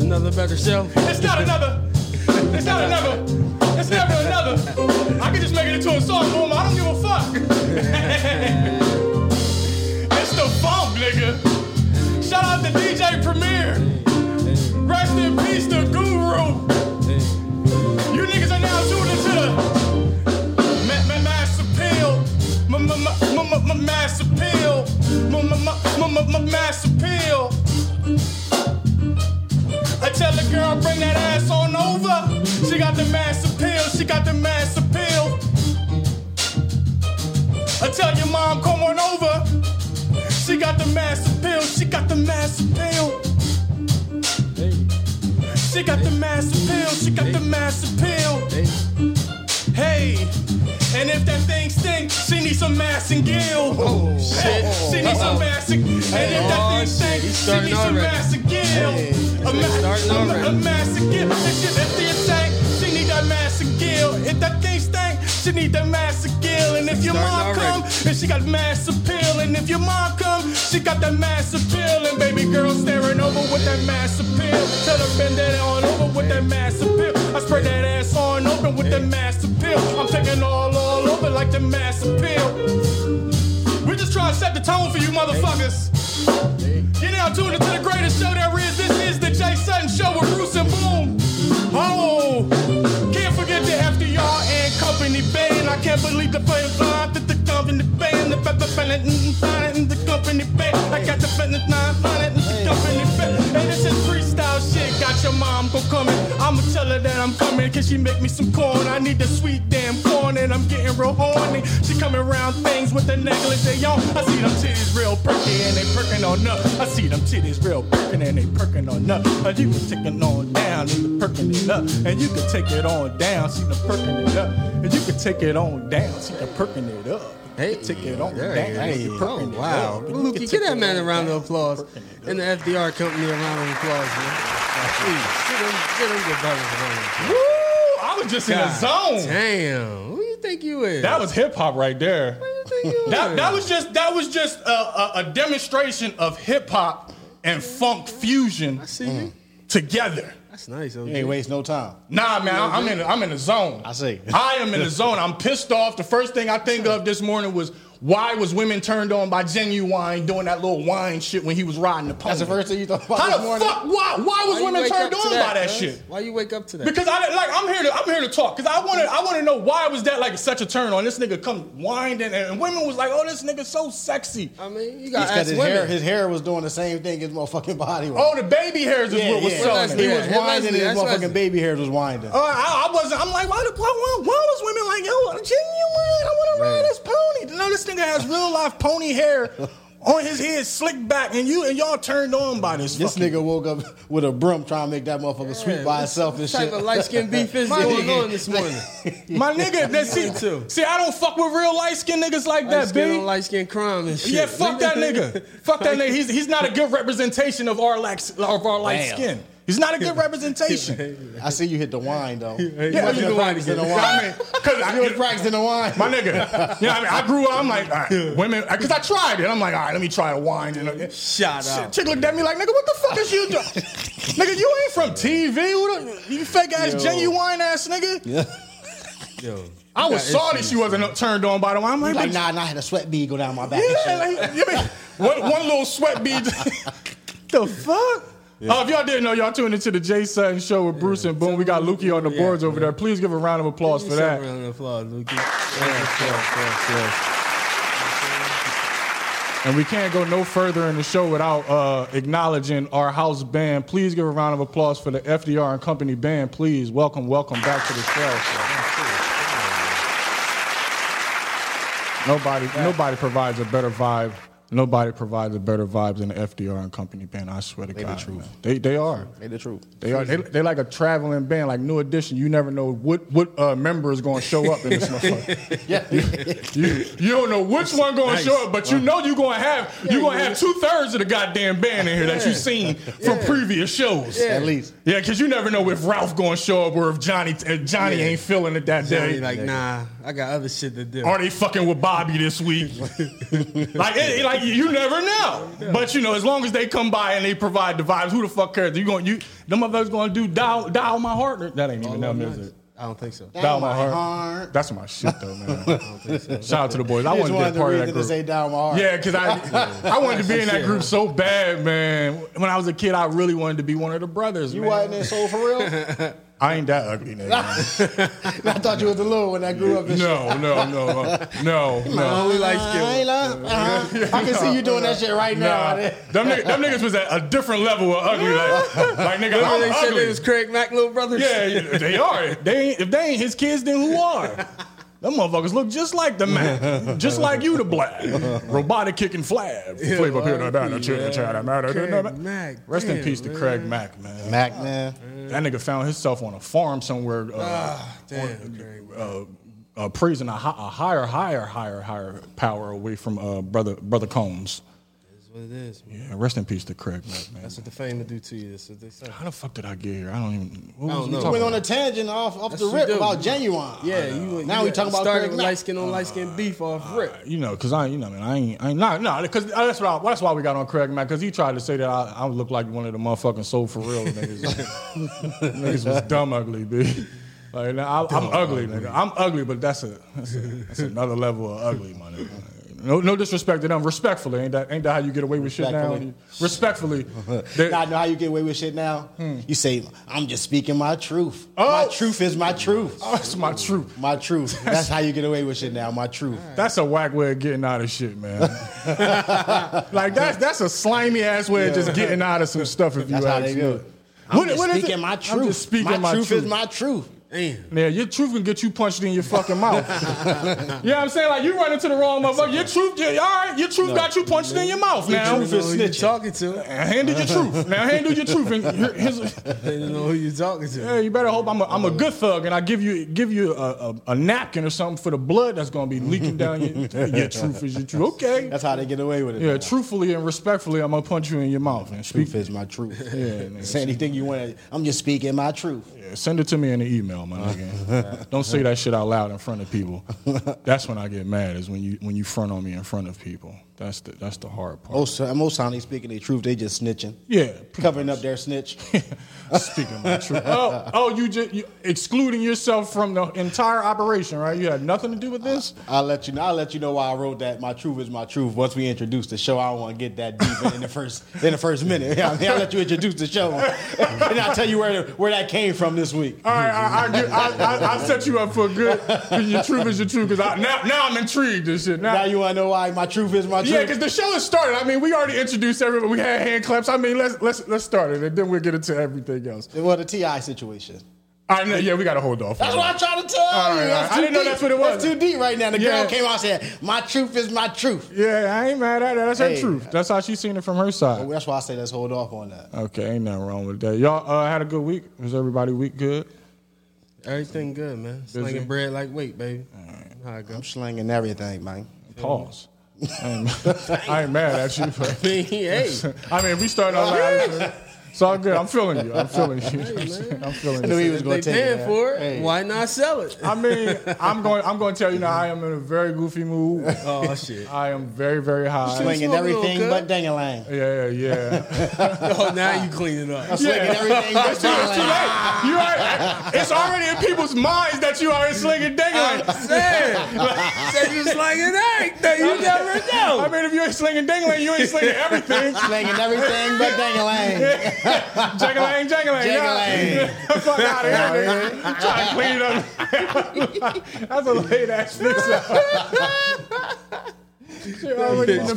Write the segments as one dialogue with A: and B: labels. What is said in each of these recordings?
A: another better show.
B: It's not another. It's not another. It's never another. I can just make it into a song, boom. I don't give a fuck. it's the funk, nigga. Shout out to DJ Premier. Rest in peace to Guru. You niggas are now tuned into the ma- ma- mass appeal. Ma- ma- ma- ma- ma- ma- Mass appeal. Ma- ma- ma- ma- ma- ma- Mass appeal. I tell the girl, bring that ass on over. She got the mass appeal, she got the mass appeal. I tell your mom, come on over. She got the mass appeal, she got the mass appeal. She got the mass appeal, she got the mass appeal. Hey, and if that thing stinks, she needs some mass and gill. Oh, shit. She needs some mass and And if that
A: Oh,
B: thing
A: shit,
B: stinks,
A: he's
B: she
A: starting
B: needs some
A: already.
B: mass and gill.
A: Hey,
B: a
A: he's
B: mass,
A: starting
B: a, ma-
A: already.
B: a mass and gill. That shit empty and sank. She need that mass and gill. If that thing stank, she need that mass and gill. And if your mom
A: starting already.
B: come, and she got mass appeal. And if your mom come, she got that mass appeal. And baby girl staring over with that mass appeal. Tell her bend that on over with that mass appeal. I spread that ass on open with that mass appeal. I'm taking all all over like the mass appeal. We just trying to set the tone for you motherfuckers. You're now tuned into the greatest show there is. This is the Jay Sutton Show with Bruce and Boom. Oh, can't forget the FDR and company band. I can't believe the play line that the company band. The pepper band and mm, the company band. I got the band and the company band. And this is freestyle shit. Got your mom go coming. I'ma tell her that I'm coming. Can she make me some corn? I need the sweet damn corn and I'm getting real horny. She coming around things with the necklace they on. I see them titties real perky and they perking on up. I see them titties real perking and they perking on up. And you can take it on down and the perking it up. And you can take it on down, see the perking it up. And you can take it on down, see the perking it up.
A: Hey,
B: You can take it on
A: there
B: down.
A: he is.
B: see the
A: oh,
B: perking it
A: wow.
B: up. You can
A: Lukey,
B: take
A: give that
B: it
A: man
B: on
A: a round
B: down,
A: of applause.
B: perking it up.
A: And the FDR company a round of applause, man. Jeez, get them, get them good brothers a round of applause.
B: Woo! I was just in a
A: God
B: zone.
A: Damn. Who you think you is?
B: That was hip hop right there.
A: Who you think you
B: That,
A: is?
B: that was just that was just a, a, a demonstration of hip hop and funk fusion
A: I see you.
B: together.
A: That's nice. OG.
C: You ain't waste no time.
B: Nah, man, I'm in I'm in the zone.
C: I see.
B: I am in the zone. I'm pissed off. The first thing I think of this morning was why was women turned on by Genuine doing that little wine shit when he was riding the pony?
C: That's the first thing you thought about
B: How
C: this
B: the
C: morning?
B: fuck? Why? Why was
A: Why you
B: women
A: wake
B: turned
A: up to
B: on by that
A: cuz?
B: shit?
A: Why you wake up to that?
B: Because I didn't- like I'm here to I'm here to talk. Because I want to I want to know why was that like such a turn on? This nigga come winding and women was like, oh, this nigga so sexy.
A: I mean, you got to
C: Because
A: ask
C: his
A: women.
C: hair, his hair was doing the same thing his motherfucking body was.
B: Oh, the baby hairs is what was
A: yeah.
B: selling.
A: Leslie,
C: He
B: it.
C: was
A: yeah,
C: winding,
A: Leslie,
C: and his Oh,
A: that's
C: motherfucking
A: Leslie.
C: baby hairs was winding.
B: Uh, I, I wasn't. I'm like, why, the, why, why, why was women like, yo, I'm genuine? I want to ride this pony. No, this nigga has real life pony hair on his head, slicked back, and you and y'all turned on by this.
C: This
B: fucking-
C: nigga woke up with a broom trying to make that motherfucker sweet by itself and
A: What
C: shit.
A: type of light skinned beef is
B: My
A: going
B: nigga.
A: on this morning?
B: my nigga. That, see,
A: Me too.
B: see, I don't fuck with real light skinned niggas like
A: Light
B: that,
A: skin
B: B.
A: on light skin crime and shit.
B: Yeah, fuck that nigga. fuck that nigga. He's, he's not a good representation of our lack of our light
C: Damn.
B: skin. He's not a good representation.
C: I see you hit the wine though.
A: yeah,
C: you
A: you
C: been
A: the wine
C: practicing the
A: again.
C: wine.
B: I mean, because
C: You been practicing the wine.
B: My nigga, you know, what I, mean? I grew up. I'm like, all right, women, because I tried it. I'm like, all right, let me try a wine. And a,
A: Shout out.
B: Chick looked at me like, nigga, what the fuck is you doing? nigga, you ain't from TV. What the, you fake ass,
C: Yo.
B: genuine ass nigga.
A: Yo.
B: I was
A: You got
B: sorry she wasn't turned on by the wine. I'm like,
C: like
B: bitch,
C: nah, nah, I had a sweat bead go down my back.
B: yeah, like,
C: and shit.
B: you mean, one, one little sweat bead. the fuck? Uh, if y'all didn't know, y'all tuned into the Jay Sutton Show with Bruce and Boom. We got Lukey on the
A: Yeah,
B: boards over there. Please give a round of applause
A: Give
B: for
A: me some
B: that.
A: round of applause, Lukey. Yes, yes, yes, yes.
B: And we can't go no further in the show without uh, acknowledging our house band. Please give a round of applause for the FDR and Company band. Please welcome, welcome back to the show. Nobody, nobody provides a better vibe. Nobody provides a better vibe than the FDR and Company band. I swear to God, man. they they are.
C: Say the truth.
B: They are. They, they like a traveling band, like New Edition. You never know what what uh, member is going to show up in this motherfucker. You, you don't know which one going to show up, but you know you're going to have you going to have two thirds of the goddamn band in here that you've seen from previous shows.
C: At least.
B: Yeah, because you never know if Ralph going to show up or if Johnny uh, Johnny ain't feeling it that
A: Johnny
B: day.
A: like, nah, I got other shit to do.
B: Are they fucking with Bobby this week? like, it, like you never know. But you know, as long as they come by and they provide the vibes, who the fuck cares? You going, you them motherfuckers going to do dial, dial my heart? That ain't even that music.
A: I don't think so.
B: Dial my
C: My
B: heart.
C: heart.
B: That's my shit though, man. Shout out to the boys. I
C: I just
B: wanted to be
C: wanted the
B: a part
C: reason
B: of that
C: to
B: group.
C: say down my heart.
B: Yeah, because I I wanted to be in that group so bad, man. When I was a kid, I really wanted to be one of the brothers.
C: You
B: man.
C: wasn't in soul for real?
B: I ain't that ugly, nigga.
C: I thought you was the little one that grew up. and shit.
B: No, no, no, no, no.
A: Only light
C: Uh, I, ain't
A: skin.
C: lying. Uh-huh. I can see you doing that shit right now.
B: Nah, them, nigga, them niggas was at a different level of ugly. Like, like nigga,
A: Remember they
B: I'm
A: said
B: ugly.
A: they was Craig Mack little brothers?
B: yeah, yeah, they are. They ain't, if they ain't his kids, then who are? Them motherfuckers look just like the man, just like you, the black robotic kicking flab. Flavor Peter, that matter, chicken, child, matter,
A: Craig
B: that matter.
A: Mack,
B: Rest in
A: damn,
B: peace to Craig Mack, man.
C: Mac, man.
B: That nigga found himself on a farm somewhere. Uh,
A: Ah. Damn, Craig.
B: uh, uh, praising a, hi- a higher, higher, higher, higher power away from uh, brother brother Combs.
A: That's what it is. Man.
B: Yeah, rest in peace to Craig Mack, man.
A: That's what the fame will do to you. That's what they say.
B: How the fuck did I get here? I don't even. What
A: I
B: was
A: don't
B: we
A: know.
B: talking
C: Went on
B: about?
C: a tangent off, off the
A: That's
C: rip
A: you do.
C: about genuine.
A: Yeah, you,
C: Now
A: you
C: we talking about
A: started
C: Craig
A: with
C: Mack.
A: light skin on light skin beef off rip.
B: You know, cause I, you know, man, I ain't, I ain't not, no, cause uh, that's what I, that's why we got on Craig Mack, cause he tried to say that I, I look like one of the motherfucking soul for real niggas. niggas was dumb ugly, bitch. Like, nah, I, I'm ugly, nigga. I'm ugly, but that's a, that's, a, that's another level of ugly, my nigga. No, no disrespect to them. Respectfully, ain't that, ain't that how you get away with shit now?
C: Respectfully.
B: Respectfully,
C: Now I
B: They-
C: know how you get away with shit now. You say, I'm just speaking my truth.
B: Oh.
C: My truth is my truth.
B: that's my truth.
C: My truth. That's how you get away with shit now. My truth.
B: That's a whack way of getting out of shit, man. like that's that's a slimy ass way of just getting out of some stuff. If
C: That's
B: you
C: how
B: ask
C: they
B: me.
C: do it. I'm
B: What-
C: just
B: what is
C: speaking
B: it?
C: my
B: I'm
C: truth.
B: just speaking my
C: truth,
B: truth.
C: is my truth.
A: Damn.
B: Yeah, your truth can get you punched in your fucking mouth. you know what I'm saying? Like you run into the wrong motherfucker. Your truth, yeah, all right, your truth got you punched in your mouth now.
A: You
C: truth
A: know
C: is
A: who you
C: snitching.
A: talking to.
B: Handle your truth. Now handle your truth. And here- here's-
A: You know who you talking to.
B: hey, you better hope I'm a, I'm a good thug and I give you give you a, a, a napkin or something for the blood that's gonna be leaking down your, your truth is your truth. Okay.
C: That's how they get away with it.
B: Yeah,
C: now.
B: truthfully and respectfully, I'm gonna punch you in your mouth and speak
C: Truth is my truth.
B: nigga.
C: Say anything you want. I'm just speaking my truth.
B: Yeah, send it to me in the email, my nigga. Don't say that shit out loud in front of people. That's when I get mad. Is when you when you front on me in front of people. That's the that's the hard part.
C: Most most times they speaking their truth. They just snitching,
B: Yeah,
C: covering up their snitch.
B: speaking my truth. Oh, oh, you just you, excluding yourself from the entire operation, right? You had nothing to do with this.
C: I'll let you. know. I'll let you know why I wrote that. My truth is my truth. Once we introduce the show, I don't want to get that deep in the first in the first minute. I mean, I'll let you introduce the show, and I'll tell you where where that came from this week.
B: All right, I, I, get- I, I, I set you up for good. 'cause Your truth is your truth. Because now now I'm intrigued and shit.
C: Now you want to know why my truth is my truth.
B: Yeah, because the show has started. I mean, we already introduced everyone. We had hand claps. I mean, let's let's let's start it, and then we'll get into everything else.
C: well, the Ti situation.
B: I know. Yeah, we gotta hold off.
C: That's
B: on
C: what
B: that.
C: I'm trying to tell
B: All right,
C: you. That's
B: all right. I
C: too
B: didn't know
C: deep.
B: that's what it was.
C: That's too deep right now. The
B: Yeah.
C: girl came out and said, "My truth is my truth."
B: Yeah, I ain't mad at her. That's her
C: Hey.
B: truth. That's how she seen it from her side.
C: That's why I say let's hold off on that.
B: Okay, ain't nothing wrong with that. Y'all uh, had a good week. Was everybody week good?
A: Everything good, man. Slinging bread like weight, baby. How I go.
C: I'm slinging everything, man.
B: Pause. I ain't, I ain't mad at you. But,
A: hey,
B: I mean, we started off like it's all good. I'm feeling you. I'm feeling you. I'm feeling
C: knew
B: you.
C: he was
A: if
C: going
A: they
C: to take
A: paying
C: it.
A: for it,
C: Hey.
A: why not sell it?
B: I mean, I'm going. I'm going to tell you now. I am in a very goofy mood.
A: Oh shit!
B: I am very, very high.
C: Slinging
A: smoke a little,
C: everything
A: cuz.
C: but dangalang.
B: Yeah, yeah, yeah.
A: Oh, now you clean it up.
C: Slinging
B: Yeah.
C: everything but
B: It's too, it's too
C: dangalang.
B: late. You are, it's already in people's minds that you are slinging dingling.
A: Damn, so you slinging everything. You never
B: I
A: know.
B: mean, if you ain't slinging dingling, you ain't slinging everything.
C: Slinging everything but dangalang.
B: Jangling, jangling,
C: Jangling.
B: Fuck out of here, nigga. Try to clean it up. That's a late ass fix up. Shit already in the-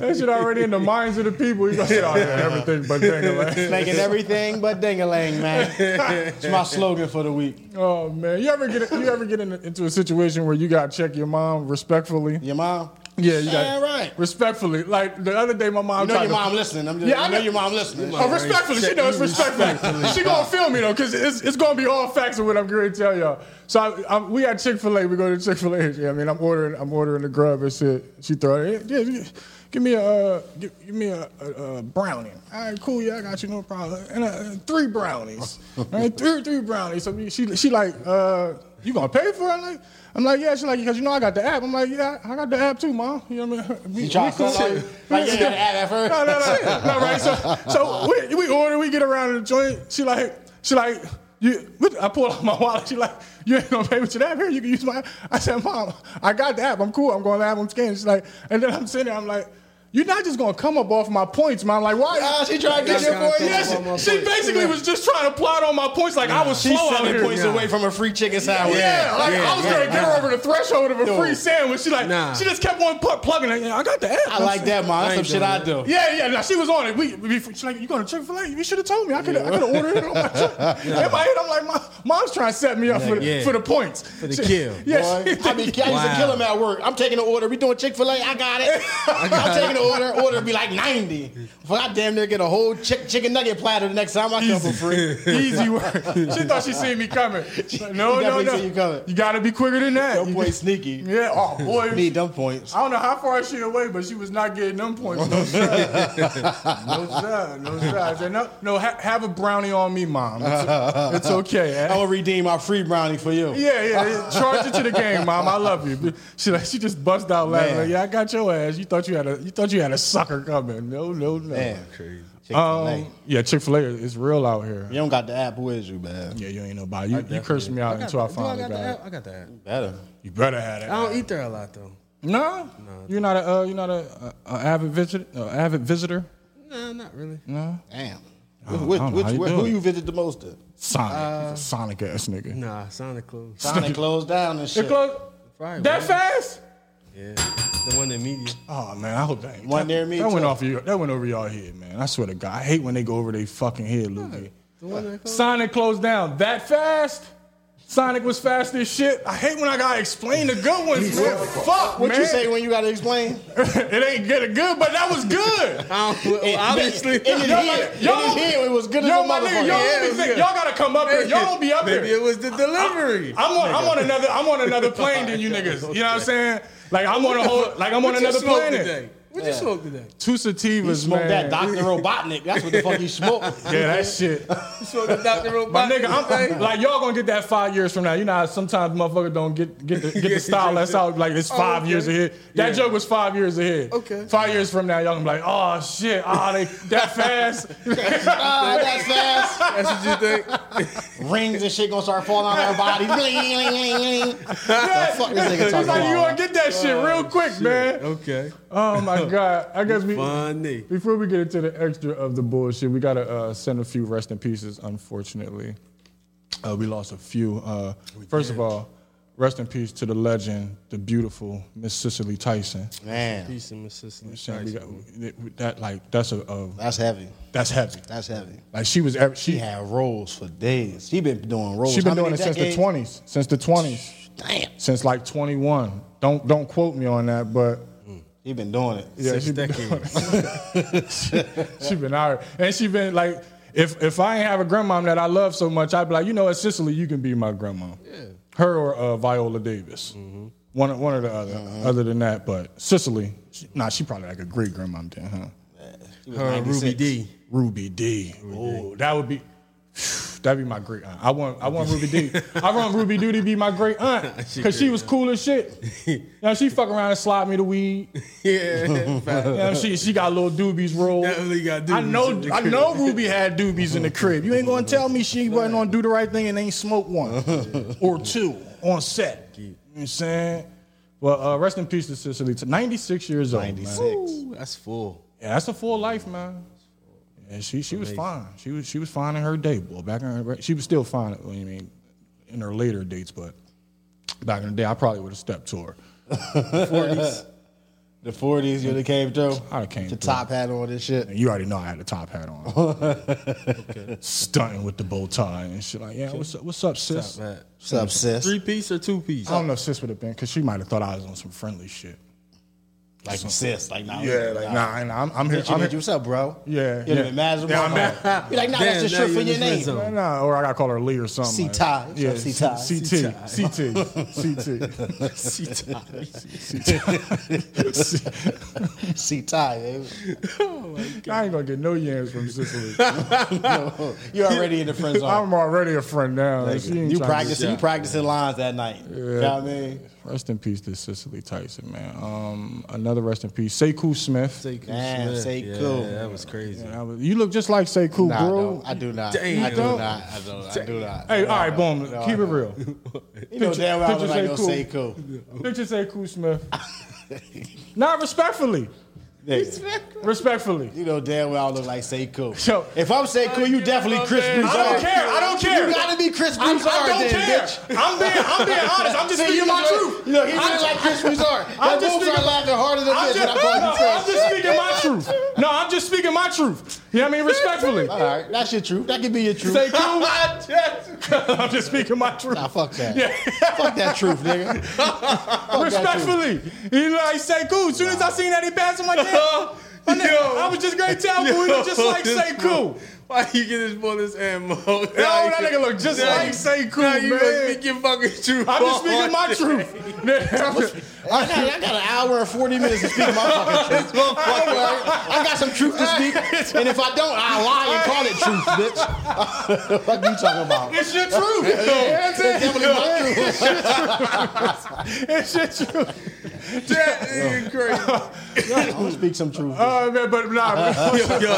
B: That shit already in the minds of the people. You gonna say, oh, yeah, everything but dangling.
C: Slinging everything but dangalang, man. It's my slogan for the week.
B: Oh man, you ever get you ever get in, into a situation where you gotta check your mom respectfully?
C: Your mom?
B: Yeah, you got
C: Yeah, right.
B: Respectfully, like the other day, my mom
C: I know
B: tried
C: your
B: to-
C: mom listening. I'm just,
B: Yeah, I
C: I know
B: know-
C: your mom listening.
B: Oh, respectfully, she knows respectfully. she gonna feel me though, cause it's, it's gonna be all facts of what I'm going to tell y'all. So I, I'm, we at Chick Fil A, we go to Chick Fil A. Yeah, I mean, I'm ordering, I'm ordering the grub and shit. She throw it. Yeah, yeah, give me a, uh, give, give me a, a, a brownie. All right, cool. Yeah, I got you, no problem. And uh, three brownies. All right, three, three brownies. So we- she, she like, uh, you gonna pay for it? I'm like, I'm like, yeah. She's like, because you know I got the app. I'm like, yeah, I got the app too, mom. You know what I mean? We-
C: You try
B: we
C: to sell
B: cool.
C: it? Like, yeah, you got the app at first?
B: No, no, no, no, right? So, so we, we order, we get around to the joint. She like, she like, you. what- I pull out my wallet. She like, you ain't gonna pay with your app here. You can use my. app." I said, mom, I got the app. I'm cool. I'm going to the app. I'm scanning. She's like, and then I'm sitting there. I'm like. You're not just gonna come up off my points, man. Like, why?
C: Ah, she tried to get your
A: That's
C: boy.
A: kinda
C: Yeah,
A: cool.
C: she-
A: my
B: Yeah, she, she
A: points.
B: basically was just trying to plot on my points. Like I was slow
C: She's
B: out
C: seven
B: here.
C: points
A: yeah.
C: away from a free chicken sandwich.
B: Yeah, like I was gonna get her over the threshold of a
C: Dude.
B: free sandwich. She like,
A: Nah.
B: she just kept on pl- plugging it. Yeah, I got the app.
C: I like that, man. That's some shit I do.
B: Yeah, yeah. Now she was on it. We, we she like, you going to Chick Fil A? You should have told me. I could have I could have ordered it on my trip. In my head, I'm like, Mom, mom's trying to set me up for, the,
A: yeah.
B: for the points for
A: the kill,
B: Yeah,
C: Boy, I,
B: she-
C: be, I used to kill him at work. I'm taking the order. We doing Chick Fil A. I got it. I'm taking the order. Order be like ninety. But I damn near get a whole chick, chicken nugget platter the next time I come for free.
B: easy work. She thought she seen me coming. Like, no,
C: She
B: no,
C: definitely
B: no.
C: seen you coming.
B: got to be quicker than that.
C: Your
B: You-
C: boy sneaky.
B: Yeah. Oh boy.
C: Need them points.
B: I don't know how far she away, but she was not getting them points. No sir, no sir, no sir. I said, no, no. Ha- have a brownie on me, mom. It's, it's okay. eh?
C: I'm gonna redeem my free brownie for you.
B: Yeah, yeah, yeah. Charge it to the game, mom. I love you. She like she just bust out laughing.
C: Man.
B: Like, yeah, I got your ass. You thought you had a you thought you had a sucker coming. No, no, no.
C: Man,
A: Crazy.
C: Chick-fil-A.
B: Um, yeah, Chick Fil A is real out here.
C: you don't got the app. Who is you, man?
B: Yeah, you ain't nobody. You, you cursed me out until I finally got, it.
A: I got that.
C: Better.
B: You better have it.
A: I don't eat there a lot though.
B: No, you're not a uh, you're not a, a, a avid visitor. Uh, avid visitor.
A: No, not really.
C: Damn.
B: I
C: Which,
B: don't know
C: which,
B: how you
C: where-
B: do
C: who
B: it.
C: you visit the most? Of?
B: Sonic,
C: Uh,
B: He's a Sonic ass nigga.
A: Nah, Sonic closed.
C: Sonic closed down and
B: It
C: shit.
B: close
A: Probably
B: that
A: one.
B: fast?
A: Yeah, the one in media.
B: Oh man, I hope that ain't
C: One
B: that-
C: near me,
B: That went
C: too.
B: off your, that went over y'all head, man. I swear to God, I hate when they go over their fucking head, Luigi.
A: The one that closed.
B: Sonic closed down that fast. Sonic was fast as shit. I hate when I gotta explain the good ones, man. Fuck,
C: What
B: man.
C: you say when you gotta explain?
B: it ain't good, good, but that was good.
A: I don't- well, obviously,
C: in, in his
B: Y'all
C: head,
B: like- y'all-
C: in his head, it was good
B: Yo,
C: as a
B: my nigga,
C: motherfucker.
B: y'all,
A: Yeah,
B: let me
A: it was
B: think.
A: good.
B: y'all gotta come up here. Y'all don't be up
A: Maybe
B: here.
A: it was the delivery.
B: I'm on, I'm on another, I'm on another plane than you niggas. You know what I'm saying? Like I'm on a whole, like I'm on
A: What you
B: another
A: smoke
B: planet.
A: today? What you smoke today?
B: Two sativas,
C: He smoked
B: man.
C: that Dr. Robotnik. That's what the fuck he smoked.
B: Yeah, that shit.
A: You smoked the Dr.
B: My
A: Robot.
B: nigga, I'm, like y'all gonna get that five years from now. You know how sometimes motherfuckers don't get get the, get the style that's out like it's five
A: Oh, okay.
B: years ahead. That
A: Yeah.
B: joke was five years ahead.
A: Okay.
B: Five years from now, y'all gonna be like, oh shit, ah they that fast.
C: Ah, that's fast.
A: That's what you think?
C: Rings and shit gonna start falling on our bodies. Bling, bling, bling.
B: yeah.
C: fuck this nigga
B: It's like
C: talking about?
B: you gonna get that shit
A: oh,
B: real quick, man.
A: Okay.
B: Oh my god. I guess we
A: Funny.
B: before we get into the extra of the bullshit, we gotta uh, send a few rest in pieces. Unfortunately, uh, we lost a few. Uh, first of all, rest in peace to the legend, the beautiful Miss Cicely Tyson.
C: Man,
A: Peace and assistance.
B: Saying we got- that- that like that's a, a
C: that's heavy.
B: that's heavy.
C: That's heavy.
B: Like she was ever she
C: He had roles for days. He been doing roles.
B: she been
C: How
B: doing
C: many
B: it since the
C: decades?
B: twenties, since the twenties,
C: Damn.
B: since like twenty one. Don't don't quote me on that, but
C: He been doing it.
B: yeah,
A: Six
B: she been
A: decades.
B: she been out, and she been like, if if I ain't have a grandmom that I love so much, I'd be like, you know, what, Sicily, you can be my grandma. Yeah. Her or uh, Viola Davis,
C: Mm-hmm.
B: one or- one or the other.
C: Uh-huh.
B: Other than that, but Sicily, she, nah, she probably like a great grandmom then, huh?
C: He was
A: Her and
C: 96.
A: Ruby D.
B: Ruby D. Oh, that would be. That'd be my great aunt. I want, I want Ruby D. I want Ruby D to be my great aunt because she was cool as shit. Now she fuck around and slide me the weed.
A: Yeah.
B: You
A: fact.
B: know, she she got little doobies rolled.
A: Definitely got
B: I
A: doobies
B: know
A: in the
B: I
A: crib.
B: know Ruby had doobies in the crib. You ain't gonna tell me she wasn't on do the right thing and ain't smoke one or two on set. You know what I'm saying? Well, uh, rest in peace to Cicely. T- 96 years old. 96.
C: 96.
B: Man.
A: Ooh, That's full.
B: Yeah, that's a full life, man. And she she was fine. She was she was fine in her day, boy. Back in her, she was still fine. I mean, in her later dates, but back in the day, I probably would have stepped to her.
C: The 40s, you really came through.
B: I'da came
C: The
B: through.
C: top hat on this shit.
B: And you already know I had a top hat on. Stunting with the bow tie and shit. Like, yeah, what's up, what's up sis?
A: Stop that.
C: What's up, sis?
A: Three piece or two piece?
B: I don't know if sis would have been, because she might have thought I was on some friendly shit.
C: Like sis, like nah,
B: Yeah, like nah, nah I'm, I'm here.
C: Bitch, you
B: I'm
C: bitch,
B: here.
C: what's up, bro?
B: Yeah,
C: you know,
B: yeah.
C: imagine.
B: Yeah, I'm
C: You're like, nah,
A: Damn,
C: that's just
A: now
C: short
A: you
C: for
A: in
C: your
A: this
C: name.
A: red zone.
B: Nah, nah, or I gotta call her Lee or something. like-
C: C-Ty.
B: yeah,
C: C-Ty.
B: C-T, C-T, C-T,
C: See Ty, eh? baby.
B: I ain't gonna get no yams from Sicily.
C: You already in the friend zone.
B: I'm already a friend now. She ain't trying
C: you
B: to-
C: practicing, you practicing lines that night. You know what I mean?
B: Rest in peace to Cicely Tyson, man. Um, another rest in peace, Sekou Smith.
A: Sekou
C: Damn,
A: Smith.
C: Sekou.
A: Yeah, that was crazy.
B: I was- You look just like Sekou,
C: Nah, I
B: bro.
C: don't. I do not.
A: Damn.
C: I do
A: Don't.
C: not. I don't. I do not.
B: Hey,
C: No,
B: all right,
C: no,
B: boom.
C: no,
B: Keep
C: no.
B: it real.
C: You know damn well I was
B: picture say
C: like, no,
B: cool.
C: say cool.
B: Picture Sekou Smith. Not respectfully.
C: Yeah.
B: Respectfully.
C: You know damn well I look like say cool.
B: So-
C: if I'm say cool, you definitely Chris Broussard.
B: I don't care. I don't care.
C: You gotta be Chris
B: I'm- I
C: Broussard
B: don't
C: then,
B: care.
C: bitch.
B: I'm being, I'm being honest. I'm just
C: See, you
B: speaking
C: my
B: my
C: truth.
B: truth.
C: Look, he
B: I'm
C: really like Chris Broussard.
B: I'm
C: That
B: just
C: Bulls are
B: speaking-
C: laughing harder than
B: I'm
C: bitch
B: just,
C: when I call
B: no,
C: you
B: I'm
C: Chris.
B: just speaking my truth. No, I'm just speaking my truth. You know what I mean? Respectfully.
C: All right, that's your truth. That could be your truth.
B: Say cool. I'm just speaking my truth.
C: Nah, fuck that.
B: Yeah.
C: fuck that truth, nigga. Fuck that truth.
B: Respectfully. You know, I say cool. As soon as I seen that he passed, I'm like, yeah. My nigga,
A: Yo.
B: I was just gonna tell you, he looked just like
A: this
B: say cool.
A: boy- Why you get this boy this ammo? No,
B: that nigga look just like Sekou,
A: Now you
B: man.
A: speak your fucking truth.
B: I'm just
A: boy.
B: speaking my truth.
C: I got, I got an hour and 40 minutes to speak my fucking truth. I got some truth to speak, and if I don't, I lie and call it truth, bitch. what you talking about?
B: it's your truth. You know what I'm saying?
C: Definitely my truth.
B: It's your truth.
A: That nigga crazy.
C: I'm gonna speak some truth.
B: Uh, man, but nah,
A: Yo, yo,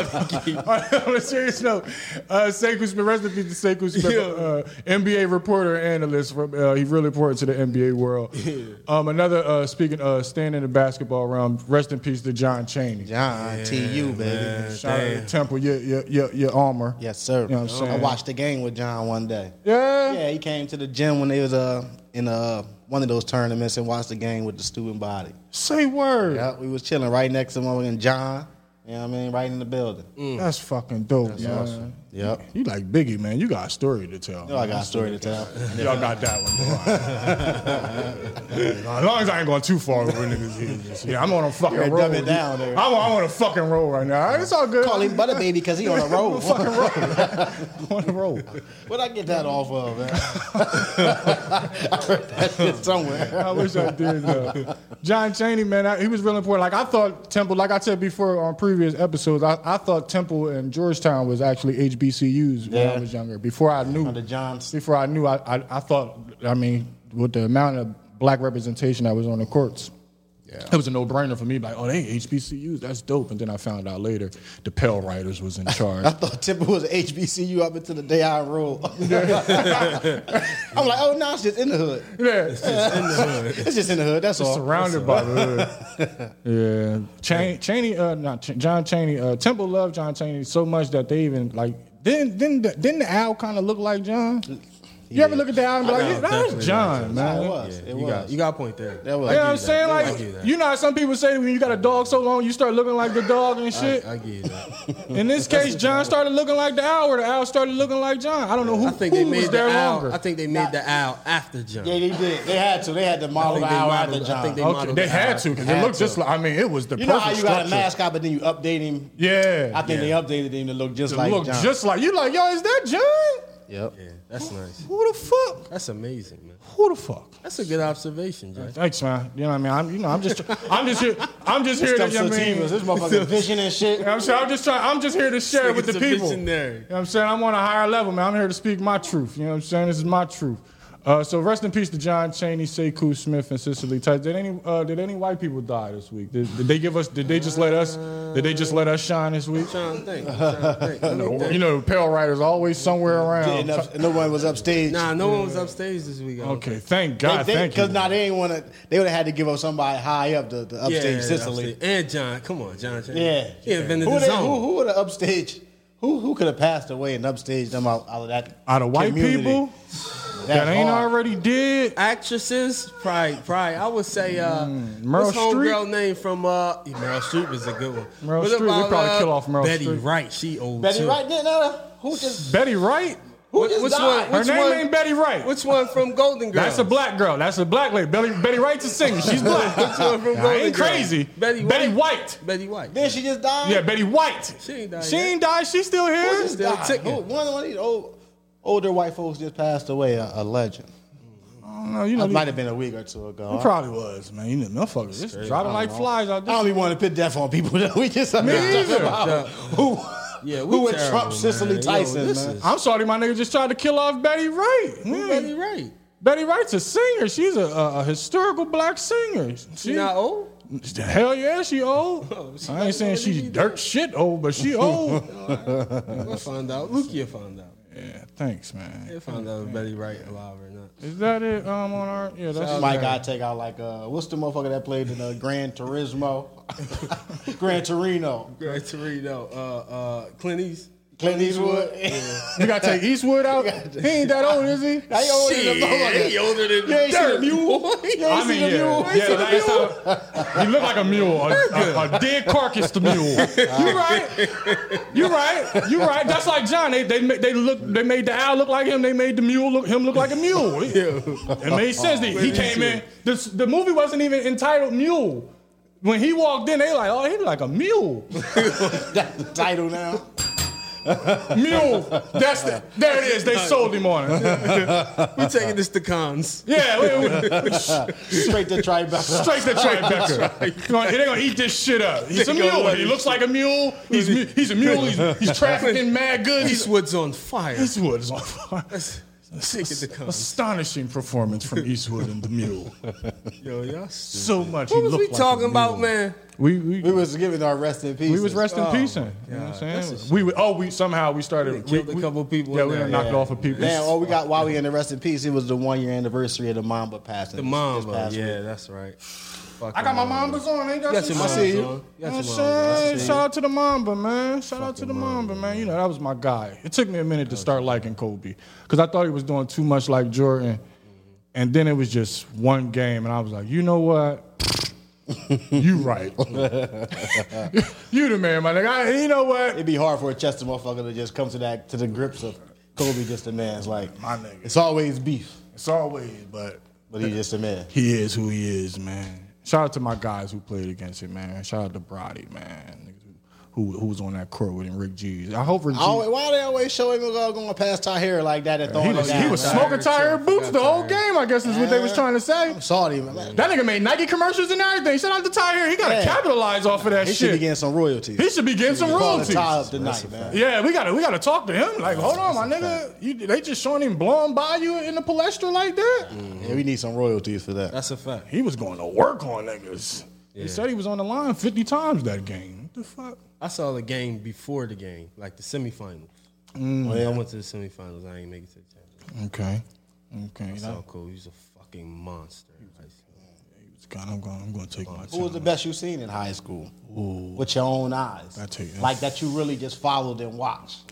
B: on a serious note, uh, Sekou Smith, rest in peace to Sekou Smith, uh, NBA reporter and analyst. From, uh, he really important to the NBA world. Um, another uh, speaking, uh, staying in the basketball realm. Rest in peace to John Chaney.
C: John, T.U., baby.
B: Shout out to Temple, your your your, your armor.
C: Yes, sir.
B: know what I'm saying?
C: I watched the game with John one day.
B: Yeah.
C: Yeah, he came to the gym when they was uh in uh one of those tournaments and watched the game with the student body.
B: Say word.
C: Yeah, we was chilling right next to him and John. You know what I mean? Right in the building.
B: That's fucking dope, man.
C: Yep.
B: You like Biggie, man. You got a story to tell.
C: I got a story to tell.
B: Y'all got that one. bro. as long as I ain't going too far over niggas' heads. Yeah, I'm on a fucking
C: Yeah,
B: roll.
C: dumb it down there.
B: I'm, I'm on a fucking roll right now. All right, It's all good.
C: Call him Butter Baby because he on a roll.
B: fucking roll. on a roll.
C: Where'd I get that off of, man? I heard that shit somewhere.
B: I wish I did. Though. John Chaney, man, I, he was real important. Like I thought Temple, like I said before on previous episodes, I, I thought Temple and Georgetown was actually HBCUs when I
C: Yeah.
B: was younger. Before I knew
C: Under John's.
B: before I knew, I, I, I thought, I mean, with the amount of black representation that was on the courts, it was a no brainer for me. Like, oh, they HBCUs, that's dope. And then I found out later the Pell Riders was in
C: I
B: charge.
C: thought Tipper was a HBCU up until the day I enrolled. I'm like, oh, no, it's just in the hood.
B: yeah,
C: It's just in the hood. That's all.
B: surrounded by the hood. Yeah, Chan- Cheney, uh, not Ch- John Cheney. Uh, Temple loved John Cheney so much that they even like. Then, then, the, didn't the owl kind of look like John? You ever look at the owl and be like, yeah, that was
A: definitely
B: John,
C: Nah,
B: man.
C: it was.
A: yeah,
C: it
A: you
C: was.
A: got you got a point there.
C: that was.
B: You know what I'm saying?
A: I
B: Like,
A: get that.
B: you know how some people say when you got a dog so long, you start looking like the dog and shit.
A: I get that.
B: In this case, John started looking like the owl, or the owl started looking like John. I don't know who,
A: I think they
B: who
A: made
B: was
A: the
B: there
A: owl.
B: longer.
A: I think they made the owl after John.
C: Yeah, they did. They had to. They had to model the
A: think they
C: hour after
A: modeled- I
C: John.
A: think they-
B: okay,
A: modeled
B: they
A: the
B: had
A: owl.
B: to because it
A: Had
B: looked just
A: to.
B: like. I mean, it was the
C: you know
B: perfect
C: how you got a
B: structure.
C: mascot, but then you update him.
B: Yeah,
C: I think they updated him to look just
B: it
C: like
B: looked
C: John.
B: just like you. Like, yo, is that John?
C: yep.
A: Yeah, that's nice.
B: Who the fuck?
A: That's amazing, man.
B: Who the fuck?
A: That's a good observation, John.
B: Thanks, man. You know what I mean? I'm, you know, I'm just, I'm just here, I'm just here to,
C: Stuff
B: you know
C: so
B: what I mean?
C: tedious. This motherfucker vision and shit.
B: I'm saying I'm just trying. I'm just here to share
A: Nigga's
B: with the
A: a
B: people.
A: visionary.
B: You know what I'm saying I'm on a higher level, man. I'm here to speak my truth. You know what I'm saying? This is my truth. Uh, so rest in peace to John Cheney, Sekou Smith, and Cicely Tyson. Did any uh, did any white people die this week? Did, did they give us? Did they just let us? Did they just let us shine this week?
A: Trying to think. Trying to think. Let me think.
B: You know, the Pale Riders always somewhere around.
C: And up, no one was upstage.
A: Nah, no one was upstage this week. I don't
B: Okay, thank
C: They-
B: God,
C: they,
B: thank you.
C: because now they ain't want to. They would have had to give up somebody high up the, the upstage Sicily.
A: upstage. And John. Come on, John. Chan.
C: Yeah,
A: He invented
C: who
A: the
C: they-
A: zone.
C: Who, who would have upstage? Who who could have passed away and upstaged them out, out of that?
B: Out of white
C: community?
B: people
C: That's
B: that ain't
C: hard.
B: already dead.
A: Actresses, probably, probably. I would say, uh,
B: Mm, Meryl
A: what's homegirl name from, uh, Meryl Streep is a good one.
B: Meryl Streep, we probably kill off Meryl
A: uh, Betty
B: Streep.
A: Wright, she old
C: Betty
A: too.
C: Wright didn't know who just
B: Betty Wright.
C: Who
A: Which
C: just
A: which one?
C: died?
A: Which
B: Her name
A: one?
B: ain't Betty Wright.
A: Which one from Golden Girls?
B: That's a black girl. That's a black lady. Betty, Betty Wright's a singer. She's black.
A: Which one from
B: I
A: Golden
B: ain't
A: Girls?
B: crazy.
A: Betty White.
B: Betty White.
A: Betty White.
C: Then she just died.
B: Yeah, Betty White.
A: She ain't died
B: She
A: yet.
B: ain't died. She's still here.
A: She's still
C: God,
A: ticking.
C: who- one one of these old, older white folks just passed away. A, a legend.
B: No, you know,
C: It
B: these-
C: might have been a week or two ago.
B: it probably was, man. You know, motherfuckers just dropping like flies out
C: I
B: there.
C: don't even want to put death on people. Though. We just up here
B: either.
C: talking about who,
A: Yeah, we
C: who would
A: terrible,
C: Trump
A: man.
C: Cicely
A: Yo,
C: Tyson,
A: this
C: man.
A: is-
B: I'm sorry, my nigga just tried to kill off Betty Wright. Hmm.
A: Betty Wright.
B: Betty Wright's a singer. She's a, a, a historical black singer.
A: She
B: She,
A: not old?
B: hell yeah, she old.
A: Oh,
B: I ain't saying she dirt shit old, but she old.
A: I found out. Lukia found out.
B: yeah, thanks,
A: They
B: man.
A: found out if Betty Wright alive or not.
B: Is that it? Um, on our yeah, that's
C: My guy take out like uh, what's the motherfucker that played in uh, Gran Turismo, Gran Torino,
A: Greg Torino, uh, uh, Clint East.
C: Clint Eastwood.
B: You gotta take Eastwood out. He ain't that old, is he?
C: I ain't older than
A: Shit,
C: the motherfucker.
A: he older than
C: You ain't seen the
A: dirt.
C: mule. You ain't seen the mule.
B: yeah, last time, you look like a mule, a, a, a dead carcass to mule. You right, you right, you right. That's like John. They they ma- they look they made the owl look like him. They made the mule look him look like a mule. It made sense. that he came in. This, the movie wasn't even entitled Mule. When he walked in, they like, oh, he look like a mule.
C: That's the title now.
B: Mule. That's the, there it is. They sold him on it.
A: We taking this to cons.
B: Yeah, we- we-
C: Straight to Tribeca.
B: Straight to Tribeca. Come on, They're gonna eat this shit up. He's a
A: They gonna
B: mule.
A: let
B: He
A: him-
B: looks like a mule. He's mu- he's a mule. He's, he's trafficking mad goods. He's
A: Eastwood's on fire.
B: Eastwood is on fire.
A: Sick at the cons.
B: Astonishing performance from Eastwood and the mule.
A: Yo, y'all.
B: So much.
A: What was we talking about, man? Oh,
B: We we.
C: We was giving our rest in peace.
B: we was rest in peace in. You know
A: God,
B: what I'm
A: that's a
B: saying? We, we oh we somehow we started
A: Killed a couple people
B: Yeah,
A: in
B: we
A: there. oh.
B: done knocked off a people.
C: Damn, Oh, all we got while we in the rest in peace, it was the one year anniversary of the Mamba passing.
A: The
C: this- this
A: Mamba.
C: past
A: Yeah,
C: week.
A: that's right.
B: I got my mambas on. Ain't got
A: Got
B: some
A: your
B: shit?
A: mambas
C: see
B: You
A: on.
C: you.
B: know
A: Got
B: what
A: your
B: I'm
A: mambas.
B: saying? Shout out to the Mamba, man. Shout out to the Mamba, man. You know, that was my guy. It took me a minute to start liking Kobe because I thought he was doing too much like Jordan. And then it was just one game, and I was like, you know what? you right. you the man, my nigga. I- you know what?
C: It'd be hard for a Chester motherfucker to just come to that to the grips of Kobe just a man. It's like
B: My nigga.
C: It's always beef,
B: It's always, but
C: but he's just a man.
B: he is who he is, man. Shout out to my guys who played against him, man. Shout out to Brody, man. Who, who was on that court with him, Rick G's. I hope Rick G's.
C: Always, why they always show him uh, going past Tahir like that and throwing
B: He
C: him
B: was,
C: down?
B: he was
C: man?
B: smoking tire boots the whole
A: Tire.
B: game, I guess is what they was trying to say.
C: I'm sorry, man.
B: That nigga made Nike commercials and everything. Shout out to Tyre. He got to
C: Yeah.
B: capitalize off of that
C: He should
B: shit.
C: be getting some royalties.
B: he should be getting some
C: Call the
B: royalties.
C: tie up tonight, man.
B: Yeah, we gotta we gotta talk to him. Like, hold on, my nigga. You, they just showing him blowing by you in the palestra like that.
C: Yeah, we need some royalties for that.
A: That's a fact.
B: He was going to work on niggas. He said he was on the line fifty times that game. What the fuck?
A: I saw the game before the game, like the semifinals. I went to the semifinals. I ain't make it to the championship.
B: Okay, okay. That,
A: So cool. He's a fucking monster.
B: God, I'm going. I'm going to take my.
C: Who was the best you seen in high school? With your own eyes.
B: I tell you,
C: like that you really just followed and watched.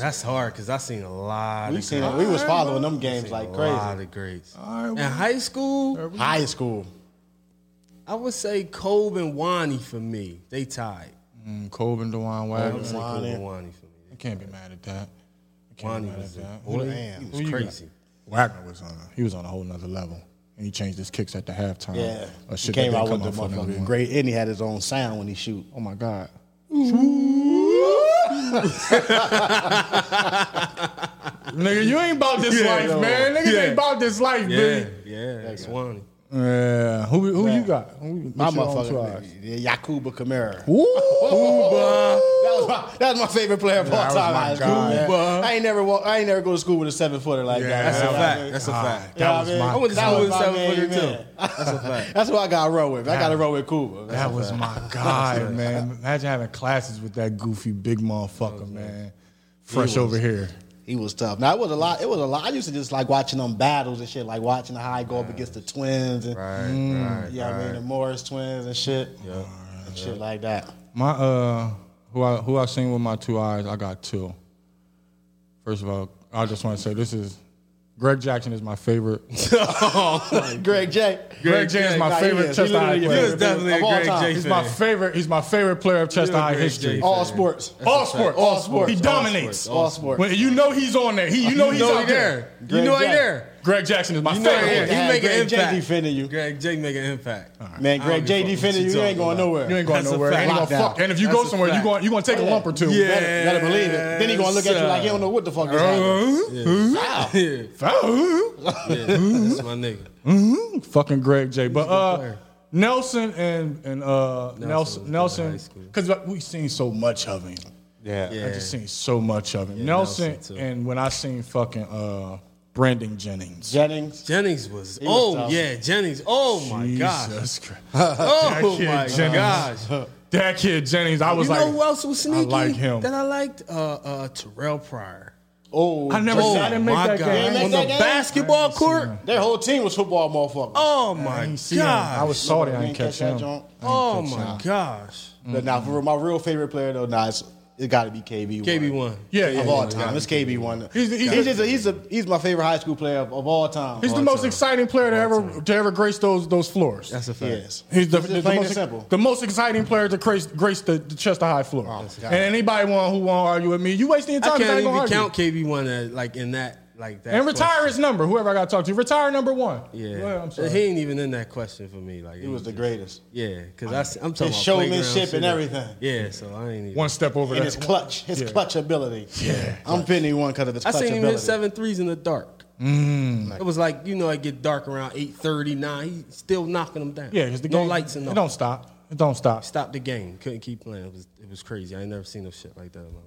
A: That's hard because I seen a lot.
C: We
A: of
C: seen
A: greats.
C: it. We was following them games like
A: A lot
C: crazy.
A: of greats.
B: All right,
A: In
B: well-
A: high school,
C: High school.
B: Oh.
A: I would say Kobe and Wani for me. They tied.
B: Mm, Kobe and Dewan
A: I would
B: Wagner.
A: say
C: Wani.
A: Kobe and Wani for me.
B: I can't be mad at that. I can't
A: Wani
B: be mad
A: was
B: at that.
A: a- boy,
C: Damn.
A: he
B: Who you
A: was
B: got?
A: crazy.
B: Wagner was on a, he was on a whole nother level. And he changed his kicks at the halftime.
C: Yeah.
B: Or
C: He
B: Oh, shit that
C: came
B: they
C: out
B: come
C: with the
B: up for another
C: motherfucking
B: one.
C: great and he had his own sound when he shoot.
B: Oh my God. Nigga, you ain't about this life,
A: no.
B: man. Niggas
A: Yeah.
B: ain't about this life,
A: Yeah,
B: baby.
A: yeah, that's Wani.
B: Yeah. Who who you got? Who,
C: My
B: what's your own
C: motherfucker.
B: choice?
C: Yeah, Yakuba Kamara.
B: Ooh,
C: That was my that was my favorite player of all
B: That was
C: time. in
B: my
C: High school,
B: guy.
C: man.
A: Kuba.
C: I ain't never walk, I ain't never go to school with a seven footer like that.
A: That's
C: You
A: a
C: know what I
A: fact.
C: mean?
A: That's a fact.
B: That
C: Yeah,
B: was
C: I mean,
B: my
A: I went to
C: That
A: school
C: was
A: with
C: my
A: seven
C: main
A: footer too.
C: man.
A: That's a fact.
C: That's what I got to roll with. I got to roll with Kuba.
B: That was my guy, man. Imagine having classes with that goofy big motherfucker, man. Fresh over here.
C: He was tough. Now it was a lot. It was a lot. I used to just like watching them battles and shit, like watching the high go up against the twins and
A: Right, right,
C: yeah, I mean the Morris twins and shit,
A: yeah.
C: and shit like that.
B: My uh, who I who I seen with my two eyes, I got two. First of all, I just want to say this is Greg Jackson is my favorite.
C: Greg J.
B: Greg J is my
C: Nah, he
B: favorite
C: is. He
B: chest high
C: literally
A: He
C: your
B: player.
A: was
C: favorite
A: definitely a
C: of all
A: Greg
C: time.
A: J
B: He's
A: fan.
B: my favorite. He's my favorite player of chest
A: You're a
B: high
A: Greg
B: history.
A: J.
C: All sports.
B: All sports.
A: All
B: All
A: sports.
B: sports. He
A: All
B: dominates.
A: sports. Uh,
C: All sports.
B: When you know he's on there. He, you know he's
A: know
B: out
A: he
B: there.
A: there. You know he
C: Greg
A: there.
B: Greg Jackson is my
A: You know he
B: favorite.
A: there.
C: Yeah,
A: He make an
C: Greg J
A: impact.
C: defending you.
A: Greg J make an impact.
C: Man,
A: I don't
C: Greg J
A: give a fuck what
C: defending
A: you
C: you. You ain't
A: talking
C: going
A: about.
B: You
C: nowhere.
B: ain't going
A: That's a
B: nowhere. And,
A: fact.
B: he gonna
C: Lockdown.
B: fuck. and if you go
A: That's a
B: somewhere, you
A: fact.
B: going you gonna take a lump or two.
A: Yeah.
C: Better, better believe it. Then he gonna look at you like he don't know what the fuck is happening.
A: Yeah.
B: Foul.
A: Yeah, that's my nigga.
B: Fucking Greg J. But uh,
A: player.
B: Nelson and and uh,
A: was
B: Nelson
A: good in high
B: Nelson
A: school.
B: because we seen so much of him.
A: Yeah.
B: I just seen so much of him.
A: Nelson
B: Nelson,
A: too.
B: and when I seen fucking uh, Brandon Jennings.
C: Jennings.
A: Jennings was.
C: was
A: oh
C: tough.
A: yeah, Jennings. Oh my gosh.
B: Jesus Christ.
A: Oh
B: That kid
A: my
B: Jennings.
A: gosh.
B: That kid Jennings, I was
A: You know
B: like,
A: who else was sneaky?
B: like him.
A: That I liked. Uh, uh, Terrell Pryor.
C: Oh,
B: I never
A: Oh
B: I didn't make
A: my
B: that
A: God.
B: game.
C: Make
A: On the
C: that game?
A: basketball court.
C: Their whole team was football motherfuckers.
A: Oh my
B: ain't
A: gosh.
B: see him. I was salty. I
C: You
B: didn't catch
C: that
B: him.
C: joint?
A: Oh my gosh.
C: But now, for my real favorite player though, nah, it's, it got to be KB.
A: KB one.
B: Yeah, yeah,
C: of all time. It's KB one.
B: He's the- he's
C: he's,
B: the-
C: just a, he's, a, he's my favorite high school player of, of all time.
B: He's the
A: All
B: most
A: time.
B: exciting player to ever to ever grace those those floors.
A: That's a fact.
C: yes.
B: He's the,
C: Just
B: the,
C: plain and
B: most,
C: simple.
B: the most exciting player to grace, grace the, the Chester High floor. and anybody want, who want to argue with me, you wasting your time.
A: I
B: I
A: can't
B: ain't gonna argue.
A: even count KB one as, like in that like that.
B: And retire
A: question.
B: his number. Whoever I got to talk to, retire number one.
A: Yeah,
B: Go ahead, I'm sorry.
A: he ain't even in that question for me. Like
C: He was the greatest.
A: Yeah, because I'm talking
C: His
A: about
C: showmanship
A: playground
C: and
A: shit.
C: everything.
A: Yeah, so I ain't even.
B: one step over
C: And
B: that.
C: his clutch, his
B: Yeah.
C: clutch ability. Yeah, I'm pinning one because of his
A: I
C: clutch
A: seen him
C: ability.
A: hit seven threes in the dark.
B: Mm-hmm.
A: It was like you know it get dark around eight thirty nine. He still knocking them down.
B: Yeah, because the
A: no
B: game
A: lights and
B: It
A: no.
B: don't stop. It don't stop.
A: Stop the game. Couldn't keep playing. It was it was crazy. I ain't never seen no shit like that in my life.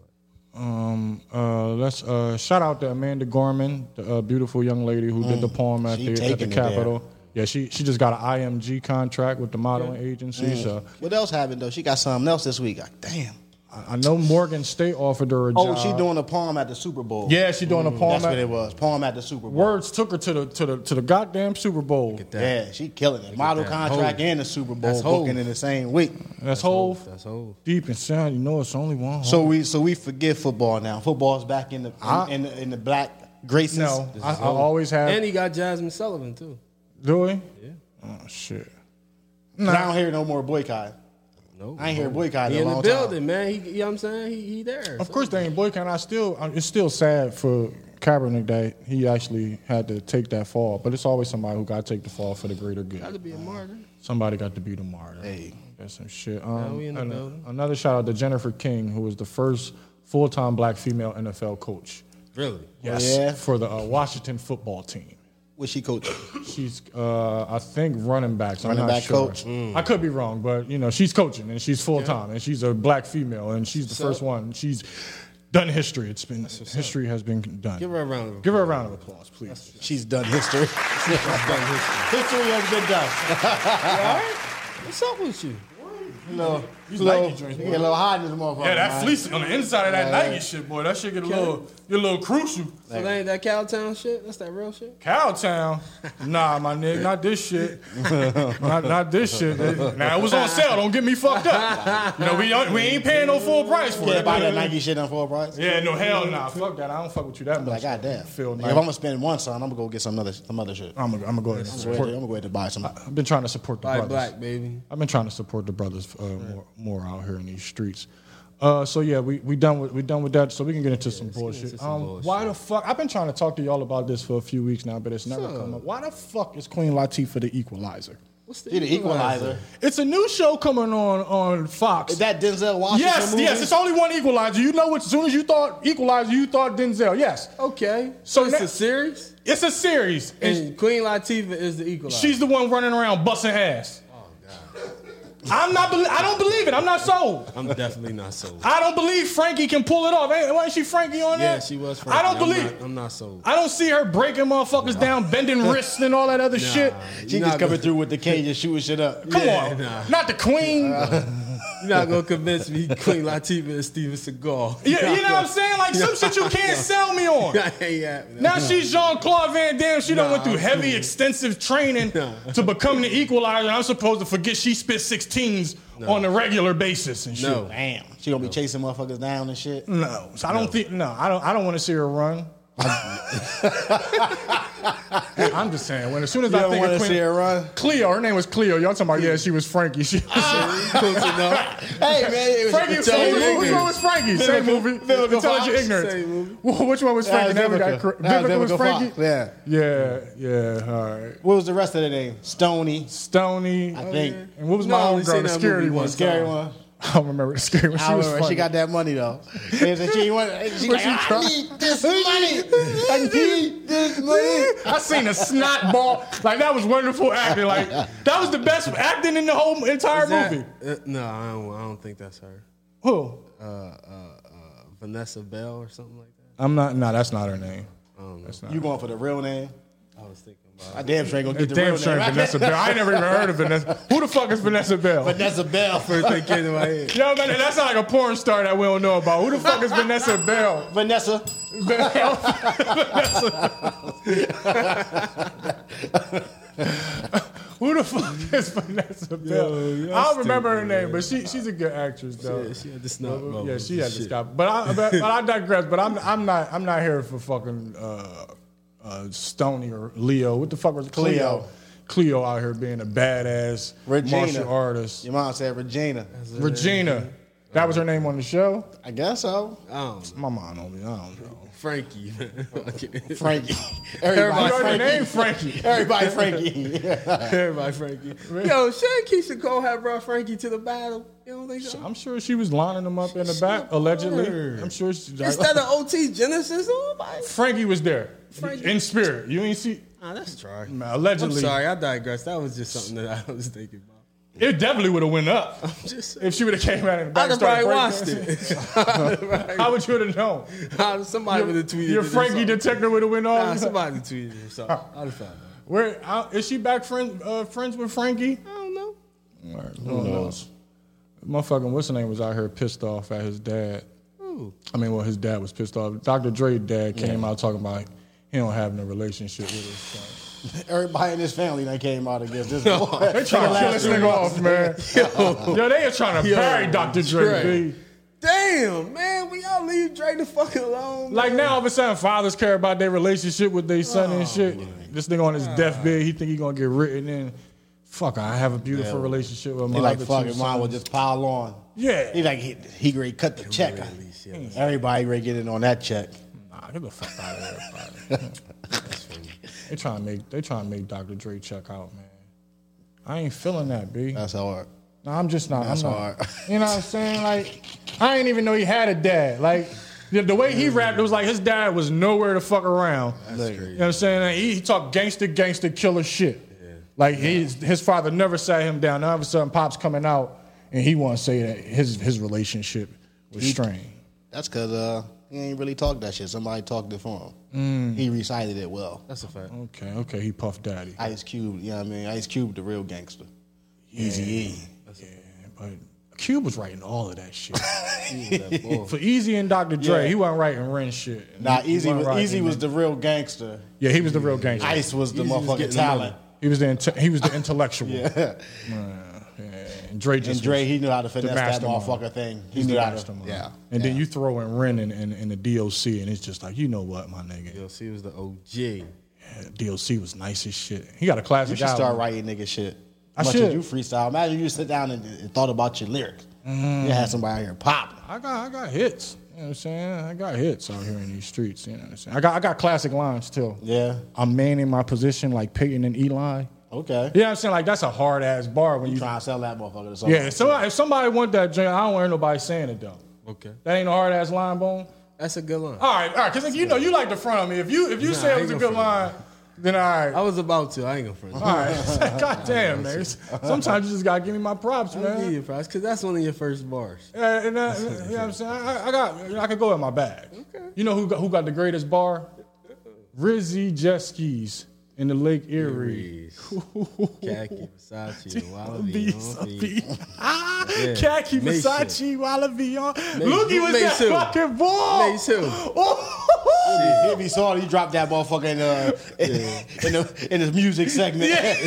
B: Um, uh, let's uh, shout out to Amanda Gorman, the uh, beautiful young lady who did the poem at
C: She
B: the, at the
C: taking it there.
B: Capitol. Yeah, she she just got an IMG contract with the modeling agency. So
C: What else happened though? She got something else this week. Like, damn.
B: I, I know Morgan State offered her a
C: Oh,
B: job.
C: she doing a palm at the Super Bowl.
B: Yeah, she doing a poem.
C: that's what
B: at-
C: it was. Palm at the Super Bowl.
B: Words took her to the to the to the goddamn Super Bowl.
A: Get that.
C: Yeah, she killing it. Model
A: that.
C: contract
A: Hove.
C: and the Super Bowl
A: That's Hove.
C: booking in the same week.
B: That's whole
A: That's whole.
B: deep inside. You know, it's only one.
C: So
B: So
C: we so we forget football now. Football's back in the in,
B: I-
C: in, the, in the black graces.
B: no, I, I always have.
A: And he got Jasmine Sullivan too.
B: do we? Yeah. Oh shit.
C: Nah. I don't hear no more boycott.
A: No,
C: I ain't hear boycott
A: He
C: in
A: in
C: a
A: the
C: long
A: building, man. He, you know what I'm saying? He, he there.
B: Of course, they ain't boycotting. I still, I- it's still sad for Kaepernick that he actually had to take that fall. But it's always somebody who got to take the fall for the greater
A: got to
B: good.
A: be a martyr.
B: Somebody got to be the martyr.
C: Hey.
B: that's some shit.
A: Now
B: Um,
A: we in the
B: and, uh,
A: building.
B: another shout out to Jennifer King, who was the first full-time black female NFL coach.
A: Really?
B: Yes,
C: Yeah.
B: for the uh, Washington football team.
C: What she coach?
B: She's, uh, I think, running backs. I'm
C: Running
B: not
C: back
B: sure.
C: coach.
B: I could be wrong, but you know, she's coaching and she's full time and she's a black female and she's the first one. She's done history. It's been history has been done.
A: Give her a round of
B: Give her a round of applause, please.
C: She's done history. history has been done.
A: What's up with you?
C: No,
B: These
C: little,
B: Nike joints,
C: you get a little hot in this motherfucker.
B: Yeah, that
C: man.
B: fleece on the inside of that
C: Yeah,
B: Nike
C: yeah.
B: shit, boy. That shit get a little, get a little crucial.
A: So that ain't that Cowtown shit? That's that real shit?
B: Cowtown, nah, my nigga, not this shit, not, not this shit. Now it was on sale. Don't get me fucked up. You know we don't, we ain't paying no full price for
C: Yeah,
B: it.
C: buy that Nike shit on full price.
B: Yeah, no hell nah. Fuck that. I don't fuck with you that much.
C: Like, goddamn.
B: Feel
C: Like,
B: nice.
C: if I'm gonna spend one son, I'm gonna go get some other some other shit. I'm
B: I'm gonna, I'm gonna go ahead and
C: gonna go
B: support.
C: ahead- I'm gonna go ahead and buy some.
B: I've been trying to support the
A: Black,
B: brothers.
A: black, baby.
B: I've been trying to support the brothers uh, more, more out here in these streets. Uh, so yeah, we, we done with we done with that. So we can get into some bullshit.
A: into some
B: um,
A: bullshit.
B: Why the fuck? I've been trying to talk to y'all about this for a few weeks now, but it's never come up. Why the fuck is Queen Latifah the Equalizer?
A: What's
C: She the equalizer.
B: It's a new show coming on on Fox.
C: Is that Denzel Washington?
B: yes,
C: movie?
B: yes. It's only one Equalizer. You know, what- as soon as you thought Equalizer, you thought Denzel. Yes,
A: Okay.
B: So
A: So it's
B: now-
A: a series?
B: it's a series. It's-
A: And Queen Latifah is the equalizer.
B: She's the one running around busting ass.
A: Oh,
B: I'm not. Bel- I don't believe it. I'm not sold.
A: I'm definitely not sold.
B: I don't believe Frankie can pull it off. Ain't, wasn't she Frankie on
A: yeah,
B: that?
A: she was.
B: I
A: Frankie.
B: don't
A: I'm
B: believe.
A: Not, I'm not sold.
B: I don't see her breaking motherfuckers down, bending wrists, and all that other shit.
C: She just coming through with the cage and shooting shit up.
B: Come
A: Yeah,
B: on,
A: nah.
B: not the queen.
A: You're not gonna convince me Queen Latifah is Steven Seagal.
B: you, you know what I'm saying? Like some shit you can't sell me on.
A: ain't happening.
B: Now she's Jean Claude Van Damme. She done
A: Nah,
B: went through
A: I'm
B: heavy,
A: cool.
B: extensive training
A: Nah.
B: to become the equalizer. I'm supposed to forget she spit 16s on a regular basis and shit.
A: No.
C: Damn, she gonna be chasing motherfuckers down and shit.
B: No, so I don't think. No, I don't. I don't want to see her run. I'm just saying. When as soon as
C: You
B: I
C: don't
B: think
C: wanna
B: of Queen,
C: see her run?
B: Cleo, her name was Cleo. Y'all talking about? Yeah, she was Frankie. She
C: Ah, Close enough. hey man, it was
B: Frankie.
C: it's
B: so
C: all
B: Which
C: ignorant.
B: which one was Frankie? Same
C: Vivica-
B: movie.
C: Vivica
B: Intelligent
C: Fox. Ah,
B: ignorance.
A: Same movie.
B: Wh- Which one was
C: That
B: Frankie?
C: was
B: That we
C: Vivica.
B: got cor-
C: That was
B: Vivica was
C: Vivica Fox,
B: Frankie.
C: yeah.
B: Yeah. Yeah. All right.
C: What was the rest of the name? Stony.
B: Stony.
C: I think.
B: And what was
A: No,
B: my
A: I
B: own
A: only
B: girl?
A: seen
B: The
A: that
B: scary
A: movie
B: one.
A: once.
C: Scary one.
B: I don't remember the scary one. She
C: I
B: was
C: remember
B: funny.
C: she got that money though. She said she wanted-
B: Was
C: she like,
B: she
C: I
B: drunk?
C: need this money. I need this money.
B: I seen a snot ball. Like that was wonderful acting. Like that was the best acting in the whole entire
A: Is that-
B: movie.
A: uh, no, I don't, I don't think that's her.
B: Who?
A: Vanessa Bell or something like that.
B: I'm not. No, that's not her name. That's not.
C: You going for the real name?
A: I was thinking about.
C: I damn sure ain't gonna
B: It's
C: get the
B: damn
C: real
B: sure
C: name.
B: Vanessa Bell. I ain't never even heard of Vanessa. Who the fuck is Vanessa Bell?
C: That's a bell for
A: First thing came to my head.
B: Yo, man, that sound like a porn star that we don't know about. Who the fuck is Vanessa Bell?
C: Vanessa.
B: Who the fuck is Vanessa Bell?
A: y'all
B: I don't remember her
A: stupid,
B: name, but she she's a good actress though.
A: Yeah, she had the snot bubbles
B: yeah, she
A: and
B: had to
A: shit.
B: stop. But I but, but I digress. But I'm I'm not I'm not here for fucking uh, uh, Stony or Leo. What the fuck was Cleo?
C: Cleo.
B: Cleo, out here being a badass martial artist.
C: Your mom said Regina.
B: Regina, that was her name on the show.
C: I guess so.
A: I don't know.
B: My mom don't be. I don't know.
A: Frankie.
C: Frankie.
B: You
C: Everybody
B: heard her
C: Frankie.
B: name Frankie.
C: Everybody Frankie.
A: Everybody, Frankie. Yo, Shane Keisha Cole had brought Frankie to the battle. You don't think so?
B: I'm sure she was lining them up in the back allegedly.
A: Sure.
B: I'm sure she.
A: Instead of OT Genesis, nobody.
B: Frankie was there
A: Frankie-
B: in spirit. You ain't see.
A: Nah, that's try. I'm
B: Allegedly,
A: sorry, I digressed. That was just something that I was thinking about.
B: it definitely would have went up
A: I'm just saying.
B: if she would have came out in the back.
A: I'd have
B: and started
A: probably watched
B: breaking-
A: it.
B: How would you have known?
A: somebody would have tweeted
B: Your
A: it or
B: Frankie
A: something.
B: detector would have went
A: Nah,
B: off.
A: somebody tweeted it or something. I'd have found it.
B: Where how- is she back friends uh, friends with Frankie?
A: I don't know.
B: Who knows? Motherfucking what's her name was out here pissed off at his dad. I mean, well, his dad was pissed off. Dr. Dre's dad came out talking about he don't have no relationship with his son.
C: Everybody in his family that came out against this boy.
B: They trying to kill this nigga off, man. Yo, they are trying to
A: Yo,
B: bury Dr. Dre.
A: Dre.
B: B.
A: Damn, man, we all leave Drake the fuck alone.
B: Like now, all of a sudden, fathers care about their relationship with their son
C: Oh,
B: and shit. This nigga on his deathbed, he think he gonna get written in. Fuck, I have a beautiful relationship with my
C: He like
B: other two
C: fucking mom
B: sons."
C: will just pile on.
B: Yeah. Hmm.
C: He like he he ready cut the check.
A: release, yeah.
C: Everybody ready get in on that check.
B: Nah, get the fuck out of there. they trying to make they trying to make Dr. Dre check out, man. I ain't feeling that, B.
C: That's hard.
B: No, I'm just not.
C: That's
B: I'm
C: hard.
B: not. You know what I'm saying? Like, I didn't even know he had a dad. Like, the, the way he rapped, it was like his dad was nowhere to fuck around.
C: Look,
B: You know what I'm saying? Like, he, he talked gangster, gangster, killer shit. Like his his father never sat him down. Now all of a sudden, pops coming out and he want to say that his his relationship was strained.
C: That's cause uh he ain't really talked that shit. Somebody talked it for him.
B: Hmm.
C: He recited it well.
A: That's a fact.
B: Okay, okay, he puffed daddy.
C: Ice Cube, you know what I mean? Ice Cube the real gangster. Easy E.
B: Yeah, but Cube was writing all of that shit.
A: That bull.
B: For Easy and Dr. Dre,
C: Yeah.
B: he wasn't writing Ren shit.
C: Nah,
B: He
C: Easy
B: wasn't
C: was
B: writing
C: Easy was
B: that.
C: the real gangster.
B: yeah, he was the real gangster.
C: Ice was the
A: Easy was
C: motherfucking
A: getting the
C: talent.
B: He was the inte- he was the intellectual.
C: Yeah.
B: And Dre just
C: And Dre,
B: was
C: he knew how to finesse that
B: mastermind.
C: motherfucker thing. He
B: he's the
C: knew how to.
B: mastermind.
C: Yeah.
B: And then you throw in Ren and, and, and the DLC, and it's just like you know what, my nigga,
A: Yo, she was the OG.
B: DLC was nice as shit. He got a classic.
C: You should
B: album.
C: start writing nigga shit.
B: I
C: Much
B: should.
C: as you freestyle. Imagine you sit down and, and thought about your lyrics.
B: Mm.
C: You had somebody out here popping.
B: I got I got hits. You know what I'm saying? I got hits out here in these streets. You know what I'm saying? I got I got classic lines too.
C: Yeah.
B: I'm manning my position like Peyton and Eli.
C: Okay.
B: You know what I'm saying? Like that's a hard ass bar when you.
C: Trying to sell that motherfucker to somebody.
B: Yeah, if somebody, if somebody want that joint, I don't hear nobody saying it though.
A: Okay.
B: That ain't a hard ass line bone.
A: That's a good line.
B: All right, all right, because you know you like the front of me. If you if you
A: Nah,
B: say
A: I
B: it was a
A: ain't
B: good
A: gonna front
B: line, then all right.
A: I was about to. I ain't gonna front. you.
B: All right. God damn, man. Sometimes you just gotta give me my props,
A: I'll give
B: man.
A: you a prize because that's one of your first bars.
B: Uh, and, uh, you know what I'm saying? I, I got, I could go in my bag. You know who got, who got the greatest bar? Rizzy Jet Skis in the Lake Erie.
A: Reese, Khaki, Versace, Wallaby,
B: Beast,
A: Humpy.
B: beast. Ah,
A: Yeah.
B: Khaki
A: Mace
B: Versace, Wallaby on. Lookie
A: who
B: was that
A: Mace who?
B: fucking ball.
A: Mace who?
B: Oh,
C: He'll be sorry he dropped that motherfucker in, uh, in, the, in his music segment.
B: Yeah.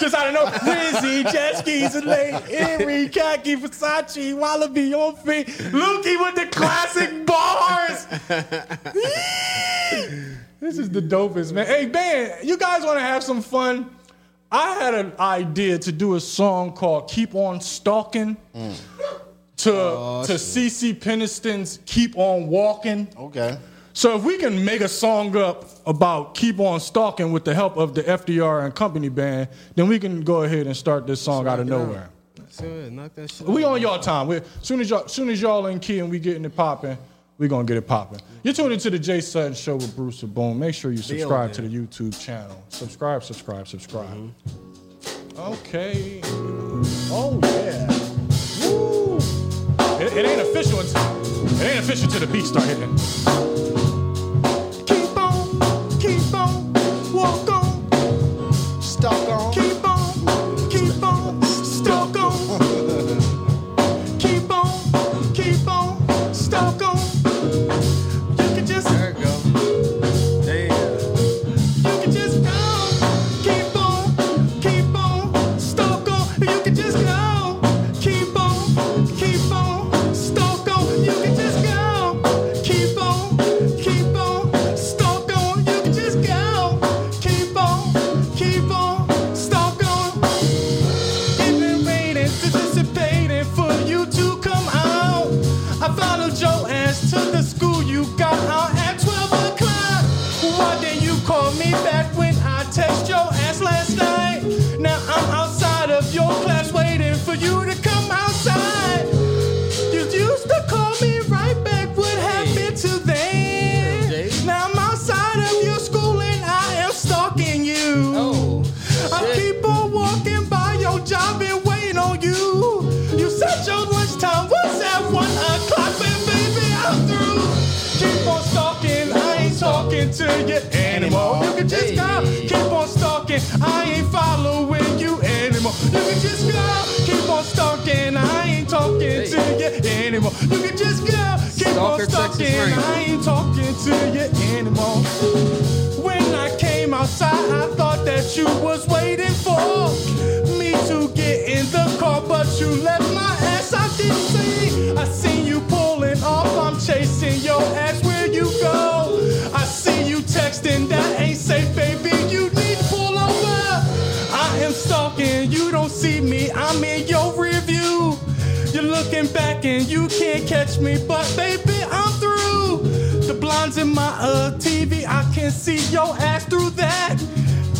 B: Just I don't know. Rizzy, jet skis, and late Erie, khaki, Versace, Wallaby, on feet. Lukey with the classic bars. This is the dopest, man. Hey, man, you guys want to have some fun? I had an idea to do a song called Keep On Stalking to, to CC Peniston's Keep On Walking.
C: Okay.
B: So if we can make a song up about Keep On Stalking with the help of the FDR and Company Band, then we can go ahead and start this song out of
A: it out.
B: nowhere.
A: That's it. Knock that shit.
B: We
A: out.
B: on y'all time. We, soon as y'all, soon as y'all in key and we getting it popping, we gonna get it popping. You're tuned into the Jay Sutton Show with Bruce and Boom. Make sure you subscribe to the YouTube channel. Subscribe, subscribe, subscribe. Okay. Oh yeah. Woo. It, it ain't official. Until, it ain't official till the beat start hitting. Keep on, keep on, walk on.
C: Stuck on.
B: Keep on, keep on, stuck on. Keep on, keep on, stuck on. You can just, you
A: There it go. Damn.
B: can just go. Keep on, keep on, stuck on. You can just go. Keep on, keep on, stuck on. You can just go. Keep on, keep on, stuck on. You can just go. Keep on, keep on, stuck on. It's been waiting, anticipating for you to come out. I followed your ass to the school. You got out at 12 o'clock. Why didn't you call me back when I text your ass last night? Now I'm outside of your class waiting for you to come outside. You used to call me right back. What happened to
A: Jay.
B: then? Now I'm outside of your school and I am stalking you.
A: Oh.
B: I
A: Shit.
B: keep on walking by your job and waiting on you. You said your lunchtime was at one o'clock, but baby, I'm through. Keep on stalking, I ain't talking to you anymore. You can just go, keep on stalking, I ain't following you anymore. You can just go, keep on stalking, I ain't talking to you anymore. You can just go, keep on
A: Stalker, Texas
B: stalking,
A: Ranger.
B: I ain't talking to you anymore. When I came outside, I thought that you was waiting for me to get in the car, but you left my ass. I didn't see. I seen you pulling off. I'm chasing your ass. Where you go? I see you texting. That ain't safe, baby. You need to pull over. I am stalking. You don't see me. I'm in your review. You're looking back and you can't catch me, but baby, I'm through. The blinds in my uh, TV, I can see your ass through that.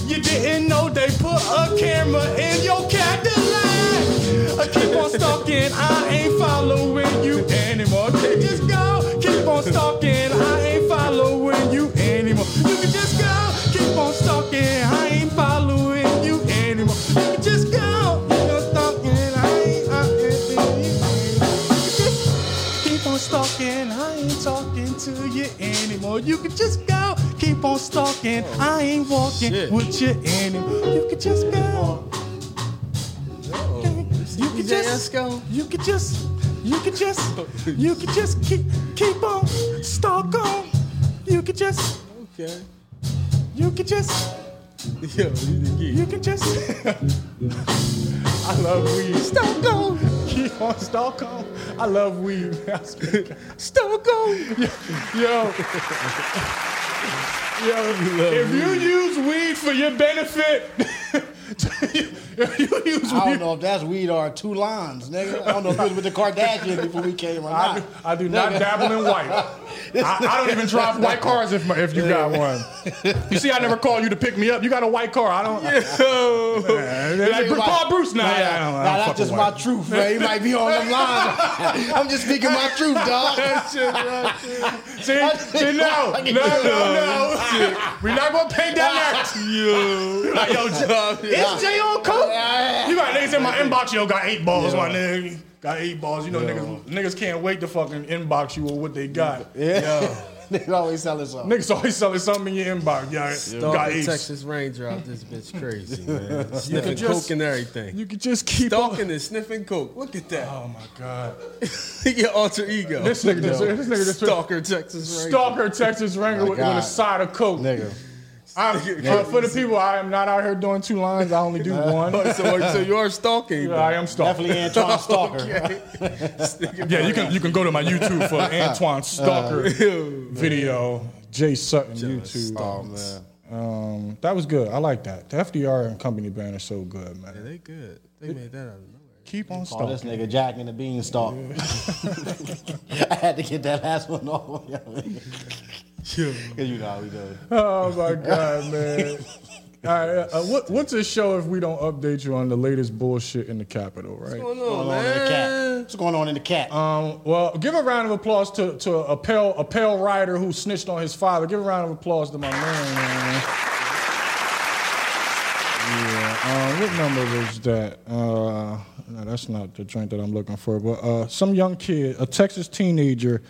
B: You didn't know they put a camera in your Cadillac. I keep on stalking, I ain't following you anymore. You can just go, keep on stalking, I ain't following you anymore. You can just go, keep on stalking, I ain't following you anymore. You can just go, you know, stalking, I ain't, I ain't, I ain't, just keep on stalking, I ain't talking to you anymore. You can just go, keep on stalking, I ain't walking
A: shit.
B: with you anymore. You can just go.
A: Oh,
B: You can
A: DJ
B: just
A: E Esco?
B: You can just. You can just. You can just keep keep on stalk on. You can just.
A: Okay.
B: You can just.
A: Yo, you the geek.
B: You can just. I love weed. Stalk on. Keep on stalk on. I love weed. stalk on. Yo. Yo, if you use weed for your benefit, if you use
C: I
B: weed
C: don't know if that's weed or two lines, nigga. I don't know if it was with the Kardashians before we came or
B: I
C: not.
B: do, I do not dabble in white. I, I don't even drive white cars if, if you got one. You see, I never call you to pick me up. You got a white car. I don't. Yeah. like,
C: Nigga,
B: call
C: like-
B: Bruce now.
C: Nah,
B: Nah, yeah, I don't, I don't
C: nah,
B: fuck
C: that's
B: with
C: just my
B: white.
C: truth, man. He might be on them lines. I'm just speaking my truth, dog.
B: See, see no, no, no, no. We're not gonna paint that narrative. Yo, like, yo, it's J on coke. You got niggas in my inbox. Yo, got eight balls, my nigga. Got eight balls. You know, niggas, niggas can't wait to fucking inbox you with what they got.
C: Yeah. Niggas always selling something.
B: Niggas always selling something in your inbox. Yeah,
A: Dog,
B: got
A: the
B: apes.
A: Texas Ranger out this bitch crazy, man. Sniffing
B: just-
A: coke and everything.
B: You could just keep on.
A: Stalking and sniffing coke. Look at that.
B: Oh my god,
A: Your alter ego.
B: Oh. this nigga, just, this nigga, just
A: Stalker Texas Ranger.
B: stalker Texas Wrangler with, with a
C: God.
B: side of coke.
C: Nigga.
B: I'm, uh, for the people, I am not out here doing two lines. I only do one.
A: Oh, so, so you are stalking. bro.
B: I am stalking.
C: Definitely Antoine Stalker.
A: Okay. Sniffing
B: Yeah, you can you can go to my YouTube for Antoine Stalker video. Jay Sutton
C: Jealous
B: YouTube.
C: stonks.
B: Um, that was good. I like that. The FDR and Company band is so good, man.
A: They good. They made that out of nowhere.
B: Keep on
C: Call this
B: stalking.
C: nigga Jack and the Beanstalk. I had to get that last one off. Because you know how we do it.
B: Oh my god, man. All right, uh, what, what's a show if we don't update you on the latest bullshit in the Capitol, right?
A: What's going on,
C: What's
B: Oh,
C: going on in the cat?
A: man?
C: What's going on in the cat?
B: Um, well, give a round of applause to, to a pale a pale rider who snitched on his father. Give a round of applause to my man. man. Yeah. Um, what number was that? Uh, no, that's not the joint that I'm looking for. But uh, some young kid, a Texas teenager,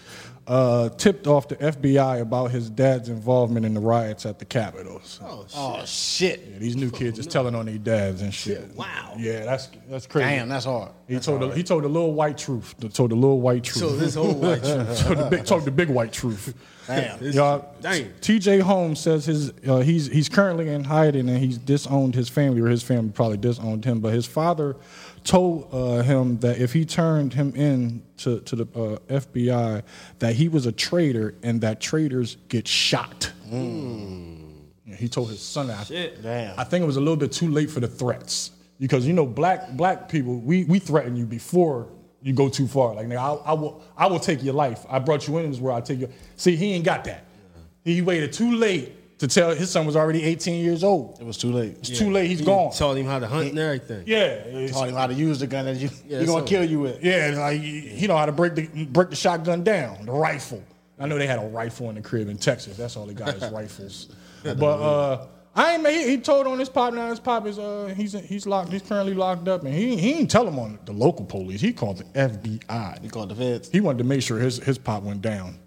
B: uh, tipped off the FBI about his dad's involvement in the riots at the Capitol. So,
C: oh, shit.
B: yeah, these new kids is telling on their dads and shit.
A: Wow.
B: Yeah, that's that's crazy.
C: Damn, that's hard.
B: He told the, he told the little white truth. The- Told the little white truth.
A: So this whole white shit.
B: told the big told the big white truth.
C: Damn.
B: Y'all,
A: Damn.
B: T.J. Holmes says his uh, he's he's currently in hiding and he's disowned his family or his family probably disowned him. But his father told uh, him that if he turned him in to to the uh, FBI, that he was a traitor and that traitors get shot.
A: Hmm.
B: Yeah, He told his son that.
C: Damn.
B: I think it was a little bit too late for the threats because you know black black people we we threaten you before you go too far. Like nigga, I, I will I will take your life. I brought you in this world. I take you. See, he ain't got that. He waited too late to tell his son was already 18 years old.
C: It was too late.
B: It's too late. He's gone.
A: Taught him how to hunt and everything.
B: Yeah, it's-
C: Taught him how to use the gun that you,
A: Yeah,
C: you're going
A: so-
C: to kill you with.
B: yeah. Like he he know how to break the break the shotgun down, the rifle. I know they had a rifle in the crib in Texas. That's all they got is rifles. But uh, I ain't. ma- He, he told on his pop now. His pop is uh, he's he's locked. He's currently locked up, and he he didn't tell him on the local police. He called the FBI.
C: He called the feds.
B: He wanted to make sure his his pop went down.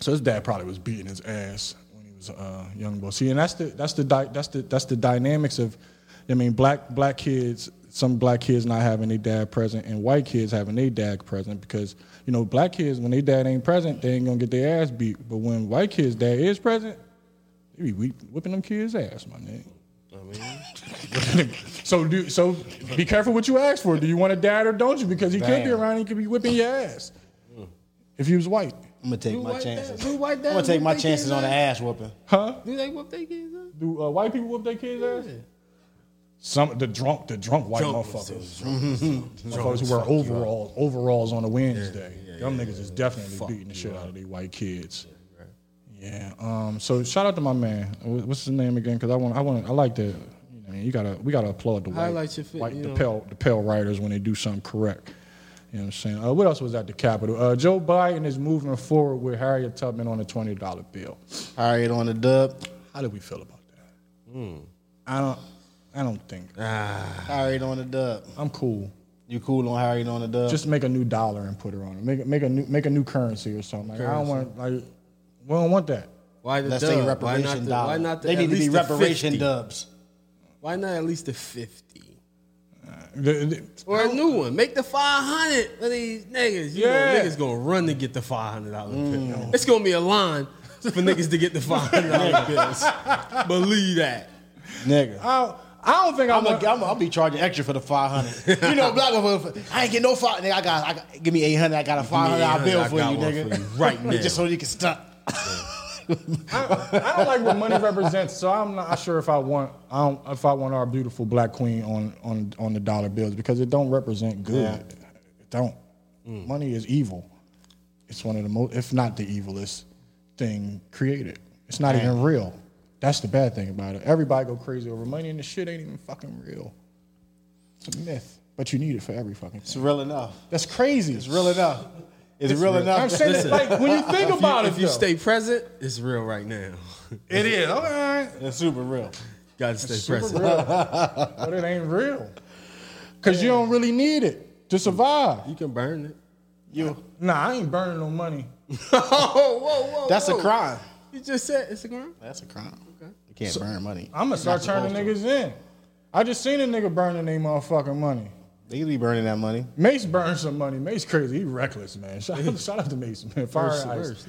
B: So his dad probably was beating his ass when he was a uh, young boy. See, and that's the that's the di- that's the that's the dynamics of, I mean, black black kids. Some black kids not having their dad present, and white kids having their dad present because you know black kids when their dad ain't present, they ain't gonna get their ass beat. But when white kids' dad is present, they be whip- whipping them kids' ass, my nigga. so do so. Be careful what you ask for. Do you want a dad or don't you? Because he could be
C: Damn.
B: around. He could be whipping your ass if he was white.
C: I'm going to take
A: Blue
C: my
A: white
C: chances.
A: dad- blue white
C: I'm
A: dad
C: going to take
A: whoop
C: my
A: they
C: chances
A: kids
C: on the
A: up.
C: ass whooping.
B: Huh?
A: Do they whoop their kids up?
B: Do uh, white people whoop their kids' ass? Some the drunk, the drunk white
A: Drunk
B: motherfuckers, motherfuckers who wear overalls, overalls on a Wednesday. Them niggas is definitely beating the shit out of these white kids. Yeah. Um. So shout out to my man. Wh- What's his name again? Because I want, I want, I like to. You know, I mean, you gotta, we gotta applaud the white,
A: Highlight your fit,
B: white
A: you
B: the
A: know.
B: pale, the pale writers when they do something correct. You know what I'm saying? Uh, what else was at the Capitol? Uh, Joe Biden is moving forward with Harriet Tubman on a twenty dollar bill.
C: All right, on the dub.
B: How did we feel about that? I don't. I don't think
C: All right, on the dub.
B: I'm cool.
C: You cool on Harriet on the dub?
B: Just make a new dollar and put her on it. Make make a new make a new currency or something. Like, I don't want like we don't want that.
A: Why the
C: Let's
A: dub?
C: say
A: why not
C: reparation
A: the,
C: dollars.
A: Why not the,
C: they
A: at
C: need to be
A: least the
C: reparation
A: 50?
C: dubs.
A: Why not at least the 50?
B: The- the-
A: Or a new one. Make the 500 for these niggas. You
B: Yeah.
A: know, niggas gonna run to get the $500
C: Mm.
A: bill. It's gonna be a line for niggas to get the $500 bills. Believe that.
C: Nigga.
B: I, don't- I don't think I'm.
C: I'm
B: gonna
C: a, I'm a, I'll be charging extra for the 500. you know, black people, I ain't get no five. Nigga, I got, I got, give me 800. I got a 500 dollar bill
A: I
C: for you,
A: got one
C: nigga.
A: for you right now.
C: Just so you can stop.
B: I, I don't like what money represents, so I'm not sure if I want I don't, if I want our beautiful black queen on on on the dollar bills because it don't represent good.
C: Yeah.
B: It don't.
A: Mm.
B: Money is evil. It's one of the most, if not the evilest thing created. It's not even real. That's the bad thing about it. Everybody go crazy over money, and the shit ain't even fucking real. It's a myth, but you need it for every fucking
C: It's
B: thing.
C: real enough.
B: That's crazy.
C: It's real enough. It's, real, enough.
B: I'm saying it's like when you think about
A: if
B: it,
A: you
B: though,
A: stay present, it's real right now.
B: it is. All right.
C: It's super real.
A: Gotta stay
B: super
A: present.
B: real, but it ain't real. Cause you don't really need it to survive.
A: You can burn it.
C: You.
B: Nah, I ain't burning no money.
A: oh, whoa, whoa.
C: That's a
A: whoa.
C: crime.
A: You just said it's a crime?
C: That's a crime. You can't burn money.
B: I'm gonna start turning niggas in. I just seen a nigga burning their motherfucking money.
C: They be burning that money.
B: Mace burned some money. Mace crazy. He reckless, man. Shout out, shout out to Mace, man. Fire and ice.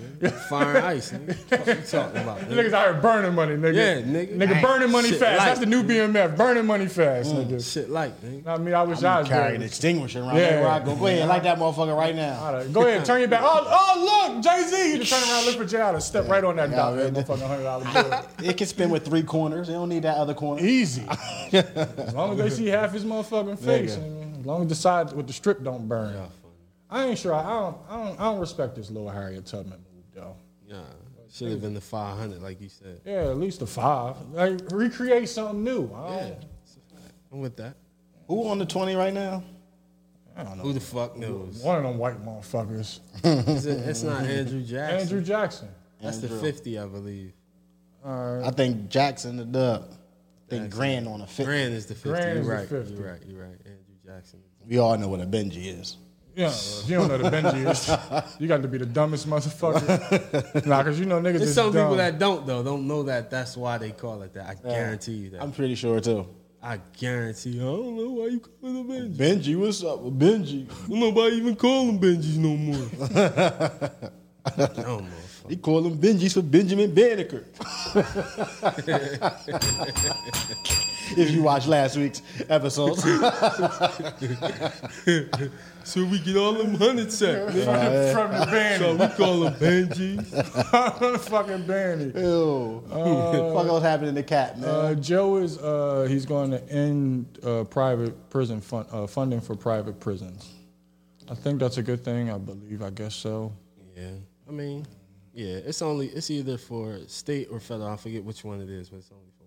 A: Fire and ice. Nigga. What you talking about?
B: You niggas out here burning money, nigga.
A: Yeah, nigga.
B: Nigga,
A: Dang.
B: burning money
A: Shit
B: fast.
A: like- Mm.
B: That's the new BMF. Burning money fast, nigga.
A: Shit like, nigga.
B: I mean, I wish i was
C: Carry
B: burning.
C: an extinguisher around
B: Yeah.
C: yeah. where I go. Go ahead, light that motherfucker right now.
B: All right, Go ahead, turn your back. Oh, oh look, Jay Z. You just turn around, look for Jay out, and step right on that dollar, that motherfucking hundred dollar bill.
C: It can spin with three corners. They don't need that other corner.
B: Easy. As long as they see half his motherfucking face, and as long as the sides with the strip don't burn. I ain't sure. I don't. I don't. I don't respect this little Harriet Tubman move though.
A: Nah, should have been the 500, like you said.
B: Yeah, at least a five. Like recreate something new. I don't,
A: Yeah. I'm with that.
C: Who on the twenty right now?
A: Who the fuck knows?
B: One of them white motherfuckers.
A: It's, it's not Andrew Jackson.
B: Andrew Jackson.
A: That's the 50, I believe.
C: I think Jackson the dub. I think Grand on a fifty.
A: Grand is the 50.
B: Grand
A: you're
B: is the
A: right.
B: 50.
A: You're right. You're right. Andrew Jackson.
C: We all know what a Benji is.
B: Yeah, if you don't know the Benji is. You got to be the dumbest motherfucker. nah, cause you know niggas
A: There's
B: is
A: some
B: dumb.
A: people that don't though. Don't know that. That's why they call it that. I guarantee you that.
C: I'm pretty sure too.
A: I guarantee. you. I don't know why you call him Benji.
C: Benji, what's up with Benji?
A: Nobody even call him Benji no more. no motherfucker.
C: They call him Benji's for Benjamin Banneker. if you watched last week's episode,
A: So we get all them hundred sack. nigga.
B: from the
A: So
B: band.
A: we call him Benji.
B: from the fucking band.
C: ew. fuck what's happening to Cat, man?
B: Uh, Joe is uh, he's going to end uh, private prison fund, uh, funding for private prisons. I think that's a good thing. I believe. I guess so.
A: Yeah. I mean, yeah. It's only. It's either for state or federal. I forget which one it is, but it's only for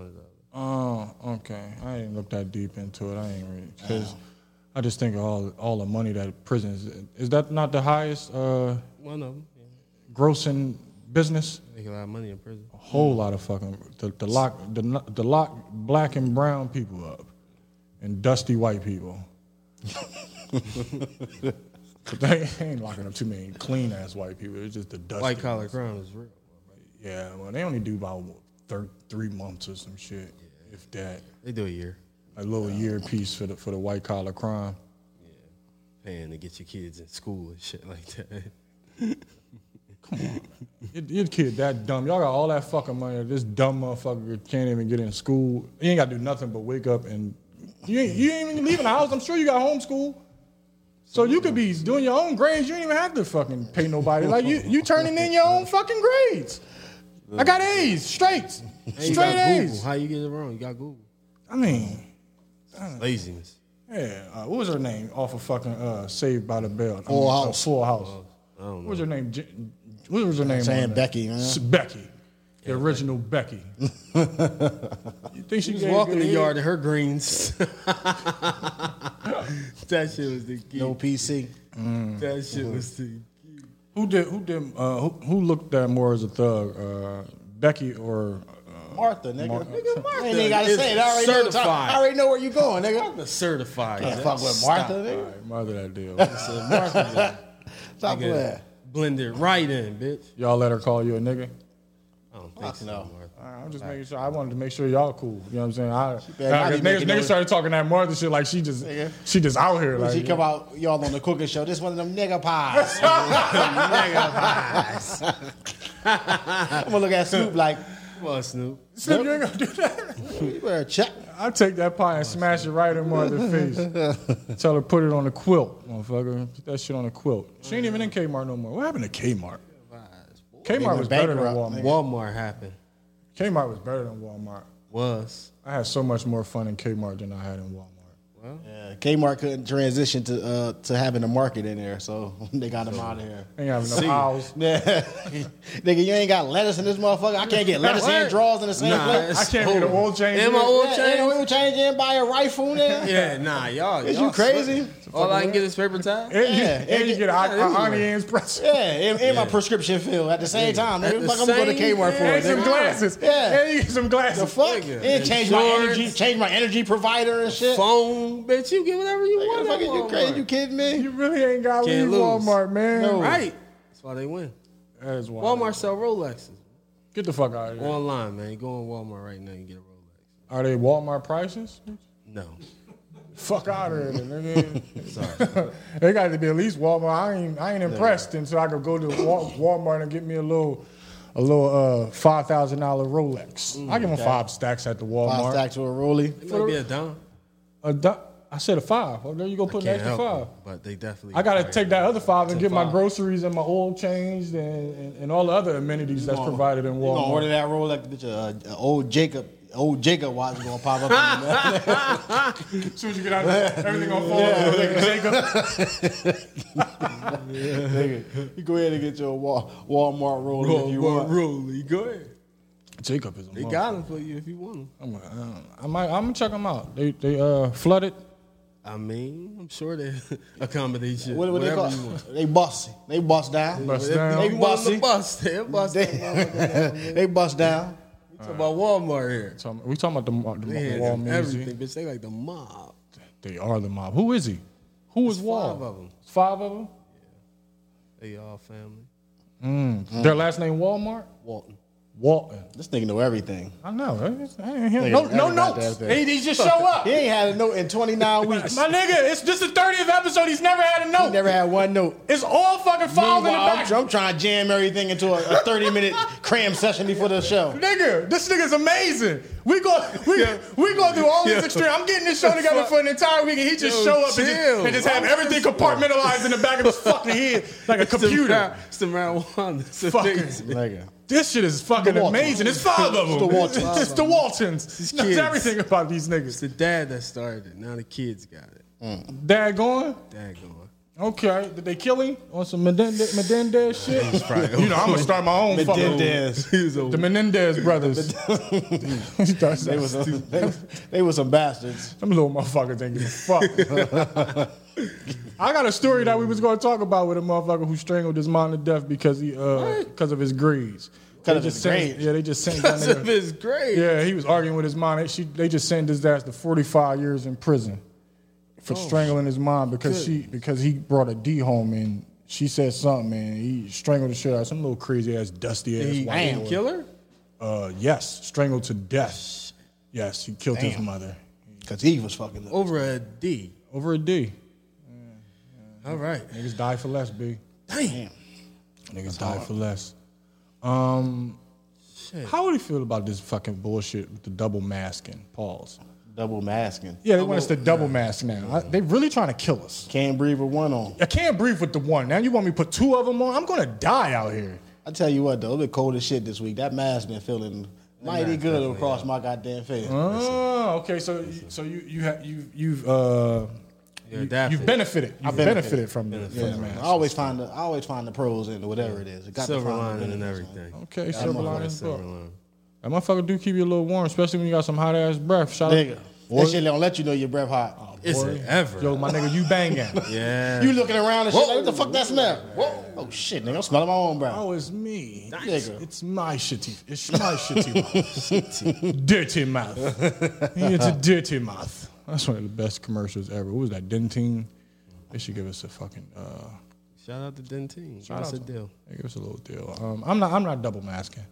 A: one. One of the. Other.
B: Oh, okay. I didn't look that deep into it. I ain't really because I just think of all all the money that prisons is that not the highest uh,
A: One of them. Yeah.
B: grossing business.
A: Make a lot of money in prison.
B: A
C: Oh,
B: whole lot of fucking the, the lock the the lock black and brown people up and dusty white people. But they ain't locking up too many clean ass white people. It's just the dusty.
A: White collar crime is real.
B: Yeah, well, they only do about thir- three months or some shit, if that.
A: They do a year.
B: a little year piece for the for the white collar crime.
A: Paying to get your kids in school and shit like that.
B: Your, your kid that dumb. Y'all got all that fucking money. This dumb motherfucker can't even get in school. He ain't got to do nothing but wake up and you ain't, you ain't even leaving the house. I'm sure you got homeschool. So you could be doing your own grades. You ain't even have to fucking pay nobody. Like you, you turning in your own fucking grades. I got A's, straight,
A: And you
B: straight
A: got Google.
B: A's.
A: How you get it wrong? You got Google.
B: I mean,
C: Hmm.
A: Laziness.
B: yeah. Uh, what was her name off of fucking uh, Saved by the Bell?
C: Full
B: uh,
C: House.
B: Full House. What was her name? J- What was her name? on
C: Saying
B: there?
C: Becky, man.
B: S- Becky, the original Becky. you think she
A: She was
B: gave
A: walking the
B: good-
A: yard in her greens. that shit was the key.
C: No PC.
A: That shit was the
C: Mm-hmm.
A: key.
B: Who did? Who did? Uh, who, who looked at more as a thug, uh, Becky or? Uh,
C: Martha, nigga.
B: Martha.
C: Nigga, Martha. ain't even gotta
A: is
C: say it. I already, know the time.
A: certified.
C: I already know where you going, nigga.
A: The certified.
C: Can't
A: That
C: fuck with
A: stop.
C: Martha, nigga.
B: Alright, uh, mother that deal.
A: So Martha
C: Stop
A: was
C: playing.
A: blended right in, bitch.
B: y'all let her call you a nigga.
A: I don't think so.
C: no.
A: Martha.
B: Alright, I'm just making sure. I wanted to make sure y'all cool. You know what I'm saying? I,
C: better
B: nah, 'cause
C: not be
B: niggas,
C: making
B: niggas
C: no-
B: started talking that Martha shit like she just,
C: Nigga.
B: she just out here. Like,
C: She come out, y'all on the cooking show. This one of them nigga pies. I'm gonna look at Snoop like,
A: Come on, Snoop.
B: Snoop, you ain't gonna do that.
C: you better check.
B: I take that pie and smash it right in Martha's face. Tell her put it on a quilt, motherfucker. Put that shit on a quilt. She ain't even in Kmart no more. What happened to Kmart? Kmart
C: went
B: was better than
C: bankrupt,
B: Walmart.
A: Walmart happened.
B: Kmart was better than Walmart.
A: Was.
B: I had so much more fun in Kmart than I had in Walmart.
C: Yeah, Kmart couldn't transition to uh, to having a market in there, so they got him out of here.
B: Ain't have enough aisles.
C: Nigga, you ain't got lettuce in this motherfucker. I can't get lettuce and drawers in the same
A: Nah,
C: place.
A: it's-
B: I can't be the oil change.
A: And my oil
C: Yeah,
A: change.
C: ain't no oil change in by a rifle there.
A: Yeah, nah, y'all.
C: Is
A: y'all
C: you crazy?
A: sweating. All I can get is paper towel.
B: And, you,
C: Yeah,
B: and you
C: it-
B: get an
A: yeah,
B: yeah,
A: anyway.
B: onions press.
C: Yeah, and, and my prescription fill at the same time.
A: At
C: Nigga,
A: the
C: fuck, I'm going to
A: same-
C: Kmart for
B: And
C: it.
A: Yeah.
B: some
C: Nigga.
B: glasses.
C: Yeah.
B: And you get some
C: The
B: glasses.
C: fuck?
A: Nigga.
C: And change my
A: Insurance.
C: energy, change my energy provider and shit.
A: Phone, bitch. You get whatever you
C: Nigga,
A: want.
C: fuck,
A: at
C: you
A: Walmart.
C: crazy? You kidding me?
B: You really ain't got to leave
A: Can't lose.
B: Walmart, man.
C: No.
A: Right. That's why they win.
B: That is wild.
A: Walmart sell Rolexes
B: Get the fuck out of here.
A: online, man. You go on Walmart right now, you get a Rolex.
B: Are they Walmart prices?
A: No,
B: fuck out of here, nigga. it got to be at least Walmart. I ain't, I ain't impressed until I could go to Wa- Walmart and get me a little, a little uh, five thousand dollar Rolex. I give them five stacks at the Walmart.
C: Five stacks with a rollie.
A: It might be a dime.
B: A do- I said a five. Oh, there you go, put an
A: Can't
B: extra
A: help
B: five.
A: them, but they definitely.
B: I gotta take that other five and get my
C: five.
B: groceries and my oil changed and, and, and all the other amenities that's provided in
C: You gonna order
B: Walmart.
C: that Rolex? Bitch, uh, uh, old Jacob, old Jacob watch gonna pop up. in the mail.
B: As soon as you get out, everything on phone.
C: Nigga, you go ahead and get your Wal- Walmart Rolex if you want.
A: Rolly, go ahead.
B: Jacob is.
A: They got them for you if you want them.
B: I'm, I'm, I'm, I'm gonna check them out. They they uh flooded.
A: I mean, I'm sure they accommodate you.
C: What, what they
A: whatever
C: call?
A: you want.
C: They bossy. They bust down.
B: Bust
C: If
B: down.
C: They
A: You want them
C: bossy.
A: to bust? They bust.
C: They,
A: that motherfucker.
C: they bust down.
A: We talking about Walmart here.
B: Talking- We talking about the, mo- the mo-
A: They had
B: Wall
A: everything,
B: music.
A: bitch. They like the mob.
B: They are the mob. Who is he? Who is Wall?
A: five of 'em.
B: Five of them.
A: They all family.
C: Mm-hmm.
B: Their last name Walmart.
C: Walton.
B: Walton.
C: This nigga know everything.
B: I know. I ain't hear-
C: Nigga,
B: No no
C: everybody
B: notes.
C: does that.
B: They, they just show up.
C: He ain't had a note in 29 weeks.
B: My nigga, it's this is the 30th episode. He's never had a
C: He
B: note.
C: never had one note.
B: It's all fucking files in the
C: Meanwhile, I'm,
B: back.
C: tr- I'm trying to jam everything into a, a 30 minute cram session before the show.
B: Nigga, this nigga's amazing. We go, we we go through all these
A: Yo.
B: extreme. I'm getting this show together for an entire week, and he just
A: Yo,
B: show up and
A: chill.
B: just, and just have everything compartmentalized in the back of his fucking head like a
A: It's the
B: computer.
A: mar- It's the marijuana. It's
B: Fucking-
A: amazing.
C: Nigga.
B: This shit is fucking
C: The Waltons.
B: amazing. It's five of them.
C: the Waltons.
B: It's the Waltons. It's
A: kids.
B: everything about these
A: It's
B: niggas.
A: the dad that started it. Now the kids got it.
B: Dad going.
A: Dad going.
B: Okay, did they kill him on some Menendez, Menendez shit?
A: Probably
B: You know, I'm gonna start my own fucking.
C: Menendez.
A: he was
B: The
A: a
B: Menendez brothers.
C: They was, a, they, was- they was some bastards.
B: Them little motherfuckers ain't giving a fuck. I got a story that we was gonna talk about with a motherfucker who strangled his mom to death because he uh because of his grades. They
C: of
B: just
C: his
B: sentenced-
C: grades?
B: Yeah, they just sent that
A: because of
B: nigga.
A: his grade.
B: Yeah, he was arguing with his mom. They, she, they just sent his ass to 45 years in prison
C: Oh,
B: for strangling his mom because she because he brought a D home and she said something and he strangled the shit out of some little crazy ass dusty ass
A: He
B: white
A: damn
B: boy.
A: killer.
B: Uh, yes, strangled to death. Yes, he killed his mother
C: Because he was fucking up.
A: Over a D.
B: over a D.
A: All right.
B: Niggas die for less, B.
A: Damn.
B: Niggas die for less. Um, how would you feel about this fucking bullshit with the double masking? Pause.
C: Double masking.
B: Yeah, they want us to double mask now. I- they really trying to kill us.
C: Can't breathe with one on.
B: I can't breathe with the one. Now you want me to put two of them on? I'm gonna die out here.
C: I tell you what, though, it been cold as shit this week. That mask been feeling mighty good across my goddamn face.
B: Oh, okay. So, so you you have you you've uh
A: You're
B: you,
A: adapted.
B: have benefited. You've benefited, from the from
C: Yeah,
B: the
C: man. I
B: mask.
C: always find the I always find the pros in whatever it is. It got to
A: Silver
C: find the
A: lining
C: good
A: and
C: in it.
A: everything.
B: Okay, silver lining is
A: Silver
B: book.
A: lining.
B: That motherfucker do keep you a little warm, especially when you got some hot ass breath. Shout
C: Nigga,
B: out.
C: that shit don't let you know your breath hot.
A: It's
B: Boy.
A: an ever.
B: Yo, my nigga, you banging.
A: yeah.
C: You looking around and shit
A: Whoa.
C: like, what the fuck that smell? Oh shit, nigga, I'm smelling my own breath.
B: Oh, it's me.
C: Nigga.
B: It's my shitty. It's my shitty mouth. dirty mouth. It's a dirty mouth. That's one of the best commercials ever. What was that? Dentine. They should give us a fucking. Uh,
A: Shout out to Dentine.
B: shout
A: That's a
B: out to-
A: deal.
B: They give us a little deal. Um, I'm not. I'm not double masking.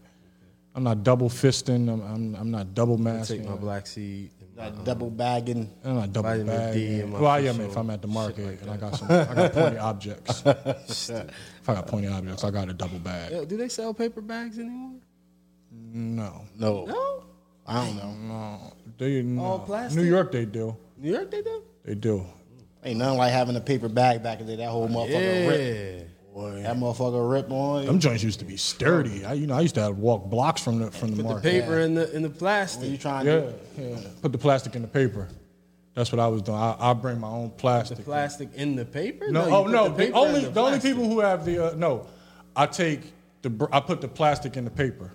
B: I'm not double fisting. I'm. I'm, I'm not double
A: Take
B: masking.
A: my black seed. and my-
C: That double bagging.
B: I'm not double
A: vitamin D in
B: bagging.
A: my
B: Well, I am
A: facial,
B: if I'm at the market and I got some. I got pointy objects. if I got pointy objects, I got a double bag.
A: Yo, Uh, do they sell paper bags anymore?
B: No.
C: No,
A: No.
C: I don't know.
B: No, they no.
A: All plastic?
B: New York, they do.
A: New York they do.
B: They do.
C: Ain't nothing like having a paper bag back in the day. That whole motherfucker rip.
A: Yeah.
C: That motherfucker rip on.
B: Them joints used to be sturdy. I, you know, I used to have to walk blocks from the from the
A: The
B: market.
A: paper and the and the
C: What you
A: plastic.
C: trying to
B: Yeah,
C: do?
B: yeah. Put the plastic in the paper. That's what I was doing. I, I bring my own plastic.
A: Plastic in the paper?
B: no,
A: you
B: oh
A: put
B: no.
A: the
B: The,
A: paper
B: only
A: in
B: the, only
A: plastic.
B: people who have the uh, no, I take the br- I put the plastic in the paper.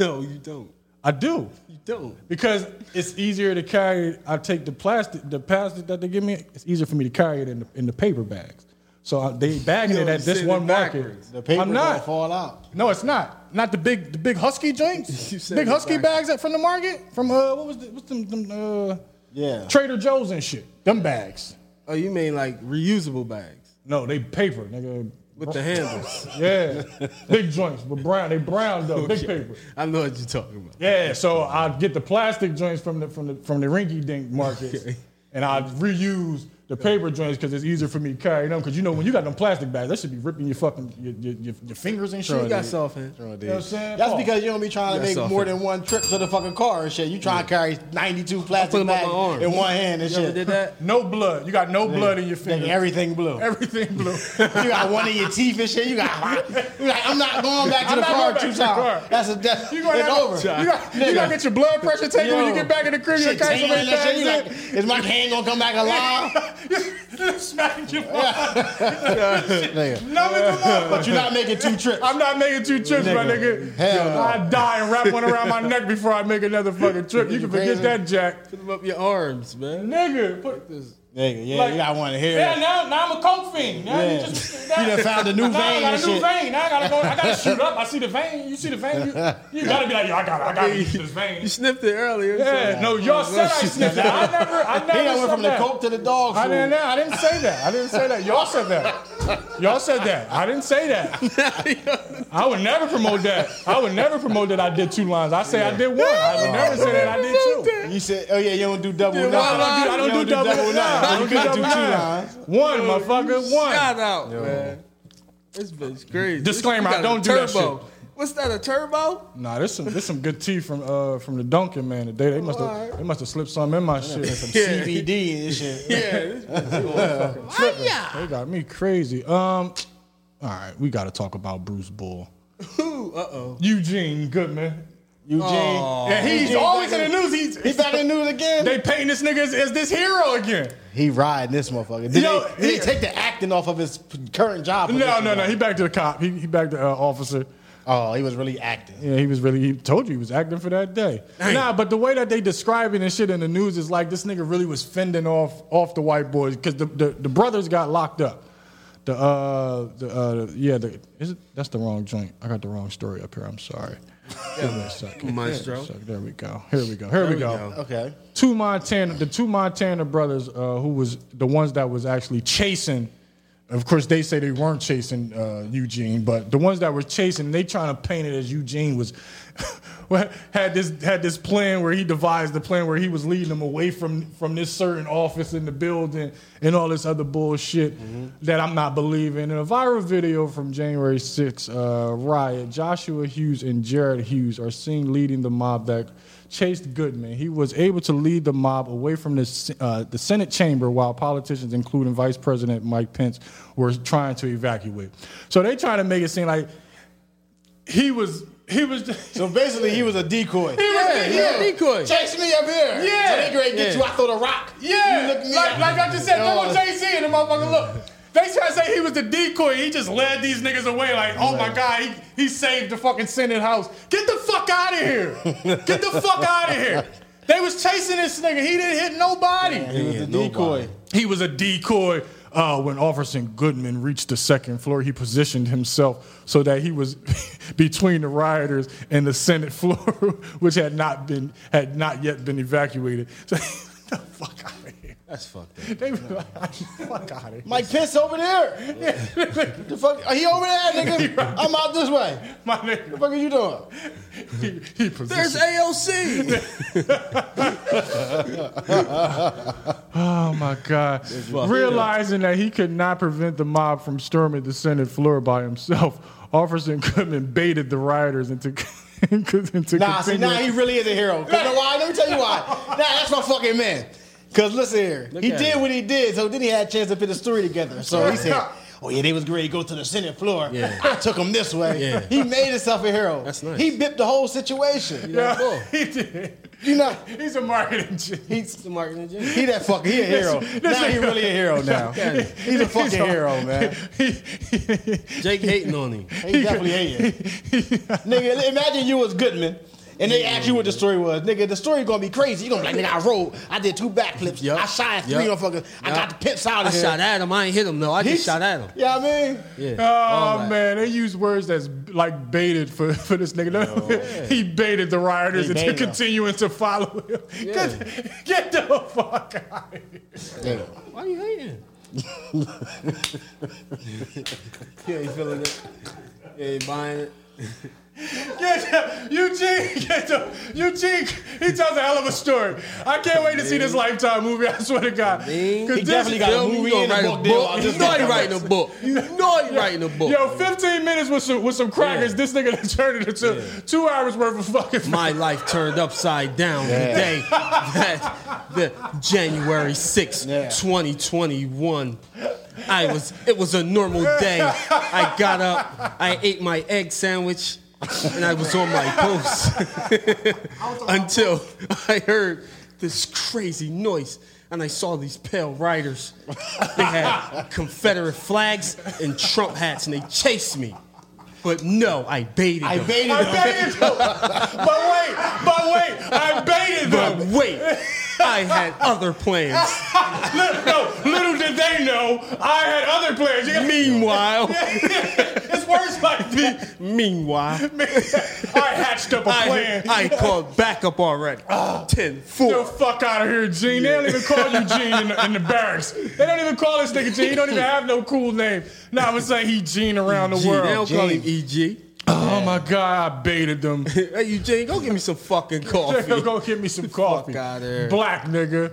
A: No, you don't.
B: I do
A: You don't.
B: because it's easier to carry. I take the plastic, the plastic that they give me. It's easier for me to carry it in the in the paper bags. So I, they bagging
A: Yo,
B: it
A: you
B: at this
A: said
B: one
A: it
B: market.
A: backwards.
C: The paper
B: I'm
C: gonna
B: not.
C: fall out.
B: No, it's not. Not the big, the big husky joints.
A: You said
B: big
A: it
B: husky bags
A: backwards.
B: that from the market, from uh, what was the, what's them, them uh,
C: Yeah.
B: Trader Joe's and shit. Them bags.
A: Oh, you mean like reusable bags
B: No, they paper, nigga.
A: with the handles?
B: Yeah, big joints, but brown. They brown though, big
A: Okay.
B: paper.
A: I know what you're talking about.
B: Yeah, so I get the plastic joints from the from the from the rinky dink markets,
A: Okay.
B: and and I reuse the paper joints because it's easier for me to carry them. Because you know when you got them plastic bags, that should be ripping your fucking your, your, your, your fingers and shit.
C: Sure,
A: You got soft hands.
C: Sure did.
B: You know what I'm saying?
C: That's
B: Fuck.
C: because you don't be trying to
A: That's
C: make
A: all
C: more
A: fair.
C: than one trip to the fucking car and shit. You trying to carry 92
A: put
C: plastic
A: 'em up my
C: bags
A: arm.
C: in one hand and
A: You ever
C: shit.
A: did that?
B: No blood. You got no blood in your
C: Nigga,
B: fingers.
C: everything blue.
B: Everything blue.
C: you got one in your teeth and shit. You got. You like, I'm not going back to
B: I'm
C: the
B: not
C: car
B: going back
C: two
B: to the car.
C: times. That's a death.
B: You gonna
C: It's
B: have-
C: over.
B: You got, you got to get your blood pressure taken when you get back in the crib. You're
C: Shit,
B: carrying so
C: tingling
B: many
C: and shit. You
B: bags
C: like, is my hand gonna come back alive?
B: in. Smacking your
C: Nigga.
B: numbing them up.
C: But you're not making two trips.
B: I'm not making two trips, my nigga.
C: Hell no.
B: I die and wrap one around my neck before I make another fucking trip. You can forget
C: crazy?
B: that, Jack.
A: Put them up your arms, man.
B: Nigga, put,
C: Nigga, yeah,
B: Like-
C: you got one here.
B: yeah. Now, now I'm a coke fiend. Now
C: Yeah.
B: you just
C: You done found a
B: Now
C: new
B: I
C: vein
B: got
C: and
B: a new
C: shit.
B: vein. Now I gotta go. I gotta shoot up. I see the vein. You see the vein. You, you gotta be like, yo, I gotta, I gotta use this vein.
A: You sniffed it earlier. oh, so-
B: Yeah, no, y'all said I sniffed it. I never, I never
C: He done
B: said
C: went from the
B: that.
C: coke to the dog
B: I
C: food.
B: didn't know. I didn't say that. I didn't say that. Y'all said that. Y'all said that. I didn't say that. I would never promote that. I would never promote that I did two lines. I say I did one. I would never say that I did two.
C: You said, oh yeah, you don't do double
A: did one
C: nothing.
A: line.
B: I
C: You
B: don't do, I don't do double nine. I don't do
C: You
B: double
C: couldn't do two
B: nine.
C: lines.
B: One, motherfucker. One.
A: Shout out, man. This bitch crazy.
B: Disclaimer,
A: You
B: I
A: got
B: don't
A: a
B: do that
A: turbo. What's that? A turbo?
B: Nah, there's some there's some good tea from uh from the Dunkin' man today. They must have they must have slipped some in my shit.
A: Yeah.
C: CBD and shit.
A: Yeah. this bitch going fucking fire.
B: They got me crazy. Um, all right, we got to talk about Bruce Bull.
A: Ooh, uh oh.
B: Eugene Goodman.
C: Eugene.
A: Aw.
B: Yeah, he's
C: Eugene
B: always
C: back
B: in the news. He's,
C: He back in the news again.
B: they paint this nigga as, as this hero again.
C: He riding this motherfucker. Did,
B: Yo,
C: they, did
B: he-
C: they take the acting off of his p- current job?
B: No, no, no. He back to the cop. He, he back to uh, officer.
C: Oh, he was really acting.
B: Yeah, he was really. He told you he was acting for that day. Nah, but the way that they describing and shit in the news is like this nigga really was fending off off the white boys because the, the the brothers got locked up. The uh the uh yeah the is it that's the wrong joint. I got the wrong story up here. I'm sorry. Give me a second.
A: Maestro.
B: So, there we go. Here we go. Here we
A: we
B: go.
A: go.
C: Okay.
B: two Montana, the two Montana brothers, uh, who was the ones that was actually chasing. Of course, they say they weren't chasing uh, Eugene, but the ones that were chasing, they trying to paint it as Eugene was had this had this plan where he devised the plan where he was leading them away from from this certain office in the building and all this other bullshit that I'm not believing. In a viral video from January 6 uh, riot, Joshua Hughes and Jared Hughes are seen leading the mob that chased Goodman. He was able to lead the mob away from the, uh, the Senate chamber while politicians, including Vice President Mike Pence, were trying to evacuate. So they trying to make it seem like he was he was
C: So basically, he was a decoy.
A: Yeah, yeah, decoy.
C: Chase me up here.
B: Yeah.
C: So they great get
A: Yeah.
C: you. I throw the rock. You
B: yeah
C: look me
B: like,
C: up.
B: like I just said.
C: Yeah.
B: Look what Jay Z and the motherfucker look. They try to say he was the decoy. He just led these niggas away. Like, oh my god, he, he saved the fucking Senate house. Get the fuck out of here. Get the fuck out of here. They was chasing this nigga. He didn't hit nobody.
C: He was a decoy.
B: He was a decoy. Uh, when Officer Goodman reached the second floor, he positioned himself so that he was between the rioters and the Senate floor, which had not been had not yet been evacuated. So, the fuck out of here!
A: That's fucked up.
B: They was like, fuck out of here!
C: Mike Pence over there. the fuck? He over there, nigga. I'm out this way.
B: My
C: The
B: nigga,
C: fuck are you doing?
B: he, he positioned.
A: There's AOC.
B: Oh my God. Realizing that he could not prevent the mob from storming the Senate floor by himself, Officer Goodman baited the rioters into, into
C: Nah, see,
B: continuing-
C: now he really is a hero. 'Cause you know why? Let me tell you why. Nah, that's my fucking man. Cause listen here, he
A: at
C: did
A: him.
C: what he did, so then he had a chance to put a story together. So he said, "Oh yeah, they was ready to go to the Senate floor.
A: Yeah.
C: I took him this way.
A: Yeah.
C: He made himself a hero.
A: That's nice.
C: He bipped the whole situation.
B: Yeah, he did.
C: You know,
B: He's a marketing genius.
A: He's the marketing genius.
C: he that fucking he a hero.
B: This- this
C: now he
B: nigga-
C: really a hero now.
A: Yeah.
C: He's a fucking hero, man.
B: He, he-
A: Jake hating on him.
C: He definitely hating. nigga, imagine you was Goodman. And they asked you what the story was. Nigga, the story gonna be crazy. you gonna be like, nigga, I rolled. I did two backflips.
A: Yup.
C: I shot three
A: Yup.
C: motherfuckers. I
A: Yup.
C: got the pimps out
A: I
C: of here.
A: shot at him. I ain't hit him though. I
C: He-
A: just shot at him.
C: Yeah, I mean,
A: Yeah.
B: oh man, they use words that's like baited for, for this nigga. he baited the rioters
C: He
B: into
C: baited 'em.
B: continuing to follow him. Get, get the fuck out of here.
A: Why you hating? yeah, you feeling it? Yeah, you buying it?
B: Yeah, Eugene, yeah, Eugene, he tells a hell of a story. I can't wait to see this Lifetime movie. I swear to God,
A: He
B: because
C: definitely got a
A: Yo,
C: movie
A: you gonna
C: and a
A: write
C: book deal. I
A: You
C: just
A: know
C: got
A: he
C: that
A: writing a book. You know he writing a book.
B: Yo, 15 minutes with some with some crackers, this nigga done turned it into two hours worth of fucking.
A: My life turned upside down the day that the January 6th,
C: Yeah.
A: 2021. I was it was a normal day. I got up, I ate my egg sandwich, and I was on my post until I heard this crazy noise. And I saw these pale riders. They had Confederate flags and Trump hats, and they chased me. But no, I baited
C: I
A: them.
C: baited
B: I
C: him.
B: baited them, but wait, but wait, I baited
A: But
B: them.
A: wait, I had other plans.
B: Little, no, little did they know I had other plans. You got me.
A: Meanwhile,
B: it's worse like me.
A: meanwhile,
B: I hatched up a
A: I,
B: plan. Ah,
A: I called backup already. 10
B: Get the
A: 4.
B: fuck out of here, Gene. They don't even call you Gene in the, in the barracks. They don't even call this nigga Gene. He don't even have no cool name. Now I'm gonna say he Gene around the
A: Gee, they don't
B: world.
A: call him EG.
B: Oh my god, I baited them.
A: Hey, Eugene, go get me some fucking
B: Go,
A: coffee.
B: go get me some coffee.
A: outta here.
B: Black nigga.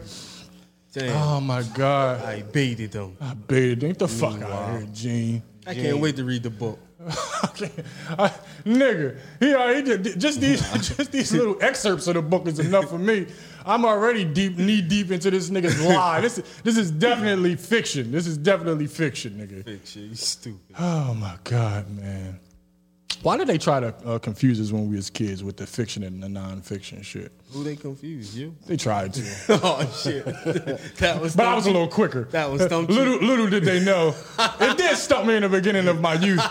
A: Damn,
B: Oh my god,
A: I baited them.
B: I baited them. Get the fuck out of here, Gene.
A: I can't wait to read the book.
B: I- nigga, he already did- just these just these little excerpts of the book is enough for me. I'm already deep knee deep into this nigga's lie. This this is definitely fiction. This is definitely fiction, nigga.
A: Bitch, you stupid.
B: Oh my god, man. Why did they try to uh, confuse us when we was kids with the fiction and the nonfiction shit?
A: Who they confused? You?
B: They tried to,
A: Oh, shit. that was
B: but I was a
A: dumb.
B: little quicker.
A: That was dumb.
B: Little little did they know, it did stump me in the beginning of my youth.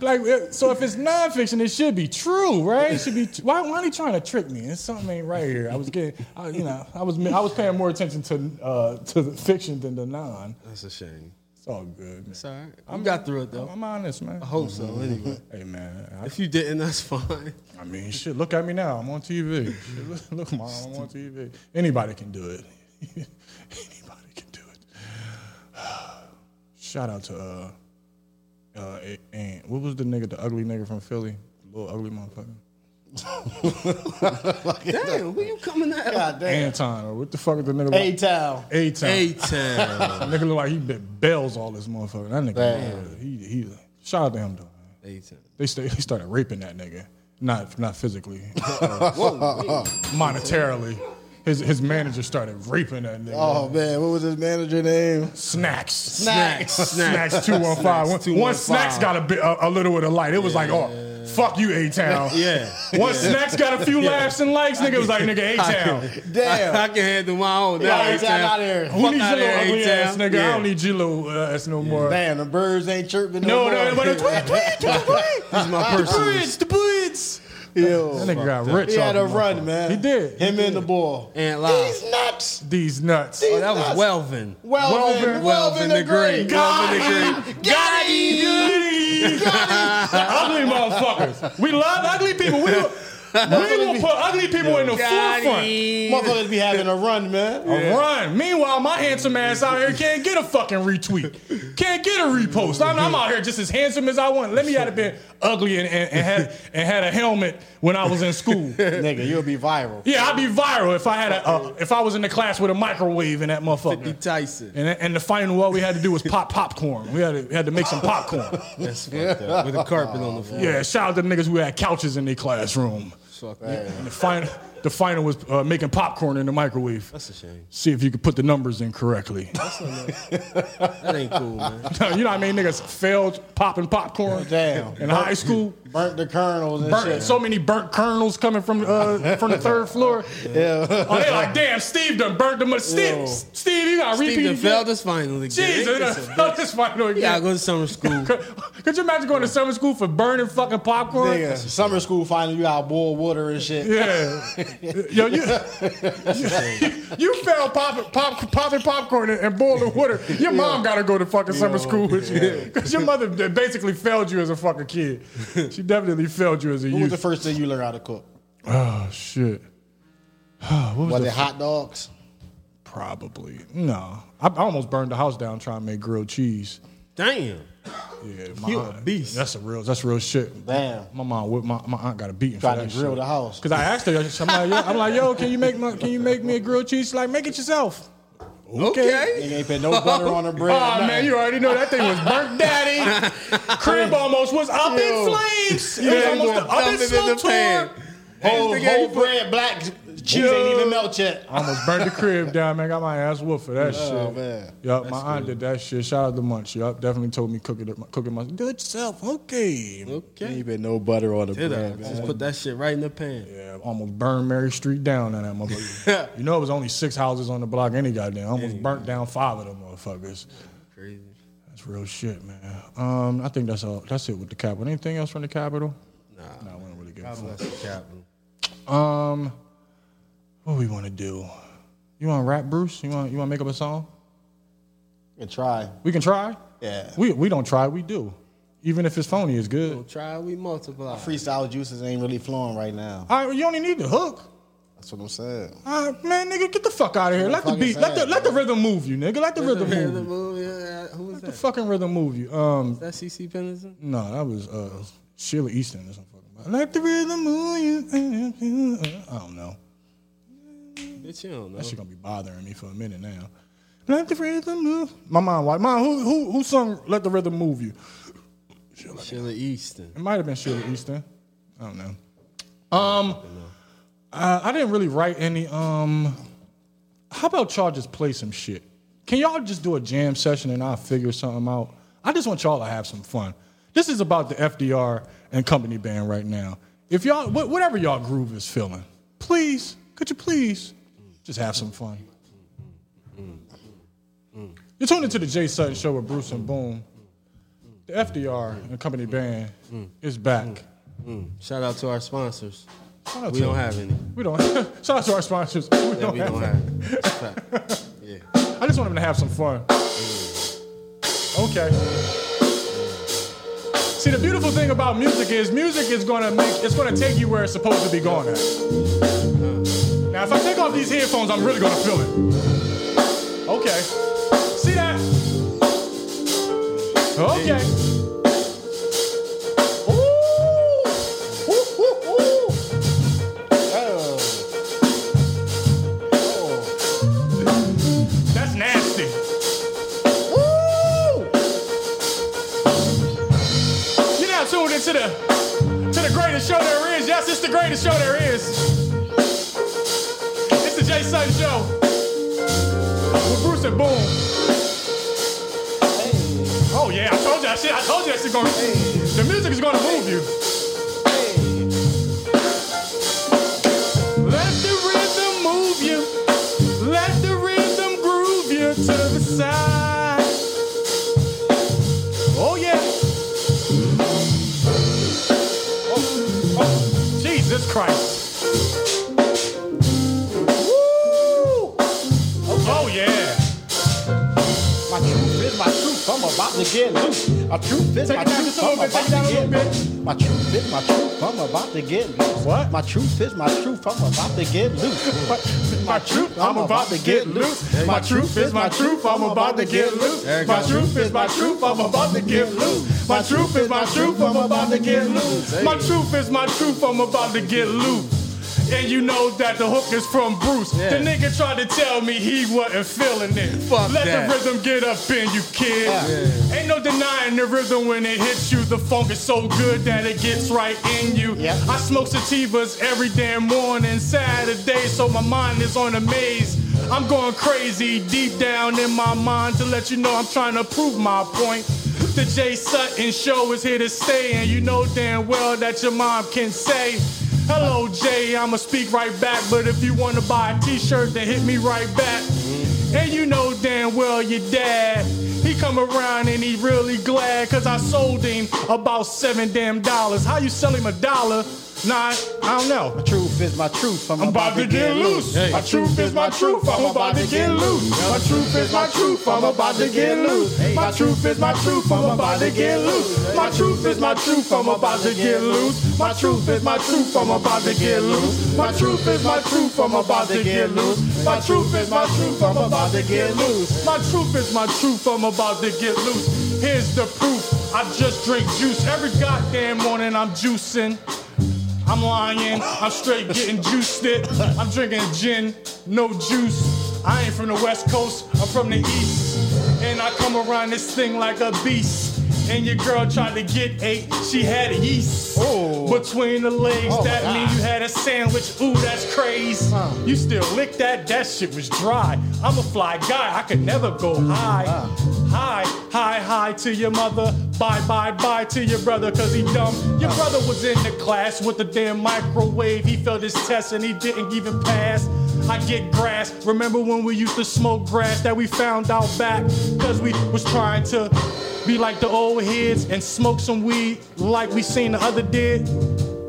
B: Like, uh, so if it's nonfiction, it should be true, right? It should be. T- why, why are they trying to trick me? It's something ain't right here. I was getting, I, you know, I was I was paying more attention to uh, to the fiction than the non.
A: That's a shame.
B: It's all good. Man.
A: It's all right. I got through it, though.
B: I'm honest, man.
A: I hope so, anyway.
B: Hey, man.
A: If you didn't, that's fine.
B: I, I mean, shit. Look at me now. I'm on TV. Shit, look, look, mom. I'm on TV. Anybody can do it. Anybody can do it. Shout out to uh, uh, A- Ant. What was the nigga, the ugly nigga from Philly? Little ugly motherfucker.
A: Damn, who you coming at?
C: God damn.
B: Anton, or what the fuck is the nigga?
C: Hey, Tal.
B: A time.
A: A-Town.
B: Nigga look like he bit bells all this motherfucker. That nigga,
C: Damn.
B: he, he, shout out to him though. man.
A: A-Town.
B: They sta- he started raping that nigga, not not physically,
A: Whoa,
B: monetarily. His his manager started raping that nigga.
C: Oh man, what was his manager name?
B: Snacks.
A: snacks, snacks.
B: Snacks 215. One, one
A: 215.
B: Snacks got a, bit, a, a little bit of light. It was like, oh, fuck you, A Town.
A: Yeah.
B: One Snacks got a few laughs and likes. Nigga was like, nigga, A Town.
C: Damn.
A: I, I can handle my own.
C: Yeah,
A: now,
C: A-Town outta
A: A-Town.
C: here.
A: Fuck
B: Who needs your
A: outta
B: little
A: here,
B: ugly
A: A-Town.
B: ass nigga? I
A: Yeah.
B: don't need your little uh, ass no more.
C: Damn, the birds ain't chirping.
B: No,
C: No,
B: no,
C: more.
B: but a tweet, tweet, tweet, tweet.
A: This is my personal.
B: the birds.
C: Yo.
B: That nigga got rich.
C: He had
B: off
C: a
B: of
C: run,
B: motherfucker.
C: man.
B: He did.
C: Him and the ball.
A: And live.
C: These nuts.
B: These nuts.
A: Oh, that was Welvin.
C: Welvin.
A: Welvin the Great. Welvin the Great.
C: Got
B: Goodies. ugly motherfuckers. We love ugly people. We, will- we will put ugly people in the
A: Got
B: forefront.
A: him.
C: Motherfuckers be having a run, man.
B: A Run. Meanwhile, my handsome ass out here can't get a fucking retweet. Can't get a repost. I'm, I'm out here just as handsome as I want. Let me out of been ugly and, and, and, had, and had a helmet when I was in school.
C: Nigga, you'll be viral.
B: Yeah, I'd be viral if I had a uh, if I was in the class with a microwave in that
A: Be
B: motherfucker.
A: Tyson.
B: And, and the final what we had to do was pop popcorn. We had to, we had to make some popcorn.
A: That's fucked up. With a carpet on the floor.
B: Yeah, shout out to the niggas who had couches in their classroom.
A: Fuck
B: And the final the final was uh, making popcorn in the microwave.
A: That's a shame.
B: See if you could put the numbers in correctly.
A: That ain't cool, man.
B: you know what I mean? Niggas failed popping popcorn
C: Damn.
B: in high school.
C: Burnt the kernels and
B: Burnt,
C: shit.
B: so many burnt kernels coming from uh, from the third floor.
C: yeah.
B: Oh, they like, damn, Steve done burnt them.
C: Yo.
B: Steve, Steve, you got repeat.
A: Steve
B: again.
A: DeFeld is finally
B: Jeez,
A: good.
B: they done felt this final
A: Yeah, I
B: again.
A: go to summer school.
B: Could, could you imagine going to summer school for burning fucking popcorn?
C: Nigga, summer school finally you out boil water and shit.
B: Yeah. Yo, you, you, you fell pop, pop, popping popcorn and, and boiling water. Your mom got to go to fucking summer school with you. Because your mother d- basically failed you as a fucking kid. She definitely failed you as a
C: What was the
B: youth.
C: first thing you learned how to cook?
B: oh, shit. what was
C: Was
B: the
C: it hot dogs?
B: Probably. No. I, I almost burned the house down trying to make grilled cheese.
A: Damn.
B: Yeah,
A: You
B: aunt-
A: a beast.
B: That's a real. That's real shit.
C: Damn.
B: My mom whipped my, my aunt got a beating.
C: Tried
B: for
C: to
B: that
C: grill
B: shit.
C: the house.
B: Cause I asked her. I'm like, yo, I'm like, yo, can you make my, can you make me a grilled cheese? She's like, make it yourself.
A: Okay.
C: Nigga ain't put no butter on her bread.
B: Oh
C: nothing.
B: man, you already know that thing was burnt, daddy. Crib almost was up
C: Yo.
B: in flames. It
C: Yeah,
B: was
C: you
B: almost up
C: gonna
B: in
A: dump it in
B: smoke
A: the
B: tour.
A: pan.
C: whole,
A: Hey, nigga,
C: whole
A: you put-
C: bread black cheese ain't even melt yet.
B: Almost burnt the crib down, man. Got my ass whooped for that shit.
C: Oh man.
B: Yup, my aunt did that shit. Shout out to Munch. Yup, definitely told me cook it, cook it myself. Do it yourself. Okay.
A: Okay.
C: Ain't been no butter on the
A: Did I?
C: bread.
A: Just put that shit right in the pan.
B: Yeah, almost burned Mary Street down on that motherfucker. you know it was only six houses on the block any goddamn. I Almost burnt down five of them motherfuckers.
A: Crazy.
B: That's real shit, man. Um, I think that's all. That's it with the capital. Anything else from the capital? Nah, nah, we don't really get.
A: Bless the capital.
B: Um, what we want to do? You want to rap, Bruce? You want you want to make up a song?
C: Good try.
B: We can try.
C: Yeah.
B: We we don't try. We do. Even if it's phony, it's good.
A: We'll try, we multiply.
C: Freestyle juices ain't really flowing right now.
B: All right, you only need the hook.
C: That's what I'm saying.
B: All right, man, nigga, get the fuck out of here. Let the
C: fucking
B: beat, let the
C: sad,
B: let the rhythm move you, nigga. Let the rhythm
A: Remember
B: move.
A: the
B: you.
A: movie? Uh, Who was
B: The
A: that?
B: fucking rhythm move you. Um,
A: That CC Pennington?
B: no, that was uh Sheila Easton or something. Let the rhythm move you. I don't know.
A: Mm, Bitch, you don't know.
B: That shit gonna be bothering me for a minute now. Let the rhythm move. My mom, why? Mom, who who who sung "Let the Rhythm Move You"?
A: Sheila Easton.
B: It might have been Sheila Easton. I don't know. Um, uh, I didn't really write any. Um, how about y'all just play some shit? Can y'all just do a jam session and I'll figure something out? I just want y'all to have some fun. This is about the FDR and company band right now. If y'all, wh- whatever y'all groove is feeling, please, could you please just have some fun? You're tuned into the Jay Sutton Show with Bruce and Boom. The FDR and
A: Mm.
B: company band is back.
A: Shout out to our sponsors.
B: Shout out
A: Mm. We
B: to-
A: don't have any.
B: We don't. shout out to our sponsors. We
A: That
B: don't
A: we
B: have-
A: don't have. It's a fact. Yeah.
B: I just want them to have some fun.
A: Mm.
B: Okay. See, the beautiful thing about music is music is gonna make it's gonna take you where it's supposed to be going at. Now, if I take off these headphones, I'm really gonna feel it. Okay. See that? Okay. Ooh. Ooh, ooh, ooh. That's nasty. Woo! You're now tuned into the to the greatest show there is. Yes, it's the greatest show there is. It's the Jay Sutton Show with Bruce and Boom. Oh yeah, I told you that shit. I told you that shit gonna. The music is gonna move you. Let the rhythm move you. Let the rhythm groove you to the side. Oh yeah. Oh, oh, Jesus Christ. Woo! Oh yeah.
C: My truth is my truth. I'm about to get loose. My truth is
B: Take
C: my
B: it down
C: truth.
B: just a
C: I'm
B: little bit,
C: about
B: take it down a
C: to get
B: little
C: loose. My truth is my truth. I'm about to get loose.
B: What?
C: My truth is my truth. I'm about to get loose.
B: My truth, I'm about to get loose. My truth is my truth, I'm about to get loose.
A: There you
B: My
A: go.
B: truth is my truth, I'm about to get loose. My truth is my truth, I'm about to get loose. My truth is my truth, I'm about to get loose. And you know that the hook is from Bruce. The
A: Yeah.
B: nigga tried to tell me he wasn't feeling it.
A: Fuck
B: Let
A: that.
B: the rhythm get up in you, kid. Ain't no denying the rhythm when it hits you. The funk is so good that it gets right in you.
C: Yeah.
B: I smoke sativas every damn morning, Saturday, so my mind is on a maze. I'm going crazy deep down in my mind to let you know I'm trying to prove my point. The Jay Sutton show is here to stay, and you know damn well that your mom can say, Hello, Jay, I'ma speak right back, but if you wanna buy a t shirt, then hit me right back. And you know damn well your dad. He come around and he really glad cause I sold him about seven damn dollars. How you sell him a dollar? Nah, I don't know.
C: My truth is my truth. I'm,
B: I'm about to get loose. My truth is my truth. I'm about to get loose. My truth is my truth. I'm about to get loose. My truth is my truth. I'm about to get loose. My truth is my truth. I'm about to get loose. My truth is my truth. I'm about to get loose. My truth is my truth. I'm about to get loose. My truth is my truth. I'm about to get loose. My truth is my truth. I'm about to get loose. Here's the proof. I just drink juice every goddamn morning. I'm juicing. I'm lying. I'm straight getting juiced it. I'm drinking gin, no juice. I ain't from the West Coast, I'm from the East. And I come around this thing like a beast. And your girl tried to get eight, she had yeast between the legs.
C: Oh, my
B: that mean
C: God.
B: you had a sandwich. Ooh, that's crazy. You still lick that? That shit was dry. I'm a fly guy, I could never go high. Hi, hi, hi to your mother. Bye, bye, bye to your brother, cause he dumb. Your brother was in the class with the damn microwave. He failed his test and he didn't even pass. I get grass. Remember when we used to smoke grass that we found out back? Cause we was trying to be like the old heads and smoke some weed like we seen the other did.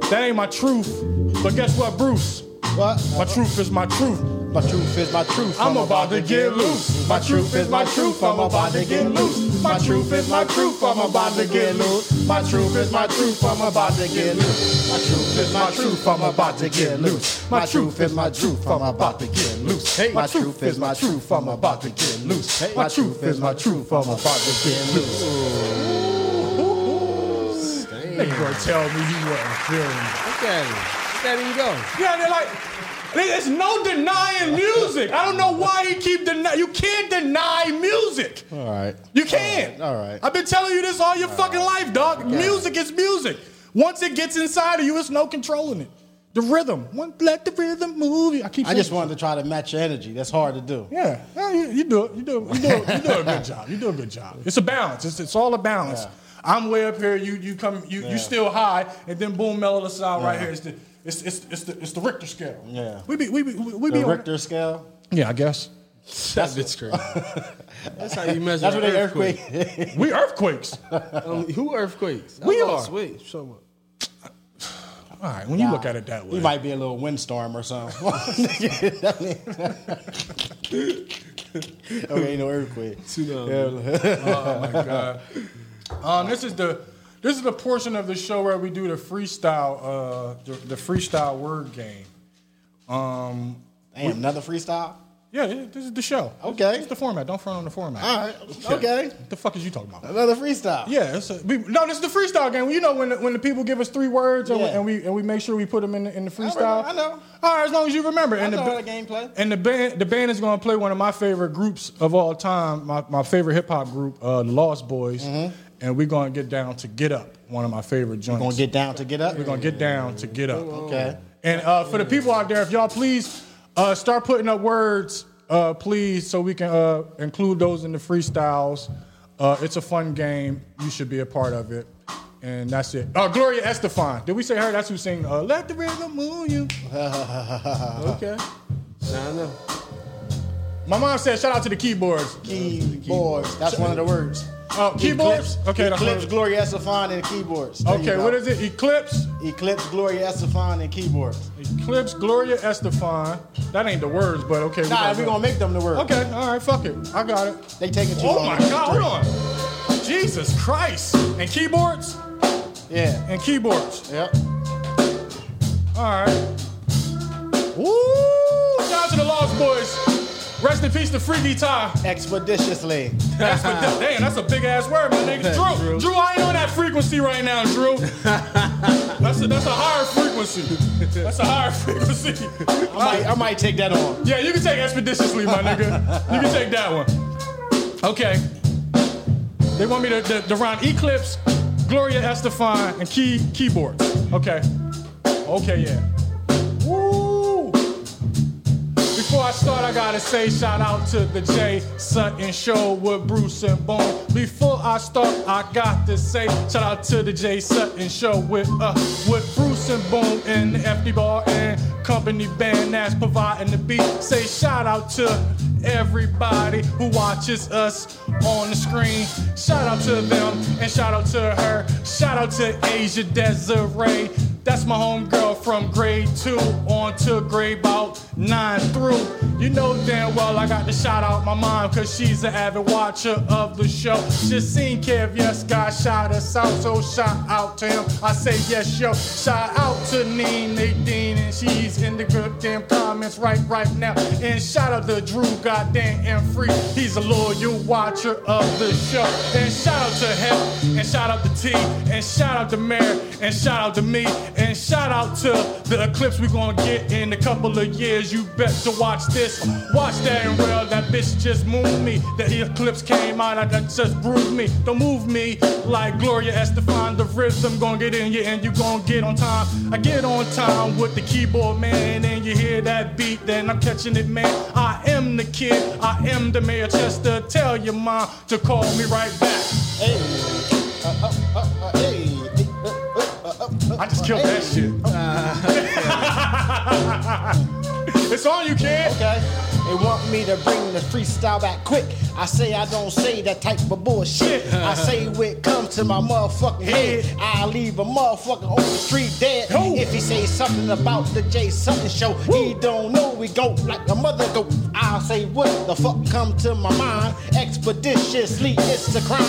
B: That ain't my truth. But guess what, Bruce?
C: What?
B: My truth is my truth.
C: My truth is my truth.
B: I'm about to get loose. My truth is my truth. I'm about to get loose. My truth is my truth. I'm about to get loose. My truth is my truth. I'm about to get loose. My truth is my truth. I'm about to get loose. My truth is my truth. I'm about to get loose. Hey, my truth is my truth. I'm about to get loose. Hey, my truth is my truth. I'm about to get loose. They gonna tell me you wasn't feeling it.
A: Okay. Let him go.
B: Yeah, they're like, there's no denying music. I don't know why he keep denying. You can't deny music.
C: All right.
B: You can't.
C: All right.
B: I've been telling you this all your fucking life, dog. Music is music. Once it gets inside of you, it's no controlling it. The rhythm. One, let the rhythm move you. I keep.
C: I just
B: saying-
C: wanted to try to match your energy. That's hard to do.
B: Yeah, yeah you, you do it. You do it. You do it. You do a good job. You do a good job. It's a balance. It's, it's all a balance.
C: Yeah.
B: I'm way up here. You you come. You
C: Yeah.
B: you still high, and then boom, mellow us out right
C: Yeah.
B: here. It's the it's, it's, it's the it's the Richter scale.
C: Yeah.
B: we be we be we, we be
C: The
B: on-
C: Richter scale.
B: Yeah, I guess
A: That's bitch crazy. That's how you measure
C: That's
A: an
C: what they earthquake.
B: we earthquakes. All
A: Um, who earthquakes? I
B: We
A: lost
B: are.
A: Weight. So what?
B: right, when you look at it that way,
C: You might be a little windstorm or something. okay, ain't no earthquake.
B: Oh my god. Um, this is the this is the portion of the show where we do the freestyle uh the, the freestyle word game. Um
C: Damn, another freestyle?
B: yeah, th- this is the show.
C: Okay.
B: It's the format. Don't front on the format.
C: All right. Okay.
B: What the fuck is you talking about?
C: Another freestyle.
B: Yeah, it's a, we, no, this is the freestyle game. You know when the, when the people give us three words and, we,
C: Yeah.
B: and we and we make sure we put them in the, in the
C: remember,
B: freestyle.
C: I know.
B: All right, as long as you remember.
C: I
B: and
C: know
B: the, ba-
C: the gameplay.
B: And the band the band is gonna play one of my favorite groups of all time, my, my favorite hip hop group, uh, the Lost Boys. And we're gonna get down to Get Up, one of my favorite joints.
C: Mm-hmm. Gonna get down to get up.
B: We're gonna get down to Get Up.
C: Oh, Okay.
B: And uh, for the people out there, if y'all please uh, start putting up words, uh, please, so we can uh, include those in the freestyles. Uh, it's a fun game. You should be a part of it. And that's it. Uh, Gloria Estefan. Did we say her? That's who sing uh, Let the Rhythm Move You.
A: Okay. Nah, I know.
B: My mom said, shout out to the keyboards.
C: Keyboards. That's one of the words.
B: Oh, keyboards?
C: Eclipse,
B: Okay, that's
C: Eclipse,
B: one.
C: Gloria Estefan, and keyboards. There you
B: Okay,
C: go.
B: what is it? Eclipse.
C: Eclipse, Gloria Estefan, and keyboards.
B: Eclipse Gloria Estefan. That ain't the words, but okay. we
C: Nah,
B: gonna
C: we're
B: go.
C: gonna make them the word.
B: Okay, all right, fuck it. I got it.
C: They taking too
B: Oh
C: long.
B: my God, hold on. Jesus Christ. And keyboards?
C: Yeah.
B: And keyboards.
C: Yep.
B: All right. Woo! Shout out to the Lost Boys. Rest in peace to Freaky Ty.
C: Expeditiously.
B: That's what, damn, that's a big ass word, my nigga. Drew, Drew, I ain't on that frequency right now, Drew. That's a, that's a higher frequency. That's a higher frequency.
C: I might, I might take that on.
B: Yeah, you can take expeditiously, my nigga. You can take that one. Okay. They want me to, to, to rhyme Eclipse, Gloria Estefan, and key keyboards. Okay. Okay, yeah. Woo! Before I start, I gotta say shout out to the J Sutton Show with Bruce and Bone. Before I start, I got to say shout out to the J Sutton Show with uh with Bruce and Bone and the FD Bar and Company Band that's providing the beat. Say shout out to everybody who watches us on the screen. Shout out to them and shout out to her. Shout out to Asia Desiree. That's my homegirl from grade two on to grade about nine through. You know damn well I got to shout out my mom because she's an avid watcher of the show. She seen Kev, yes, God shout us out, so shout out to him. I say yes, yo. Shout out to Nene Nadine, and she's in the good damn comments right right now. And shout out to Drew, goddamn and free. He's a loyal watcher of the show. And shout out to Hell, and shout out to T, and shout out to Mary, and shout out to me, and shout out to the eclipse we're gonna get in a couple of years. You bet to watch this, watch that, and well, that bitch just moved me. That eclipse came out, I that just bruised me. Don't move me like Gloria Estefan. The rhythm gonna get in you, and you gonna get on time. I get on time with the keyboard man, and you hear that beat, then I'm catching it, man. I am the kid, I am the mayor Chester. Tell your mom to call me right back.
C: Hey, uh, uh, uh, uh, hey, uh, uh, uh, uh,
B: I just killed that shit. it's on you, kid.
C: Okay. They want me to bring the freestyle back quick. I say I don't say that type of bullshit. I say what comes to my motherfucking head. I leave a motherfucker on the street dead.
B: Yo.
C: If he say something about the Jay Sutton show, he don't know we go like a mother go. I say what the fuck come to my mind. Expeditiously, it's a crime.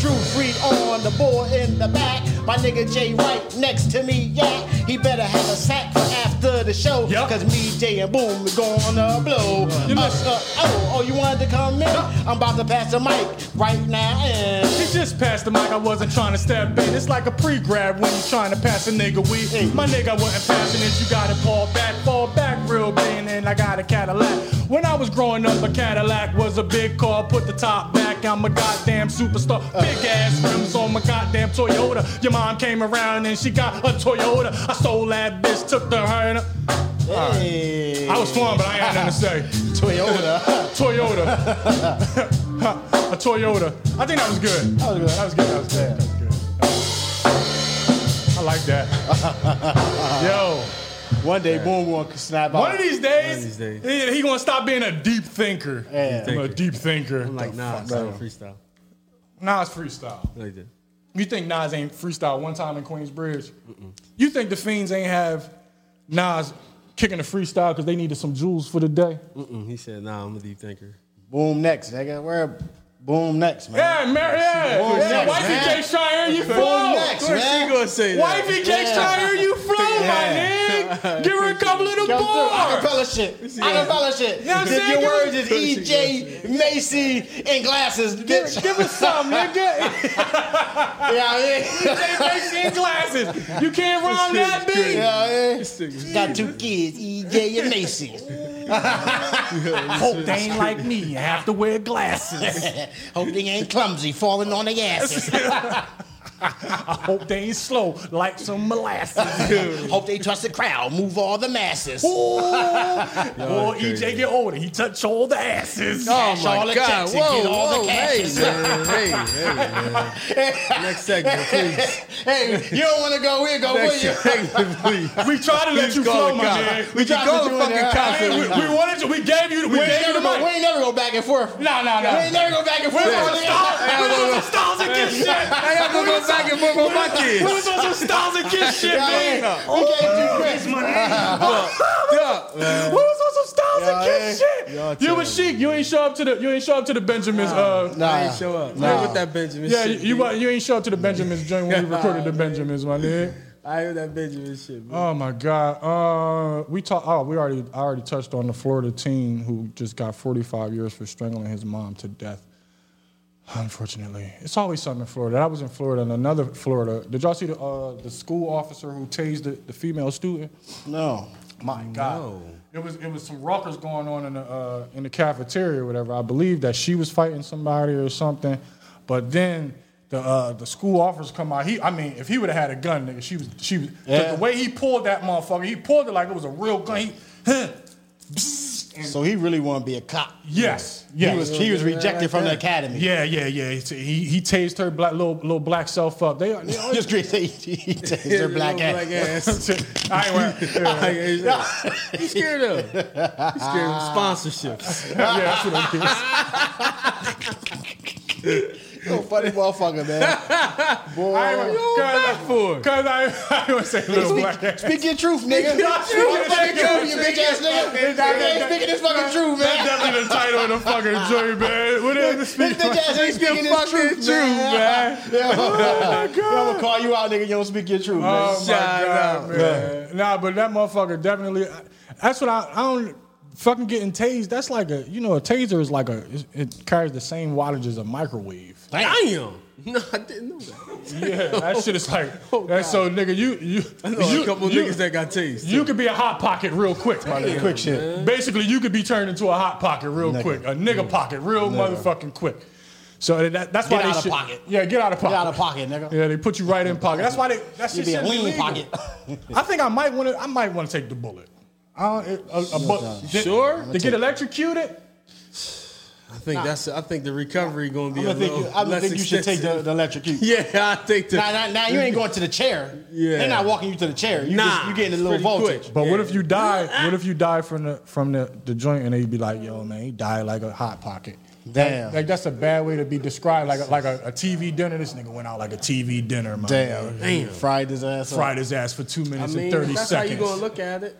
C: Drew Freed on the board in the back. My nigga Jay White next to me, yeah. He better have a sack for after the show.
B: Yup.
C: Cause me, Jay, and Boom is gonna blow.
B: You
C: Uh,
B: listen.
C: uh, oh, oh, you wanted to come in? I'm about to pass the mic right now and.
B: He just passed the mic, I wasn't trying to step in. It's like a pre-grab when you're trying to pass a nigga weed.
C: Hey.
B: My nigga wasn't passing it, you gotta fall back, fall back real clean, and I got a Cadillac. When I was growing up, a Cadillac was a big car, put the top back, I'm a goddamn superstar. Big ass rims on my goddamn Toyota. Your mom came around and she got a Toyota. I stole that bitch, took the her.
C: Hey.
B: I was fun, but I ain't had nothing to say.
C: Toyota.
B: Toyota. a Toyota. I think that was good.
C: That was good.
B: That was good. That was good. That was good. I like that. Yo,
C: One day, Boom gonna snap out.
B: one of these days,
A: of these days.
B: he- he gonna stop being a deep thinker.
C: Yeah.
B: I'm a deep thinker.
A: I'm like, nah, it's not freestyle.
B: Nas freestyle.
A: Like that.
B: You think Nas ain't freestyle one time in Queensbridge? You think the fiends ain't have Nas kicking a freestyle because they needed some jewels for the day?
A: Mm-mm. Mm, He said, nah, I'm a deep thinker.
C: Boom next, nigga. Where? Boom next, man.
B: Yeah, Mary, yeah.
C: Boom
B: yeah.
C: next,
B: Wifey
C: man.
B: Cake Shire, you
C: Boom
B: fool.
C: next, man.
A: gonna say
B: Wifey Cake
C: Yeah.
B: Shire, you flow, my
A: Yeah.
B: nigga. Give her a couple of the
C: Come through.
B: bars.
C: Acapella shit. Acapella shit.
B: know what I'm
C: Did
B: saying?
C: your
B: Give
C: words
B: us-
C: is EJ, Macy, and glasses, bitch.
B: Give us some, nigga.
C: yeah, yeah.
B: They in glasses. You can't rhyme
A: shit
B: that
A: is
B: beat.
C: yeah, yeah.
A: nigga.
C: Got two kids, EJ and Macy.
B: Hope they ain't like me. I have to wear glasses.
C: Hope they ain't clumsy, falling on their asses.
B: I hope they ain't slow like some molasses.
C: Hope they trust the crowd, move all the masses.
B: Ooh. Boy, EJ
A: that's crazy.
B: get older. He touch all the asses.
A: Oh
C: Cash all
A: my
C: the
A: God!
C: checks and
A: Whoa,
C: get all the
A: whoa, hey,
C: cash.
A: man, hey, hey, man. Next segment, please.
C: Hey, you don't want to go, we'll go
A: Next
C: with you.
A: segment, please.
B: We try to let
A: Please
B: you
A: call
B: flow,
A: the
B: my
A: cops.
B: man.
A: We
C: tried
A: can
C: to
A: call
C: do
A: the
C: it,
A: fucking
C: uh,
A: cops.
B: Hey, we, we wanted to. We gave you. We
C: We ain't,
B: gave you
C: never
B: the
C: go, we
B: mic.
C: ain't never go back and forth.
B: No, no, no.
C: We ain't never go back and forth.
B: We was on stars.
A: Hey,
B: We was
A: hey,
B: on stars and kiss shit.
A: I have to go back and forth with my
B: We
A: kids.
B: was on some stars and kiss shit, man.
C: Yeah, yeah. We can't do this,
A: Yeah.
B: We was on some stars and
C: Yeah,
B: kiss
C: yeah.
B: shit. You and Sheik, you ain't show up to the. You ain't show up to the Benjamins. Uh,
C: Nah.
A: I ain't show up.
C: Nah.
A: Play with that Benjamin.
B: yeah,
A: shit,
B: you
A: dude.
B: you, you ain't show up to the Benjamins joint when we recorded the Benjamins, my nigga.
A: I hear that Benjamin shit, man.
D: Oh my God. Uh, we talk. Oh, we already. I already touched on the Florida teen who just got 45 years for strangling his mom to death. Unfortunately, it's always something in Florida. I was in Florida and another Florida. Did y'all see the uh, the school officer who tased the, the female student?
C: No.
D: My
C: Oh,
D: God. It was it was some ruckus going on in the uh, in the cafeteria or whatever. I believe that she was fighting somebody or something, but then the uh, the school officers come out. He I mean, if he would have had a gun, nigga, she was she was 'cause
C: Yeah.
D: the way he pulled that motherfucker. He pulled it like it was a real gun. He,
C: So he really want to be a cop.
D: yes, yes.
C: He was, he was rejected from the academy.
D: yeah, yeah, yeah. He he tased her black little little black self up. They, they always
C: Just great. He, he takes her black ass.
A: ass.
D: I ain't wearing- yeah,
A: Like, he's like, He's scared of. He's scared of sponsorships.
D: yeah, that's what I'm
C: So funny motherfucker, man.
B: I ain't
A: You back for it.
B: Cause I, I would say little black
C: Speak,
B: ass.
C: speak your truth, nigga. Speak your fucking truth, you bitch ass nigga. You ain't speaking this fucking truth,
B: That's
C: man.
B: definitely the title of the fucking joint, man. What is the
C: This
B: speak?
C: bitch ass ain't speaking his truth, man. Yeah. I'm gonna call you out, nigga. You don't speak your truth, man.
B: Oh my
A: Shout
B: god,
A: out,
B: man. Nah, but that motherfucker definitely. That's what I, I don't fucking getting tased. That's like a you know a taser is like a it, it carries the same wattage as a microwave.
A: Damn. No, I didn't know that.
B: Yeah, that shit is like.
A: Oh,
B: that's so nigga, you you
A: I know
B: you,
A: a couple
B: you,
A: niggas that got tased.
B: you could be a hot pocket real quick, my nigga.
C: Quick shit.
B: Basically, you could be turned into a hot pocket real quick, a nigga pocket real motherfucking quick. So that, that's why
C: Get
B: they
C: out of
B: should-
C: pocket.
B: Yeah, get out of pocket.
C: Get out of pocket, nigga.
B: Yeah, they put you right in pocket. That's why they. That's
C: You be a lean pocket.
B: I think I might want to. I might want to take the bullet. I don't, it- a, a bu- to-
A: sure?
B: to get electrocuted.
A: I think that's. I think the recovery going to
C: I'm
A: be a
C: gonna think,
A: little
C: you, I'm gonna
A: less
C: think you should take
A: extensive.
C: the, the electrocute.
A: Yeah, I think the.
C: Now, now, now you ain't going to the chair.
A: Yeah.
C: They're not walking you to the chair. You
A: Nah,
C: just, you getting a little
A: pretty
C: voltage.
A: quick.
B: But what if you die? What if you die from the from the, the joint and they be like, "Yo, man, he died like a hot pocket."
C: Damn.
B: Like that's a bad way to be described. Like a, like a, a TV dinner. This nigga went out like a TV dinner. My Damn.
C: Damn.
A: Damn.
C: Fried his ass up.
B: Fried his ass for two
A: I
B: minutes
A: mean,
B: and
A: if
B: thirty
A: that's
B: seconds.
A: how you going to look at it.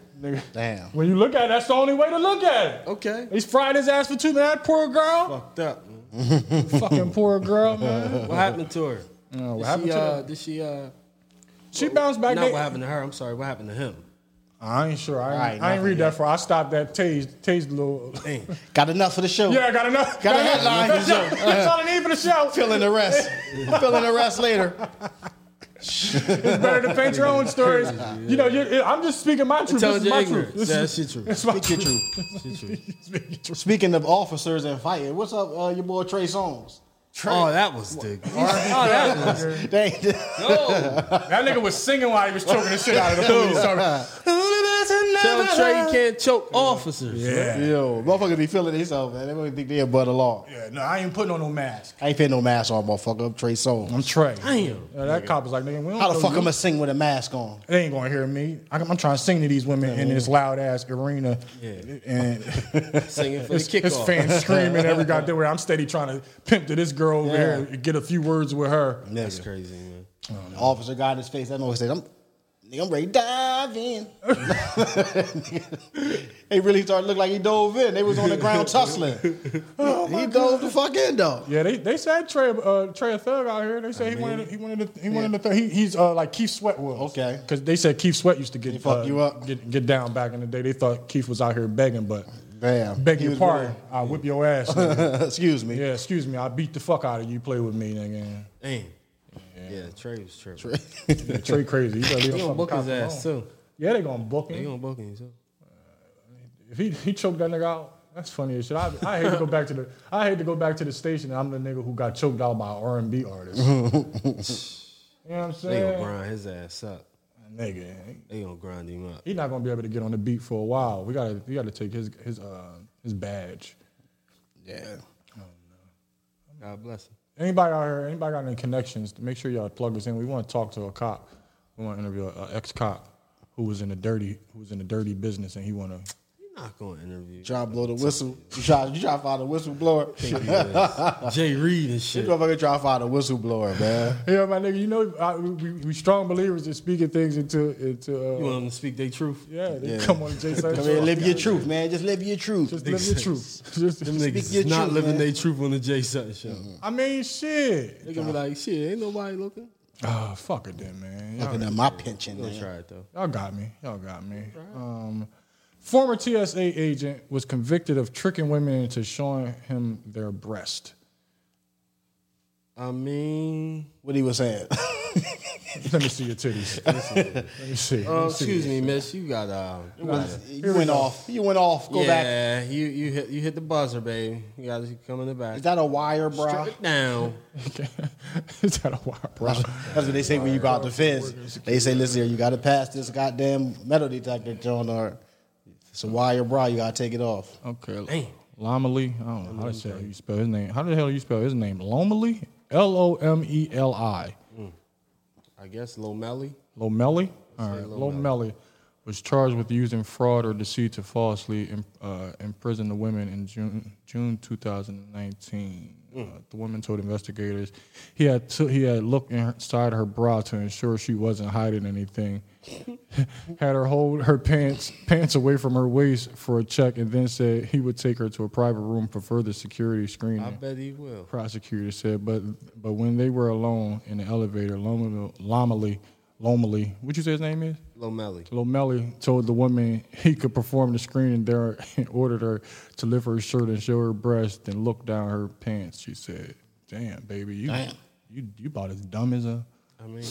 C: Damn.
B: when you look at it, that's the only way to look at it.
A: Okay.
B: He's fried his ass for two minutes. That poor girl.
A: Fucked up. man.
B: Fucking poor girl, man.
C: Uh-huh.
A: What happened to
C: Uh,
A: her?
B: No,
A: Did
B: what
A: she,
B: happened to
A: uh,
B: that?
A: Did she? Uh,
B: She bounced back.
A: not
B: They,
A: what happened to her. I'm sorry. What happened to him?
B: I ain't sure. I ain't,
C: Alright,
B: I ain't
C: nothing
B: read that far. I stopped that tase tase little.
A: Damn.
C: Got enough for the show.
B: Yeah, I got enough.
C: Got a headline for the
B: That's all-
C: show.
B: that's all I need for the show.
C: Feeling the rest. I'm feeling the rest later.
B: It's better to paint your own stories. You know, you I'm just speaking my truth.
A: Tell
B: This is
A: your
B: my truth.
A: ignorance.
B: This
A: Yeah,
B: is
A: that's your truth.
B: it's my
C: Speak your
B: truth.
C: truth. Speaking of officers and fighting, what's up, uh, your boy Trey Songz?
A: Oh, that was the. Oh, that was.
C: They
B: That nigga was singing while he was choking the shit out of the police.
A: Tell Trey you can't choke officers.
B: Yeah.
C: yo, motherfuckers be feeling themselves, man. They don't even think they above the law.
B: Yeah, no, I ain't putting on no mask.
C: I ain't putting no mask on, motherfucker. I'm Trey Songz.
B: I'm Trey.
A: Damn.
B: Yeah, that cop was like, nigga, we don't
C: How the
B: know
C: fuck
B: you.
C: am I sing with a mask on?
B: They ain't gonna hear me. I'm, I'm trying to sing to these women in this loud ass arena, and
A: Singing for
B: it's,
A: the
B: it's
A: kickoff.
B: fans screaming every goddamn way. I'm steady trying to pimp to this girl over
C: Yeah.
B: here and get a few words with her.
A: That's crazy, man.
C: Officer got in his face. That nigga said, I'm, nigga, I'm ready to dive in. they really started to look like he dove in. They was on the ground tussling. he dove the fuck in, though.
B: Oh Yeah, they, they said Trey uh, Trey a thug out here. They say he wanted he wanted to, he wanted to thug. He, he's uh, like Keith Sweat was.
C: Okay.
B: because they said Keith Sweat used to get
C: fuck
B: uh,
C: you up.
B: get get down back in the day. They thought Keith was out here begging, but
C: Damn.
B: beg
C: He
B: your
C: was
B: pardon, I'll whip your ass. nigga.
C: Excuse me.
B: yeah, excuse me, I beat the fuck out of you. Play with me, nigga.
A: Damn. Yeah, Trey was tripping.
B: Yeah, Trey crazy. You better leave
A: They
B: him
A: gonna book his ass
B: alone.
A: too.
B: Yeah, they gonna book him.
A: They gonna book him too.
B: If he he choked that nigga out, that's funny as shit. I, I hate to go back to the I hate to go back to the station. and I'm the nigga who got choked out by R and B artist. you know what I'm
A: They gonna
B: saying?
A: grind his ass up.
B: Nigga,
A: They gonna grind him up.
B: he's not gonna be able to get on the beat for a while. We gotta we gotta take his his uh his badge.
C: Yeah.
A: God bless him.
B: Anybody out here? Anybody got any connections? Make sure y'all plug us in. We want to talk to a cop. We want to interview an ex cop who was in the dirty who was in the dirty business, and he want to.
A: You're not gonna interview
C: Try to blow the whistle. You try, you try to find a whistleblower.
A: Jay Reed and
C: This
A: shit.
C: motherfucker try to find a whistleblower, man.
B: Yeah, my nigga, you know I, we, we- we strong believers in speaking things into into. Uh,
A: You want them to speak their truth?
B: yeah, they come on the Jay Sutton
C: Come
B: show.
C: here, live your truth, man. Just live your truth.
B: Just live your truth. Just-
A: Them niggas
C: your
A: is not
C: truth,
A: living
C: man. Mm-hmm.
A: their truth on the Jay Sutton show.
B: I mean, shit.
A: They gonna be like, shit, ain't nobody looking.
B: Oh, fuck it then, man. Y'all,
C: Looking at my pension,
A: Don't
C: man.
A: try it though.
B: y'all got me. Y'all got me. Um, former TSA agent was convicted of tricking women into showing him their breast.
A: I mean,
C: What he was saying.
B: Let me see your titties. Let me see. Let me see.
A: oh, excuse me, miss. You got uh, you got a-
C: you went off. You went off. Go back.
A: yeah, you you hit you hit the buzzer, baby. You got to come in the back.
C: Is that a wire, bro?
A: Strip down.
B: Is that a wild bro?
C: That's what they say when you go out the fence. They say, listen here, you got to pass this goddamn metal detector, John, or it's a wire bra. You got to take it off.
B: Okay.
A: Damn.
B: Lama Lee. I don't know how the hell you spell his name. How the hell you spell his name? Lomeli? L O M E L I.
A: I guess Lomelli.
B: Lomeli? All right, Lomeli was charged with using fraud or deceit to falsely im- uh, imprison the women in June June 2019. Uh, the woman told investigators he had to, he had looked inside her bra to ensure she wasn't hiding anything. had her hold her pants pants away from her waist for a check, and then said he would take her to a private room for further security screening
A: I bet he will.
B: prosecutor said, but but when they were alone in the elevator, Lomeli, Lomeli, Lomeli, what you say his name is?
A: Lomelli.
B: Lomeli told the woman he could perform the screening there and ordered her to lift her shirt and show her breast and look down her pants. She said, "Damn, baby, you
C: Damn.
B: you you about as dumb as a
A: I mean,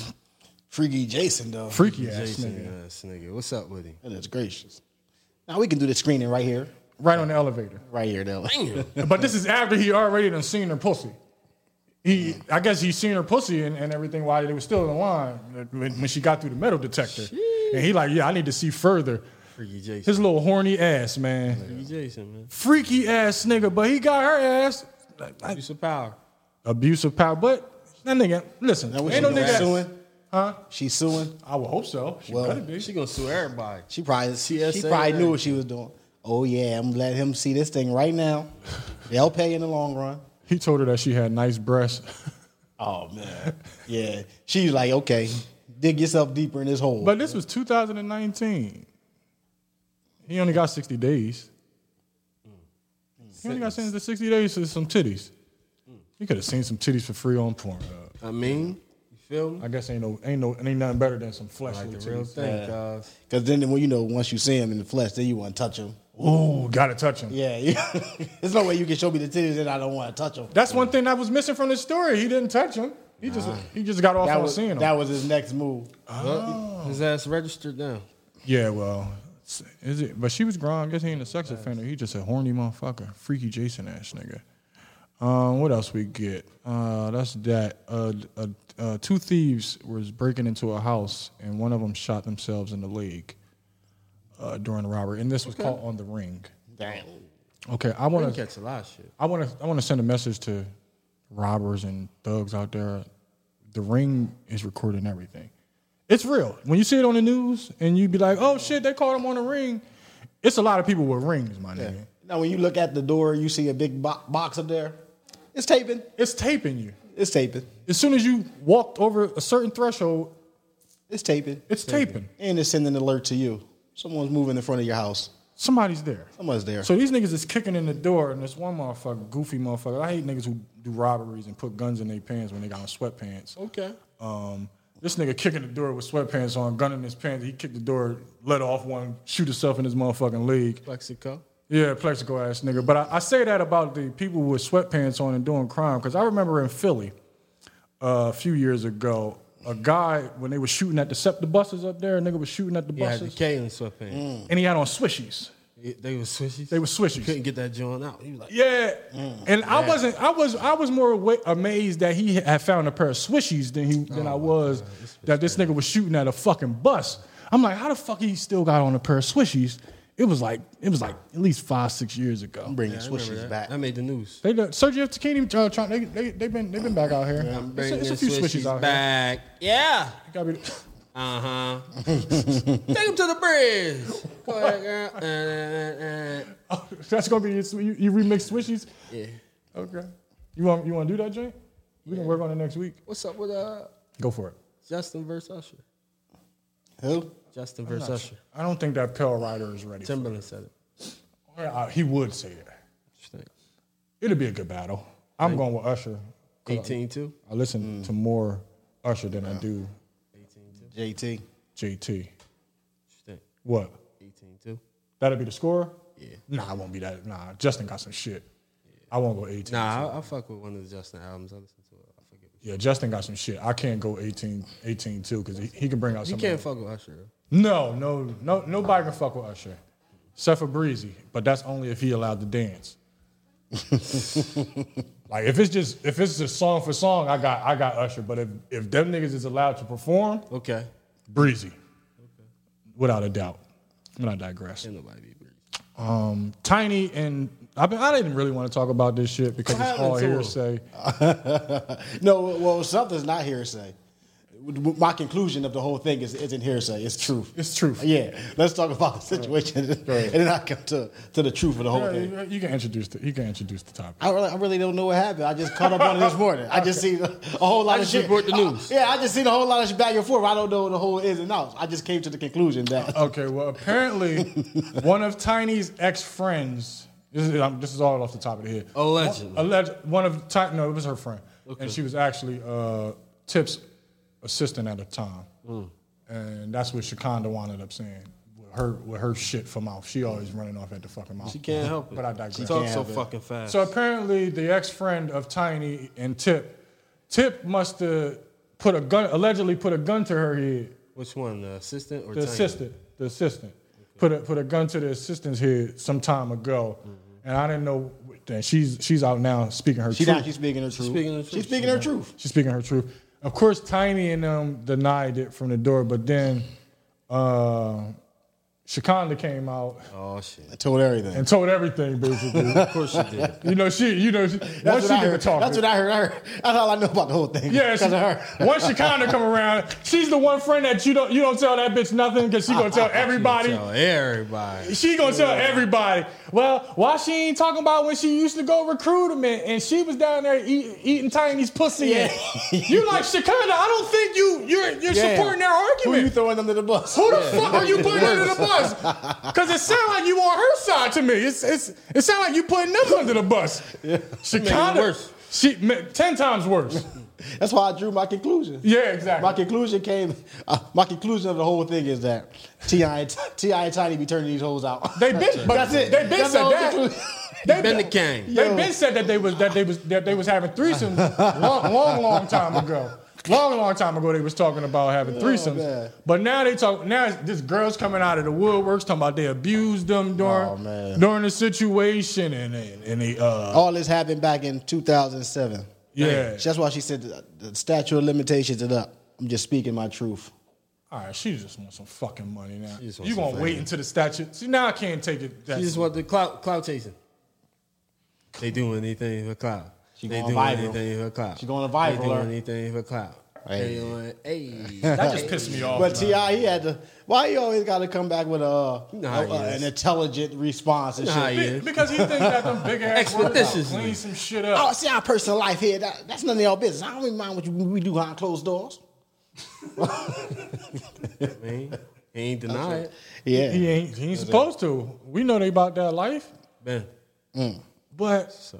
C: Freaky Jason, though.
B: freaky ass
A: Jason
B: nigga."
A: ass nigga. What's up with him?
C: Goodness gracious. Now we can do the screening right here.
B: Right on the elevator.
C: Right here, though.
B: But this is after he already done seen her pussy. He, I guess he seen her pussy and, and everything while they were still in line when, when she got through the metal detector. And he like, yeah, I need to see further.
A: Freaky Jason.
B: His little horny ass, man.
A: Freaky Jason, man.
B: Freaky ass nigga, but he got her ass. Like, like,
A: Use of power.
B: abuse of power. But that nigga, listen,
C: Now, what
B: ain't no
C: she
B: nigga.
C: doing? Suing?
B: Huh?
C: She's suing.
B: I would hope so. She
C: Well,
B: better be.
A: She gonna sue everybody.
C: She probably, she
A: CSA
C: probably
A: and
C: knew what she was doing. Oh, yeah, I'm gonna let him see this thing right now. They'll pay in the long run.
B: he told her that she had nice breasts.
C: Oh, man. Yeah. She's like, okay, dig yourself deeper in this hole.
B: But this was 2019. He only got 60 days. He only got sentenced to 60 days for some titties. He could have seen some titties for free on Pornhub.
A: I mean, you feel me?
B: I guess ain't no ain't no ain't nothing better than some flesh
A: Like
B: with
A: the real
B: titties.
A: thing, cuz.
C: Because then, when you know, once you see him in the flesh, then you want to touch him.
B: Ooh, gotta touch him.
C: Yeah, yeah. There's no way you can show me the titties and I don't want to touch them.
B: That's one thing that was missing from this story. He didn't touch him. He just he just got off
C: That
B: on
C: was,
B: seeing him.
C: that was his next move.
B: Oh.
A: Well, His ass registered now.
B: yeah, well, is it? But she was grown. I guess he ain't a sex offender. He just a horny motherfucker, freaky Jason ass nigga. Um, what else we get? Uh, that's that. Uh, d- uh, uh, two thieves was breaking into a house, and one of them shot themselves in the leg uh, during the robbery. And this was caught on the ring.
C: Damn.
B: Okay, I
A: You
B: want to.
A: catch a lot of shit.
B: I want to. I want to send a message to robbers and thugs out there. The ring is recording everything. It's real. When you see it on the news and you be like, "Oh shit, they caught him on the ring." It's a lot of people with rings, my nigga.
C: Now, when you look at the door, you see a big bo- box up there. It's taping.
B: It's taping you.
C: It's taping.
B: As soon as you walked over a certain threshold,
C: It's taping.
B: it's taping.
C: And it's sending an alert to you. Someone's moving in front of your house.
B: Somebody's there.
C: Someone's there.
B: So these niggas is kicking in the door, and this one motherfucker, goofy motherfucker. I hate niggas who do robberies and put guns in their pants when they got on sweatpants.
A: Okay.
B: Um, this nigga kicking the door with sweatpants on, gun in his pants. He kicked the door, let off one, shoot himself in his motherfucking leg.
A: Plexico.
B: Yeah, plexico ass nigga. But I, I say that about the people with sweatpants on and doing crime because I remember in Philly uh, a few years ago, a guy when they were shooting at the SEPTA buses up there, a nigga was shooting at the
A: Yeah, the
B: buses,
A: K in sweatpants.
B: and he had on swishies.
A: Yeah, They were swishies.
B: Mm. They were swishies.
A: Couldn't get that joint out. He was like,
B: Yeah, and I wasn't. I was. I was more awa- amazed that he had found a pair of swishies than he than I was that this nigga was shooting at a fucking bus. I'm like, how the fuck he still got on a pair of swishies? It was like it was like at least five six years ago.
A: I
C: bringing
A: remember
C: swishes
A: that.
C: back.
A: I made the news.
B: They done- Sergio Tacchini, uh, trying, they they they been they been back out here.
A: I'm
B: It's a-
A: bringing
B: it's, a
A: the
B: few swishies,
A: swishies
B: out
A: back. Yeah.
B: here. Gotta be-
A: Uh huh. Take him to the bridge. Go ahead, girl. Uh, uh, uh, uh.
B: oh, that's gonna be your, sw- you, you remix swishies.
A: Yeah.
B: Okay, you want you want to do that, Jay? We can work on it next week.
A: What's up with uh
B: Go for it.
A: Justin versus Usher?
C: Who?
A: Justin versus Usher.
B: I don't think that Pell Rider is ready. For it.
A: Timberland said it.
B: Uh, he would say that.
A: Interesting.
B: It'll be a good battle. I'm going with Usher.
A: 18 2.
B: I listen to more Usher than I do
C: JT.
B: JT.
A: Interesting.
B: What?
A: 18 2.
B: That'll be the score?
A: Yeah.
B: Nah, I won't be that. Nah, Justin got some shit. I won't go 18.
A: Nah, I, I fuck with one of the Justin albums. I listen to it. I forget. What
B: Yeah, Justin got some shit. I can't go 18, 18 too, because he, he can bring out
A: you
B: some.
A: can't fuck with Usher. though.
B: No, no, no, nobody can fuck with Usher. Except for Breezy, but that's only if he allowed to dance. like if it's just if it's just song for song, I got I got Usher. But if if them niggas is allowed to perform,
A: Okay.
B: Breezy. Without a doubt. But I digress.
A: Ain't nobody be breezy.
B: Um, Tiny and I, been, I didn't really want to talk about this shit because
A: What
B: it's all
A: happened to him?
B: hearsay.
C: No, well, something's not hearsay. my conclusion of the whole thing is isn't hearsay. It's truth.
B: It's truth.
C: Yeah. Let's talk about the situation, and then I come to, to the truth of the whole thing.
B: You can introduce the you can introduce the topic.
C: I really, I really don't know what happened. I just caught up on it this morning. I just seen a, a whole lot
A: I
C: of
A: just
C: shit.
A: report the
C: I-
A: news.
C: yeah, I just seen a whole lot of shit back and forth. I don't know the whole ins and outs. I just came to the conclusion that
B: Okay, well, apparently, one of Tiny's ex friends. This is, I'm, this is all off the top of the head.
A: Allegedly.
B: One, alleged, one of Tiny. No, it was her friend, and she was actually uh, Tip's assistant at the time,
A: Mm.
B: and that's what Shakonda wound up saying. with Her with her shit for mouth. She always running off at the fucking mouth.
A: She can't help it.
B: But I digress.
A: She talks
C: can't
A: so
C: help it.
A: fucking fast.
B: So apparently, the ex friend of Tiny and Tip, Tip must have put a gun, allegedly put a gun to her head.
A: Which one, the assistant or
B: The
A: Tiny?
B: assistant, the assistant, put a put a gun to the assistant's head some time ago, and I didn't know. And she's she's out now speaking her
C: she
B: truth.
C: not. She's speaking her truth.
A: speaking her truth.
C: She's speaking her truth.
B: She's speaking her truth. Of course, Tiny and them denied it from the door, but then uh, Shakonda came out
A: Oh shit!
C: I told everything.
B: and told everything basically.
A: Of course she did.
B: you know she, you know she,
C: That's
B: once
C: what,
B: she
C: I
B: get
C: heard.
B: to talking.
C: That's what I heard. I heard. That's all I know about the whole thing.
B: Yeah,
C: because of her.
B: she, once she kind of come around, she's the one friend that you don't you don't tell that bitch nothing because she gonna tell everybody.
A: Tell everybody.
B: She gonna tell everybody. Well, why she ain't talking about when she used to go recruitment and she was down there eat, eating Tiny's pussy?
C: Yeah.
B: And you like Shekinah? I don't think you you're you're
C: Yeah.
B: supporting their
C: Who you
B: argument.
C: throwing under the bus?
B: Who the fuck are you putting under the bus? Because it sounds like you on her side to me. It's it's it sounds like you putting them under the bus. Yeah. Shekinah,
A: worse.
B: she ten times worse.
C: That's why I drew my conclusion.
B: Yeah, exactly.
C: My conclusion came. Uh, my conclusion of the whole thing is that Ti and Ti and Tiny be turning these hoes out.
B: They been, but
C: That's it.
B: They been
C: That's the
B: said
C: whole
B: that.
C: conclusion.
B: They
A: Been the gang.
B: They been said that they was that they was that they was having threesomes long, long, long time ago. Long, long time ago, they was talking about having threesomes,
C: Oh, man.
B: but now they talk. Now it's- this girl's coming out of the woodworks talking about they abused them during
C: Oh, man.
B: during the situation, and and, and they uh
C: All this happened back in 2007.
B: yeah.
C: That's why she said the, the statute of limitations is up. I'm just speaking my truth.
B: All right, she just wants some fucking money now.
A: just wants
B: You
A: some
B: gonna wait until the statute? See, now I can't take it. That
A: She just want the cloud, cloud chasing. They doing anything for cloud.
C: She
A: they
C: going
A: doing
C: viral.
A: anything for cloud.
C: She going
A: They
C: viral,
A: doing
C: her.
A: anything for cloud.
C: Hey.
A: They doing, hey.
B: that just pissed me off.
C: But
B: man.
C: Ti, he had to. Why he always got to come back with a, uh,
A: Nah,
C: a-
A: he is.
C: an intelligent response and
A: Nah,
C: shit?
A: he
B: Be-
A: is.
B: because he thinks that them big ass words will
A: Expeditiously.
B: clean some shit up.
C: Oh, see our personal life here. That, that's none of your business. I don't even mind what you, we do behind closed doors.
A: I mean, he ain't deny it.
C: Yeah,
B: He ain't. He ain't supposed to. We know they about that life,
A: Man,
B: but
A: so.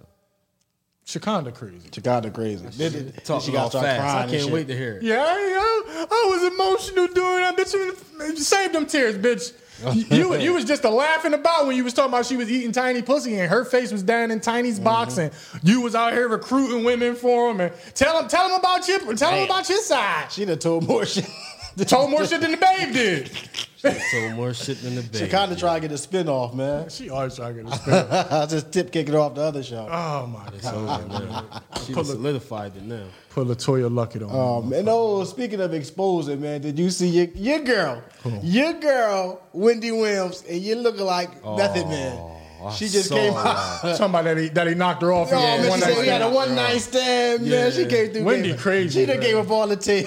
B: Shakonda crazy.
C: Chicago crazy. Then- then
A: Talking
C: she gotta
A: all
C: start
A: fast.
C: crying
A: I
C: and
A: can't
C: shit.
A: wait to hear it.
B: Yeah, I, I, I was emotional during that bitch. You Save them tears, bitch. You, you was just a laughing about when you was talking about she was eating tiny pussy and her face was down in Tiny's
C: Mm-hmm.
B: box and you was out here recruiting women for him and tell him tell him about your tell him
C: Damn.
B: about your side.
C: She done told more shit.
B: Told more shit than the babe did.
A: So more shit than the baby.
C: Chicago try to get a spinoff, man.
B: She always trying to get a spell.
C: just tip kicking off the other show.
B: Oh my god.
A: She done solidified it now.
B: Put Latoya Luckett on.
C: Um, and oh, speaking of exposing, man, did you see your, your girl, your girl, Wendy Williams, and you looking like Method Man? She just
A: Oh, saw
C: came
A: that.
C: out.
B: Somebody that he, that he knocked her off.
C: Oh,
B: on
C: man,
B: one night
C: Oh. she said we had
B: stand.
C: a one night stand, man. She
A: Yeah.
C: came through.
B: Wendy
C: gave-
B: crazy,
C: She done
B: man.
C: gave up all the tea.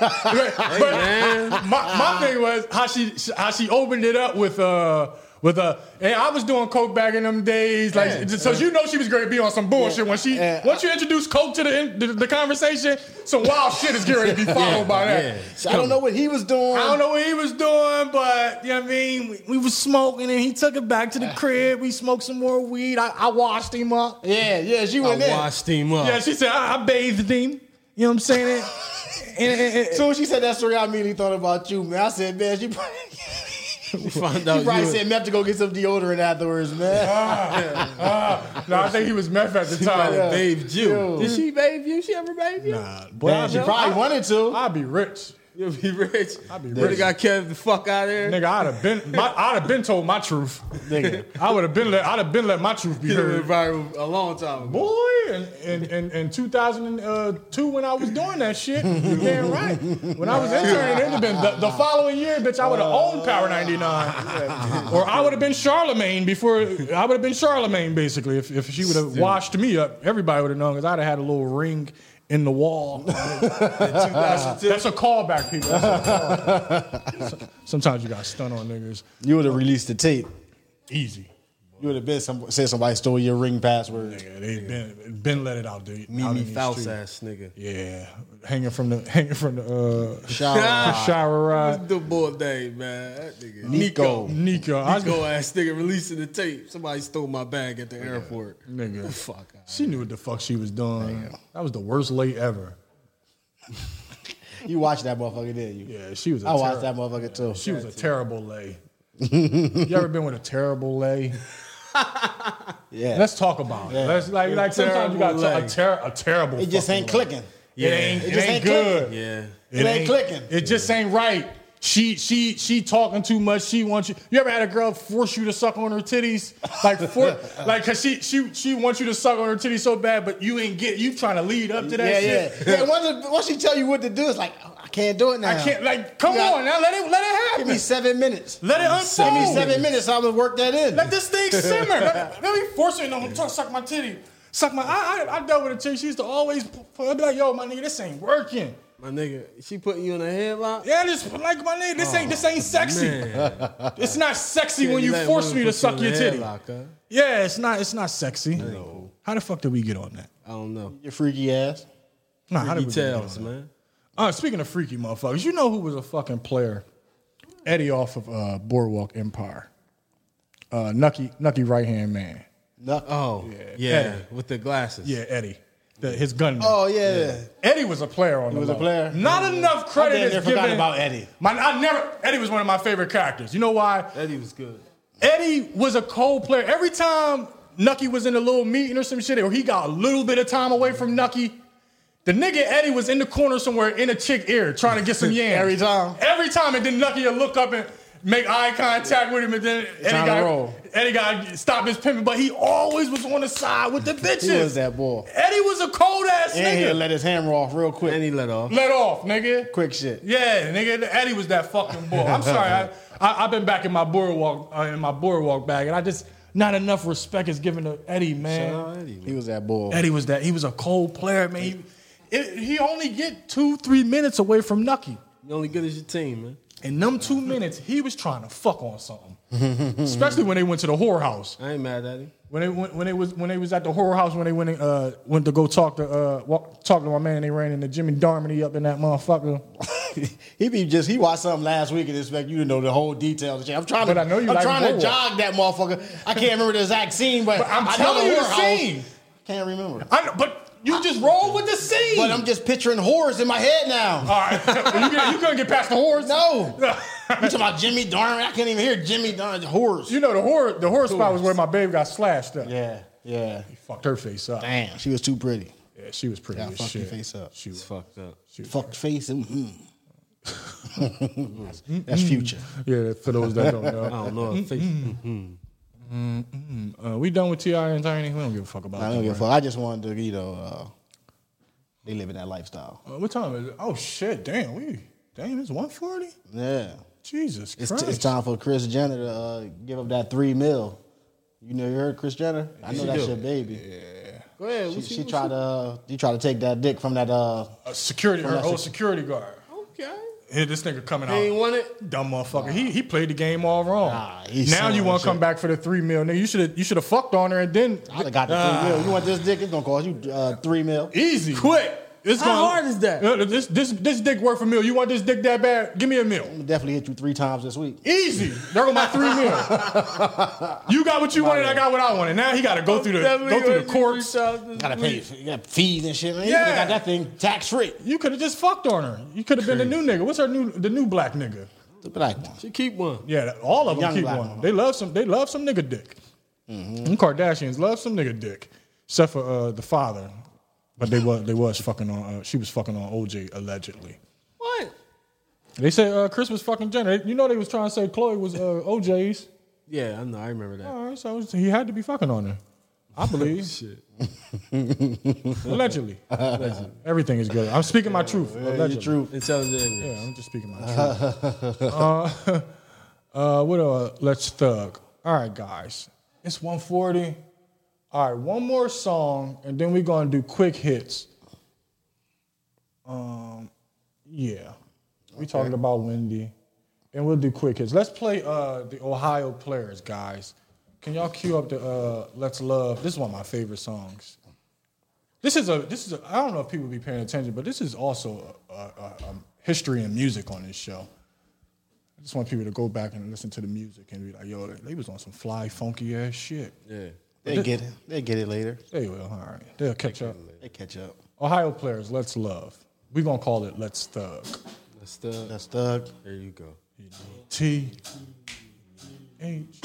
B: But- but my, my thing was how she how she opened it up with uh with uh and I was doing coke back in them days like so you know she was going to be on some bullshit when she
C: Yeah.
B: once you introduce coke to the, the the conversation some wild shit is getting ready to be followed by that.
A: Yeah.
C: I don't know what he was
B: I
C: doing.
B: don't know what he was doing, but you know what I mean? We, we was smoking and he took it back to the crib. We smoked some more weed. I, I washed him up.
C: Yeah, yeah, she went
A: I
C: in.
A: washed him up.
B: Yeah, she said, I, I bathed him. You know what I'm saying? and, and- and-
C: Soon as she said that story, I immediately thought about you, man. I said, man, she probably,
A: she found
C: she
A: out.
C: probably
A: you
C: said, "Man, I have to go get some deodorant afterwards, man.
B: no, I think he was meth at the time.
A: probably bathed you.
C: Yo.
A: Did she bathe you? She ever bathe you?
B: Nah, boy,
C: Man,
B: I'd
C: she
B: be,
C: probably wanted to.
B: I'd be rich.
A: You'll be rich. I'll
B: be
A: Would
B: rich.
A: have got Kev the fuck out of there.
B: Nigga, I'd have been, my, I'd have been told my truth.
C: Nigga.
B: I would have been let, I'd have been let my truth be
A: You'd have been
B: heard.
A: viral a long time ago.
B: Boy, and in, in, in 2002 when I was doing that shit, you damn right. When I was interning, it'd have been the, the following year, bitch, I would have owned Power 99. Or I would have been Charlemagne before, I would have been Charlemagne basically. If, if she would have washed me up, everybody would have known because I'd have had a little ring in the wall. that's, that's a callback, people. That's a callback. Sometimes you got stun on niggas.
C: You would have released the tape.
B: Easy.
C: You would have been some, said somebody stole your ring password.
B: Yeah, they been been let it out there. out
A: Mimi
B: in these
A: Faust
B: streets.
A: ass nigga.
B: Yeah, hanging from the hanging from the uh,
C: Shower.
B: shower rod.
A: The boy day, man. That nigga.
C: Nico.
B: Nico, I was-
A: Nico ass nigga releasing the tape. Somebody stole my bag at the airport.
B: nigga.
A: Fuck. out.
B: She knew what the fuck she was doing. That was the worst late ever.
C: You watched that motherfucker, didn't you?
B: Yeah, she was. A
C: I watched
B: terri-
C: that motherfucker too.
B: She was a terrible lay. you ever been with a terrible lay?
C: yeah.
B: Let's talk about it. Let's like like sometimes you got
A: Terrible
B: a,
A: lay.
B: ter- a terrible.
C: it just
B: fucking
C: ain't
B: lay.
C: clicking.
B: It ain't. It,
C: just
B: ain't,
C: ain't
B: good.
A: Yeah.
C: It ain't clicking.
B: It just ain't right. She she she talking too much. She wants you. You ever had a girl force you to suck on her titties? Like for like cause she she she wants you to suck on her titties so bad, but you ain't get you trying to lead up to that
C: Yeah, yeah.
B: shit.
C: yeah once, once she tell you what to do, it's like oh, I can't do it now.
B: I can't like come
C: Yeah.
B: on now. Let it let it
C: Give me
B: happen.
C: seven minutes.
B: Let it
C: Give me
B: unfold.
C: seven minutes. I'm gonna work that in.
B: Let this thing simmer. let, let me force it. No, I'm trying to suck my titty. Suck my. I I, I dealt with a chick. She used to always. pu- pu- I'd be like, yo, my nigga, this ain't working.
A: My nigga, she putting you in a headlock?
B: Yeah, this like my nigga, this ain't this
A: Oh,
B: ain't sexy. It's not sexy when you
A: let
B: force
A: women
B: me to
A: put you
B: suck
A: in a
B: your titty.
A: headlock, huh?
B: Yeah, it's not it's not sexy. How the fuck did we get on that?
A: I don't know.
C: Your freaky ass.
B: Nah, how did we get on
A: Details,
B: that?
A: man.
B: Uh, speaking of freaky motherfuckers, you know who was a fucking player? Eddie off of uh, Boardwalk Empire. Uh, Nucky Nucky right hand man.
C: No.
A: Oh, yeah,
B: Eddie.
A: with the glasses.
B: Yeah, Eddie. The- his gunman.
C: Oh yeah. yeah.
B: Eddie was a player on the
C: was a
B: low.
C: player?
B: Not enough credit
C: damn
B: is
C: near
B: given
C: forgot about Eddie.
B: My, I never Eddie was one of my favorite characters. You know why?
A: Eddie was good.
B: Eddie was a cold player. Every time Nucky was in a little meeting or some shit, or he got a little bit of time away from Nucky, the nigga Eddie was in the corner somewhere in a chick ear trying to get some yams.
C: Every time.
B: Every time, and then Nucky would look up and make eye contact with him, and then Eddie
C: Time to
B: got,
C: roll.
B: Eddie got stopped his pimping, but he always was on the side with the bitches.
C: He was that boy.
B: Eddie was a cold ass
C: And
B: nigga.
C: he'll let his hammer off real
A: And
C: quick.
A: he let off.
B: Let off, nigga.
C: Quick shit.
B: Yeah, nigga, Eddie was that fucking boy. I'm sorry, I, I I've been back in my boardwalk uh, in my boardwalk bag, and I just not enough respect is given to Eddie, man.
C: He was that boy.
B: Eddie was that he was a cold player, man. He, it- he only get two three minutes away from Nucky.
A: You're only good as your team, man.
B: In them two minutes, he was trying to fuck on something. Especially when they went to the whorehouse.
A: I ain't mad at him.
B: When they went, when they was when they was at the whorehouse when they went in, uh went to go talk to uh walk, talk to my man, they ran into Jimmy Darmody up in that motherfucker.
C: he be just he watched something last week and expect you to know the whole details. and shit. I'm trying to
B: But I know you
C: I'm
B: like
C: trying to
B: Boardwalk.
C: jog that motherfucker. I can't remember the exact scene, but,
B: But I'm
C: I know
B: telling you the
C: whorehouse.
B: scene.
C: Can't remember.
B: I know, but you just roll with the scene.
C: But I'm just picturing whores in my head now.
B: All right. you, get, you couldn't get past the whores.
C: No. you talking about Jimmy Darn? I can't even hear Jimmy Darn. Whores.
B: You know the horror the horror spot was where my babe got slashed up.
C: Yeah, yeah.
B: Fucked her face up.
C: Damn, she was too pretty.
B: Yeah, she was pretty
C: Yeah,
B: as
C: fucked her
B: shit.
C: face up.
B: She was.
A: Fucked up.
C: Fucked face. and mm. That's-
B: Mm-hmm.
C: That's future.
B: Yeah, for those that don't
A: I
B: know.
A: don't know. I think
B: Uh, we done with Ti and Tiny. We don't give a fuck about.
C: I
B: that.
C: don't give a fuck. I just wanted to, you know, uh, they living that lifestyle.
B: Uh, what time is it? Oh shit! Damn, we damn it's one forty.
C: Yeah.
B: Jesus
C: It's,
B: Christ!
C: it's time for Chris Jenner to uh, give up that three mil. You know, you heard Chris Jenner? I know that's your baby.
A: Go ahead. What
C: She,
A: you-
C: she
A: what
C: tried to, uh, you tried to take that dick from that, uh,
B: Uh, security, her
C: Well,
B: old
C: that's-
B: security guard.
A: you- Okay.
B: Here, this nigga coming
A: He ain't
B: out.
A: want it.
B: Dumb motherfucker. He he played the game all wrong.
C: Nah, he's
B: now you
C: selling
B: want to
C: shit.
B: come back for the three mil, nigga? You should have you should have fucked on her and then
C: I done got the three mil. You want this dick? It's gonna cost you uh, three mil.
B: Easy. Quick. It's
A: How hard is that?
B: Uh, This, this, this dick worth a meal. You want this dick that bad? Give me a meal.
C: I'm definitely hit you three times this week.
B: Easy. There go my three meal. You got what you wanted. I got what I wanted. Now he got to go through the go through the courts.
C: Gotta pay you got fees and shit. Man.
B: Yeah.
C: You got that thing tax free.
B: You could have just fucked on her. You could have been the new nigga. What's her new the new black nigga?
C: The black one.
A: She keep one.
B: Yeah, all of them
C: Young
B: keep
C: black Mm-hmm.
B: one.
C: one.
B: They love some. They love some nigga dick. Them Kardashians love some nigga dick, except for uh, the father. But they was they was fucking on. Uh, she was fucking on OJ allegedly.
A: What?
B: They say uh, Chris was fucking Jenner. You know they was trying to say Chloe was uh, OJ's.
A: Yeah, I know. I remember that.
B: All right, so he had to be fucking on her. I believe
A: Shit.
B: allegedly. Everything is good. I'm speaking my truth.
C: The
B: Allegedly.
C: truth.
A: Intelligent. ignorance.
B: Yeah, I'm just speaking my truth. uh, uh, what uh, let's thug. All right, guys, it's 140. All right, one more song, and then we're gonna do quick hits. Um, yeah, we talking about Wendy, and we'll do quick hits. Let's play uh, the Ohio Players, guys. Can y'all cue up the uh, Let's Love? This is one of my favorite songs. This is a this is a, I don't know if people be paying attention, but this is also a, a, a um, history and music on this show. I just want people to go back and listen to the music and be like, yo, they, they was on some fly funky ass shit.
A: Yeah.
C: They get it. They get it later.
B: They will, all right. They'll catch up.
C: They catch up.
B: Ohio players, let's love. We're gonna call it let's thug.
A: That's the.
C: That's Thug.
A: There you go.
B: T H.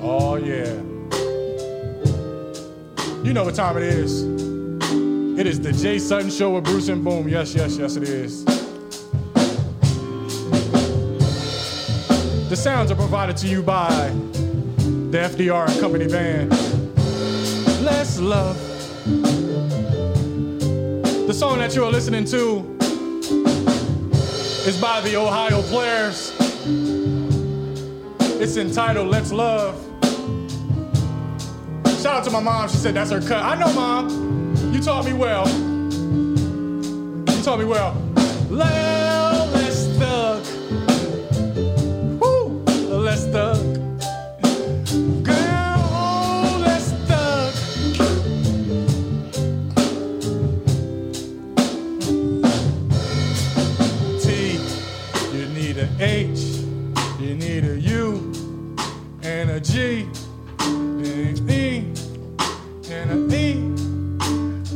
B: Oh yeah. You know what time it is. It is the Jay Sutton Show with Bruce and Boom. Yes, yes, yes, it is. The sounds are provided to you by the FDR and Company Band. Let's love. The song that you are listening to is by the Ohio Players. It's entitled Let's Love. Shout out to my mom. She said that's her cut. I know, mom. You taught me well. You taught me well. Well, let's thug. Woo! Let's thug. Girl, oh, let's thug. T, you need a H, you need a U, and a G, and an E, and a E.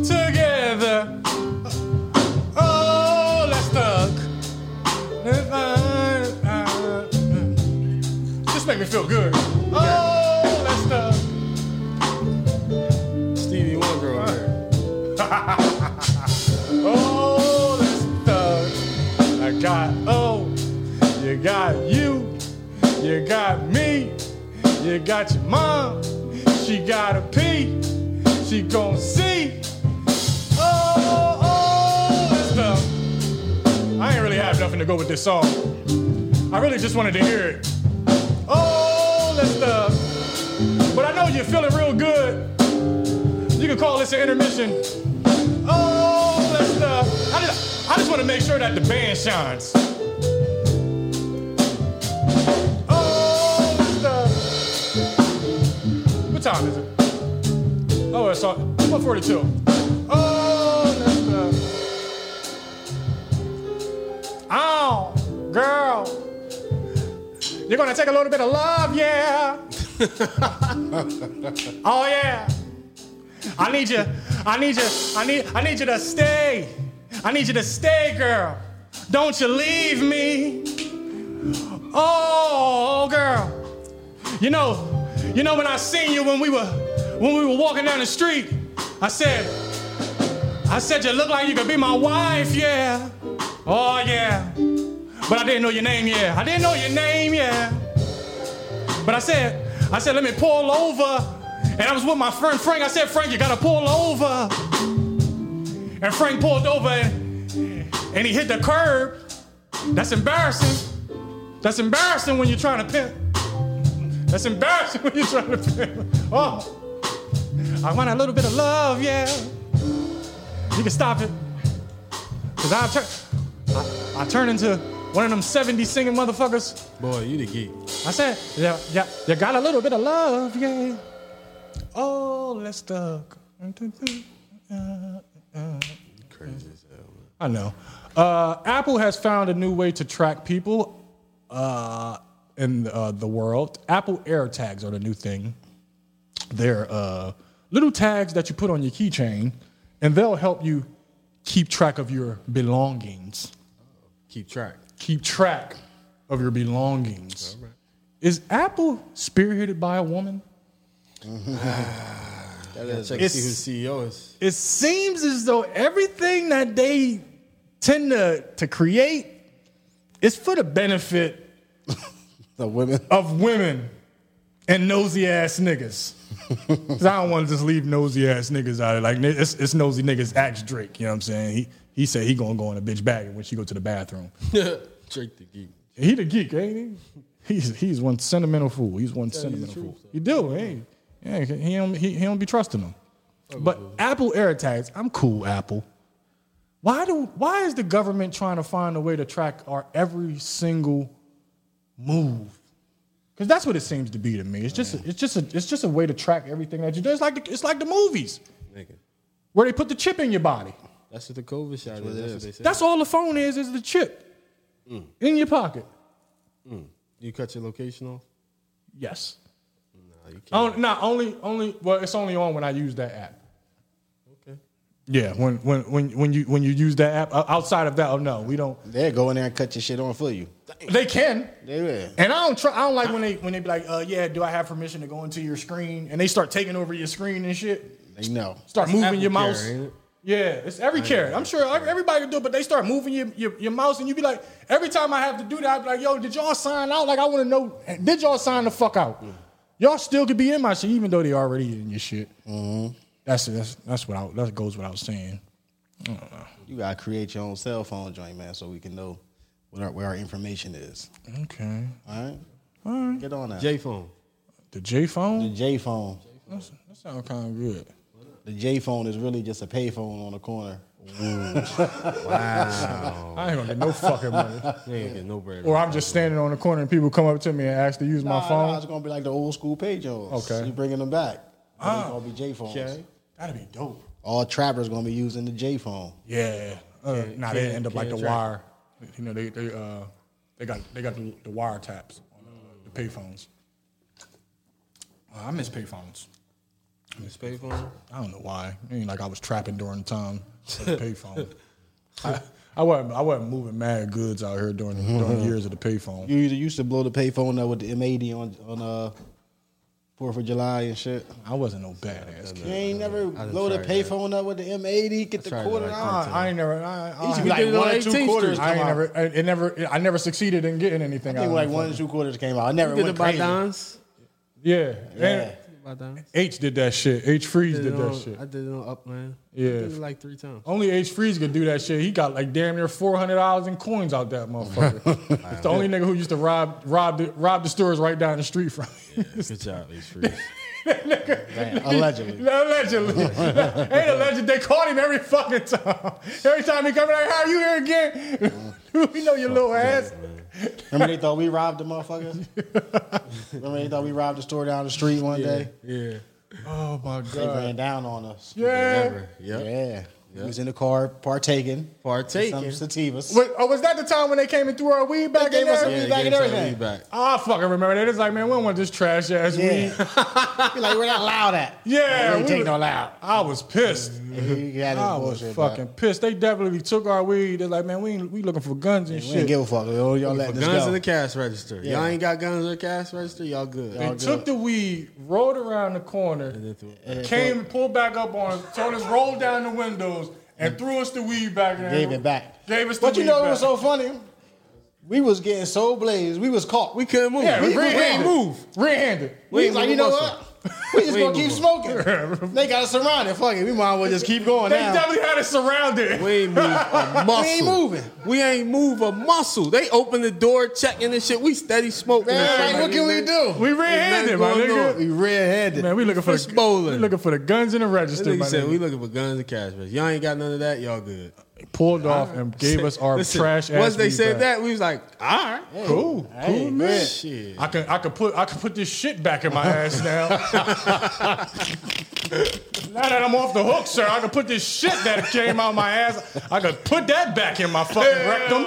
B: Together, oh, let's talk. Just make me feel good. Oh, let's talk.
A: Stevie Wonder on there.
B: Oh, this thug. I got O. You got you. You got me. You got your mom. She got a P. She gon' see. Oh, oh, this thug. I ain't really have nothing to go with this song. I really just wanted to hear it. Oh, this thug. But I know you're feeling real good. You can call this an intermission. Oh, let's uh, I just, I just want to make sure that the band shines. Oh, let's uh, what time is it? Oh, it's all 142. Oh, let's uh, oh, girl, you're gonna take a little bit of love, yeah. oh yeah. I need you. I need you. I need. I need you to stay. I need you to stay, girl. Don't you leave me. Oh, girl. You know. You know when I seen you when we were when we were walking down the street. I said. I said you look like you could be my wife. Yeah. Oh yeah. But I didn't know your name. Yeah. I didn't know your name. Yeah. But I said, I said, let me pull over. And I was with my friend Frank. I said, Frank, you gotta pull over. And Frank pulled over and, and he hit the curb. That's embarrassing. That's embarrassing when you're trying to pimp. That's embarrassing when you're trying to pimp. Oh, I want a little bit of love, yeah. You can stop it. Cause I turn, I, I turn into one of them 70 singing motherfuckers.
A: Boy, you the geek.
B: I said, yeah, yeah, you got a little bit of love, yeah. Oh, let's talk.
A: Crazy as hell. man.
B: I know. Uh, Apple has found a new way to track people uh, in uh, the world. Apple AirTags are the new thing. They're uh, little tags that you put on your keychain, and they'll help you keep track of your belongings.
A: Keep track.
B: Keep track of your belongings. Is Apple spearheaded by a woman?
A: That is. Check to see who E the CEO is.
B: it seems as though everything that they tend to, to create is for the benefit
C: The women.
B: of women and nosy ass niggas. 'Cause I don't want to just leave nosy ass niggas out of like ni- it's, it's nosy niggas axe Drake. You know what I'm saying? He he said he gonna go in a bitch bag when she go to the bathroom.
A: Drake the geek.
B: He the geek, ain't he? He's he's one sentimental fool. He's one sentimental fool. He do, ain't he? Yeah, he don't he, he don't be trusting them. But Apple AirTags, I'm cool, Apple. Why do why is the government trying to find a way to track our every single move? Because that's what it seems to be to me. It's just it's just a it's just a way to track everything that you do. It's like the, it's like the movies
A: Nigga.
B: where they put the chip in your body.
A: That's what the COVID shot is. That's what they said.
B: That's all the phone is is the chip in your pocket.
A: You cut your location off?
B: Yes.
A: Nah, you can't.
B: On, not only only well, it's only on when I use that app.
A: Okay.
B: Yeah, when when when when you when you use that app O- outside of that, oh no, we don't.
C: They go in there and cut your shit on for you.
B: They can,
C: They will.
B: and I don't try. I don't like when they when they be like, uh, yeah, do I have permission to go into your screen? And they start taking over your screen and shit.
C: They know.
B: Start moving your
A: AppleCare,
B: mouse.
A: ain't it?
B: Yeah, it's every carrot. I'm sure ev- everybody can do it, but they start moving your, your, your mouse, and you be like, every time I have to do that, I be like, yo, did y'all sign out? Like, I want to know, did y'all sign the fuck out? Y'all still could be in my shit, even though they already in your shit.
C: Mm-hmm.
B: That's that's that's what I, that goes without saying.
C: You gotta create your own cell phone joint, man, so we can know what our, where our information is.
B: Okay,
C: All right. All right. Get on that.
A: J phone.
B: the J
C: the
B: phone
C: J phone.
B: That's- that sounds kind of good.
C: The J phone is really just a payphone on the corner. Oh.
B: I ain't gonna get no fucking money,
A: They ain't get no bread.
B: or I'm just standing on the corner and people come up to me and ask to use my
C: Nah,
B: phone.
C: nah, it's gonna be like the old school page
B: Okay.
C: You bringing them back. Ah, it's gonna be J phones.
A: Okay.
B: That'd be dope.
C: All trappers gonna be using the J phone.
B: Yeah. Uh, nah, they
A: can't-
B: end up like the
A: can't track.
B: wire. You know, they they uh they got they got the, the wire taps on uh, the payphones. Uh, I miss payphones.
A: His pay phone.
B: I don't know why. I mean, like I was trapping during the time of the payphone. I, I wasn't I wasn't moving mad goods out here during the, during the years of the payphone.
C: You either used to blow the payphone up with the M eighty on on uh Fourth of July and shit.
B: I wasn't no badass kid.
C: You ain't never
A: done
C: blow the
A: tried that.
C: payphone up with the M eighty, get the
A: tried
C: quarter
A: that, I
C: out.
B: I, I ain't never. I, I,
C: used to
B: I,
C: be like
A: did it on
C: one or two
A: 18th
C: quarters.
A: Street.
B: I
C: come
B: ain't
C: out.
B: never. It, it never. I never succeeded in getting
C: I
B: anything.
C: think
B: out
C: like
B: of
C: one or two quarters came out. I never
A: Did
C: went
A: it by
C: crazy.
A: Don's?
B: Yeah.
C: Yeah.
B: And
A: By Don's?
B: H did that shit. H Freeze
A: Did
B: did
A: it
B: that
A: on-
B: shit.
A: I did it on Upland.
B: Yeah.
A: I did it like three times.
B: Only H Freeze could do that shit. He got like damn near four hundred dollars in coins out that motherfucker. it's the only nigga who used to rob rob the, rob the stores right down the street from. him.
A: Good job, H. Freeze.
C: Damn, allegedly.
B: allegedly, ain't alleged. They caught him every fucking time. Every time he come in, like, "How you here again?" we know your little ass.
C: Remember they thought we robbed the motherfuckers? Remember they thought we robbed the store down the street one day?
A: yeah.
B: Oh my
C: They
B: god.
C: ran down on us.
B: Yeah.
A: Yeah.
C: Yeah. We was in the car partaking.
A: Partaking.
C: in Some sativas.
B: Wait, oh, was that the time when they came and threw our weed back
C: They
B: in
C: gave us
B: there?
C: some
A: Yeah,
C: weed back
A: gave
C: and
A: us our
C: everything.
A: weed back.
B: I fucking remember that. It's like, man, we don't want this trash ass weed.
C: Yeah. Be like, we're not loud at.
B: Yeah,
C: We ain't
B: we
C: taking
B: was-
C: no loud.
B: I was pissed.
C: You got
B: I
C: this
B: was
C: bullshit, bro.
B: fucking pissed. They definitely took our weed. They're like, man, we ain't, we looking for guns and
C: We
B: shit.
C: didn't give a fuck. Y'all, y'all
A: For
C: letting this
A: guns
C: go.
A: in the cash register.
C: Yeah.
A: Y'all ain't got guns in the cash register. Y'all good.
B: they
A: Y'all good.
B: took the weed, rolled around the corner,
A: Then threw it back.
B: came, pulled back up on us, told us roll down the windows,
A: Mm.
B: and threw us the weed back. in.
C: Gave it back.
B: Gave us the
C: But you
B: weed
C: know
B: back.
C: it was so funny? We was getting so blazed. We was caught.
A: We couldn't move.
B: Yeah,
A: we,
B: we,
A: we
B: red-handed.
A: ain't move.
B: Red-handed.
C: We
A: We
C: was
A: ain't
C: like,
A: move
C: you know
A: a
C: what?
A: muscle.
C: We just
A: We ain't
C: gonna keep
A: move a
C: smoking. they got us surrounded. Fuck it. We might as well just keep going
B: They
C: now.
B: definitely had us surrounded.
A: We ain't move a muscle.
C: We ain't moving.
A: We ain't move a muscle. They open the door, checking and shit. We steady smoking. and
C: Man,
A: shit
C: like,
A: like
C: what
A: this,
C: can we
A: man.
C: do?
B: We red-handed,
A: Ain't
B: my
A: nothing
B: nigga.
A: going
C: We red-handed.
B: Man, we looking for
A: Fish
B: the,
A: bowling.
B: we looking for the guns in the
A: That
B: register.
A: nigga
B: My
A: said
B: nigga.
A: we looking for guns and cash register. Y'all ain't got none of that. Y'all good.
B: pulled off and gave us our
A: Listen,
B: trash.
A: Once
B: ass
A: they
B: weed
A: said
B: back.
A: that, we was like, all right.
B: cool, cool, man.
A: Shit.
B: I can I could put I could put this shit back in my
A: Uh-huh.
B: ass now. now that I'm off the hook, sir, I can put this shit that came out my ass. I could put that back in my fucking rectum,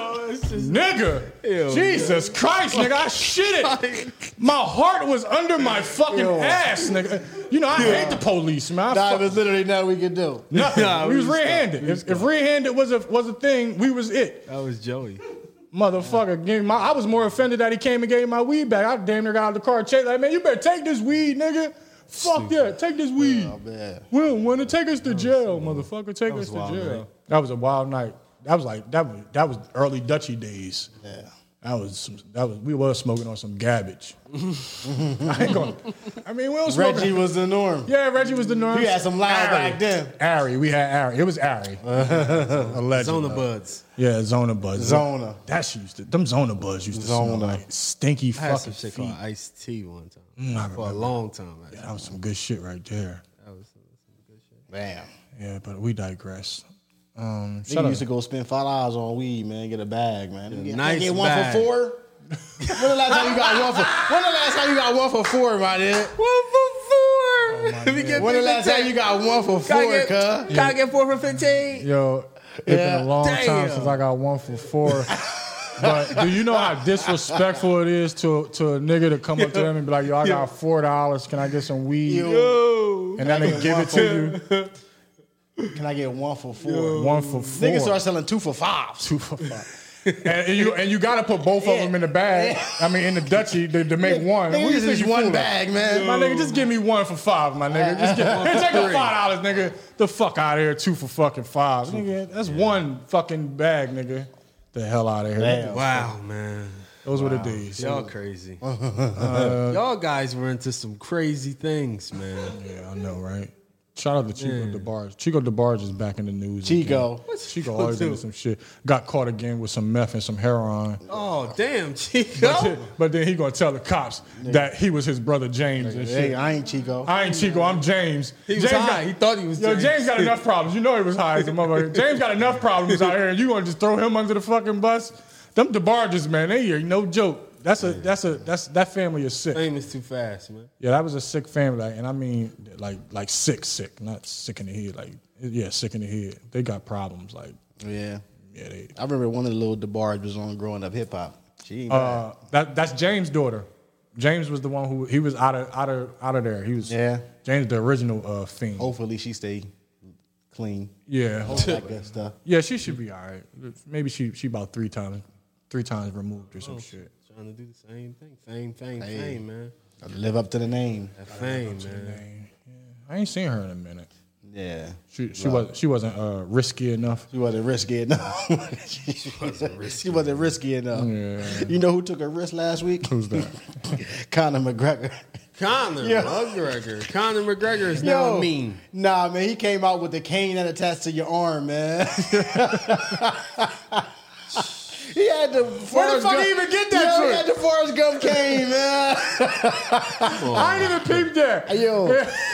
B: nigga.
A: Ew.
B: Jesus Christ, nigga, I shit it. My heart was under my fucking
C: Ew.
B: ass, nigga. You know I hate the police, man. I
C: Nah,
B: fuck-
C: there's literally nothing we could do.
B: nothing.
A: Nah,
B: we
A: we
B: was
A: was
B: red-handed. if, if red-handed was a was a thing, we was it.
A: That was Joey.
B: Motherfucker, gave my, I was more offended that he came and gave my weed back. I damn near got out of the car and chased, like, man, you better take this weed, nigga. Fuck yeah, take this weed.
C: Oh, man.
B: we don't want to take us to jail, motherfucker. Take us
A: was
B: to
A: wild
B: jail.
A: night.
B: That was a wild night. That was like that was that was early Dutchy days.
C: Yeah.
B: That was some, that was we was smoking on some garbage. I ain't gonna. I mean, we don't smoke.
C: Reggie was the norm.
B: yeah, Reggie was the norm.
C: You had some loud
B: Ari.
C: back then.
B: Ari, we had Ari. It was Ari. a legend.
A: Zona buds.
B: Yeah, Zona Buzz.
C: Zona.
B: That shit used to, them Zona Buzz used to
C: Zona.
B: smell like stinky
A: I had
B: fucking
A: some shit
B: feet. Mm,
A: called iced tea one time
B: I
A: for a long time.
B: That was some good shit right there.
C: Damn.
B: Yeah, but we digress. Um, shut
C: Nigga
B: up.
C: used to go spend five dollars on weed, man. Get a bag, man. You can't
A: nice
C: get one
A: bag.
C: for four. when the last time you got one for? When the last time you got one for four, my nigga?
A: One
C: Oh,
A: for four. we get
C: When the
A: through
C: last time you got one for four,
A: Gotta
C: cuz?
A: get, gotta get four for fifteen.
B: Yo, it's
C: Yeah.
B: been a long time
A: Damn.
B: since I got one for four. but do you know how disrespectful it is to to a nigga to come up to them and be like, "Yo, I got four dollars. Can I get some weed?"
A: Yo.
B: And then they give it to
C: Can I get one for four?
B: you one for four.
C: Niggas start selling two for fives.
B: two for five. and, and you and you gotta put both of them in the bag. I mean, in the dutchie to, to make one. Who
C: Niggas
B: you
C: just
B: think
C: is
B: you
C: one
B: fooling?
C: bag, man.
B: My nigga, just give me one for five, my nigga. Just get one. take the five dollars, nigga. The fuck out of here, two for fucking five, nigga. That's one fucking bag, nigga. The hell out of here.
C: Damn.
A: Wow, man.
B: Those were the days.
A: Y'all crazy.
B: Uh,
A: Y'all guys were into some crazy things, man.
B: Yeah, I know, right? Shout out to Chico DeBarge. Chico DeBarge is back in the news.
C: Chico.
B: again. Chico always into some shit. Got caught again with some meth and some heroin.
A: Oh, damn,
B: But,
C: Oh.
A: Chico.
B: then- but then he gonna tell the cops that he was his brother James and shit.
C: Hey, I ain't Chico.
B: I ain't Chico. I'm James.
A: He was
B: James
A: high. He thought he was
B: Yo,
A: James.
B: James. got enough problems. You know he was high as a motherfucker. James got enough problems out here, and you gonna just throw him under the fucking bus? Them DeBarges, man, they are no joke. That's a that's a that's that family is sick.
A: Fame is too fast, man.
B: Yeah, that was a sick family, like, and I mean, like like sick, sick, not sick in the head. Like, yeah, sick in the head. They got problems. Like,
C: Yeah.
B: yeah, they.
C: I remember one of the little DeBarge was on growing up hip hop. She ain't bad.
B: Uh, that that's James' daughter. James was the one who he was out of out of out of there. He was
C: Yeah.
B: James, the original uh, fiend.
A: Oh.
C: Hopefully she stay clean.
B: Yeah,
C: That good stuff.
B: yeah, she should be all right. Maybe she she about three times three times removed or some
A: Oh.
B: shit.
A: Trying to do the same thing. Same thing,
C: Hey.
A: fame, man.
C: Gotta Live up to the name.
A: That fame, man.
B: Dang. Yeah. I ain't seen her in a minute.
C: Yeah.
B: She she was she wasn't uh, risky enough.
C: She wasn't risky enough. she, wasn't risky. enough. You know who took a risk last week? Who's that? Conor McGregor.
A: Conor
C: Yo.
A: McGregor. Conor McGregor is now
C: Yo,
A: mean.
C: Nah, man, he came out with the cane that attached to your arm, man. He had the Where
B: fuck he even get that
C: Yo,
B: shit?
C: he had the Forrest Gump cane, man.
B: I ain't even peeped that.
C: Yo,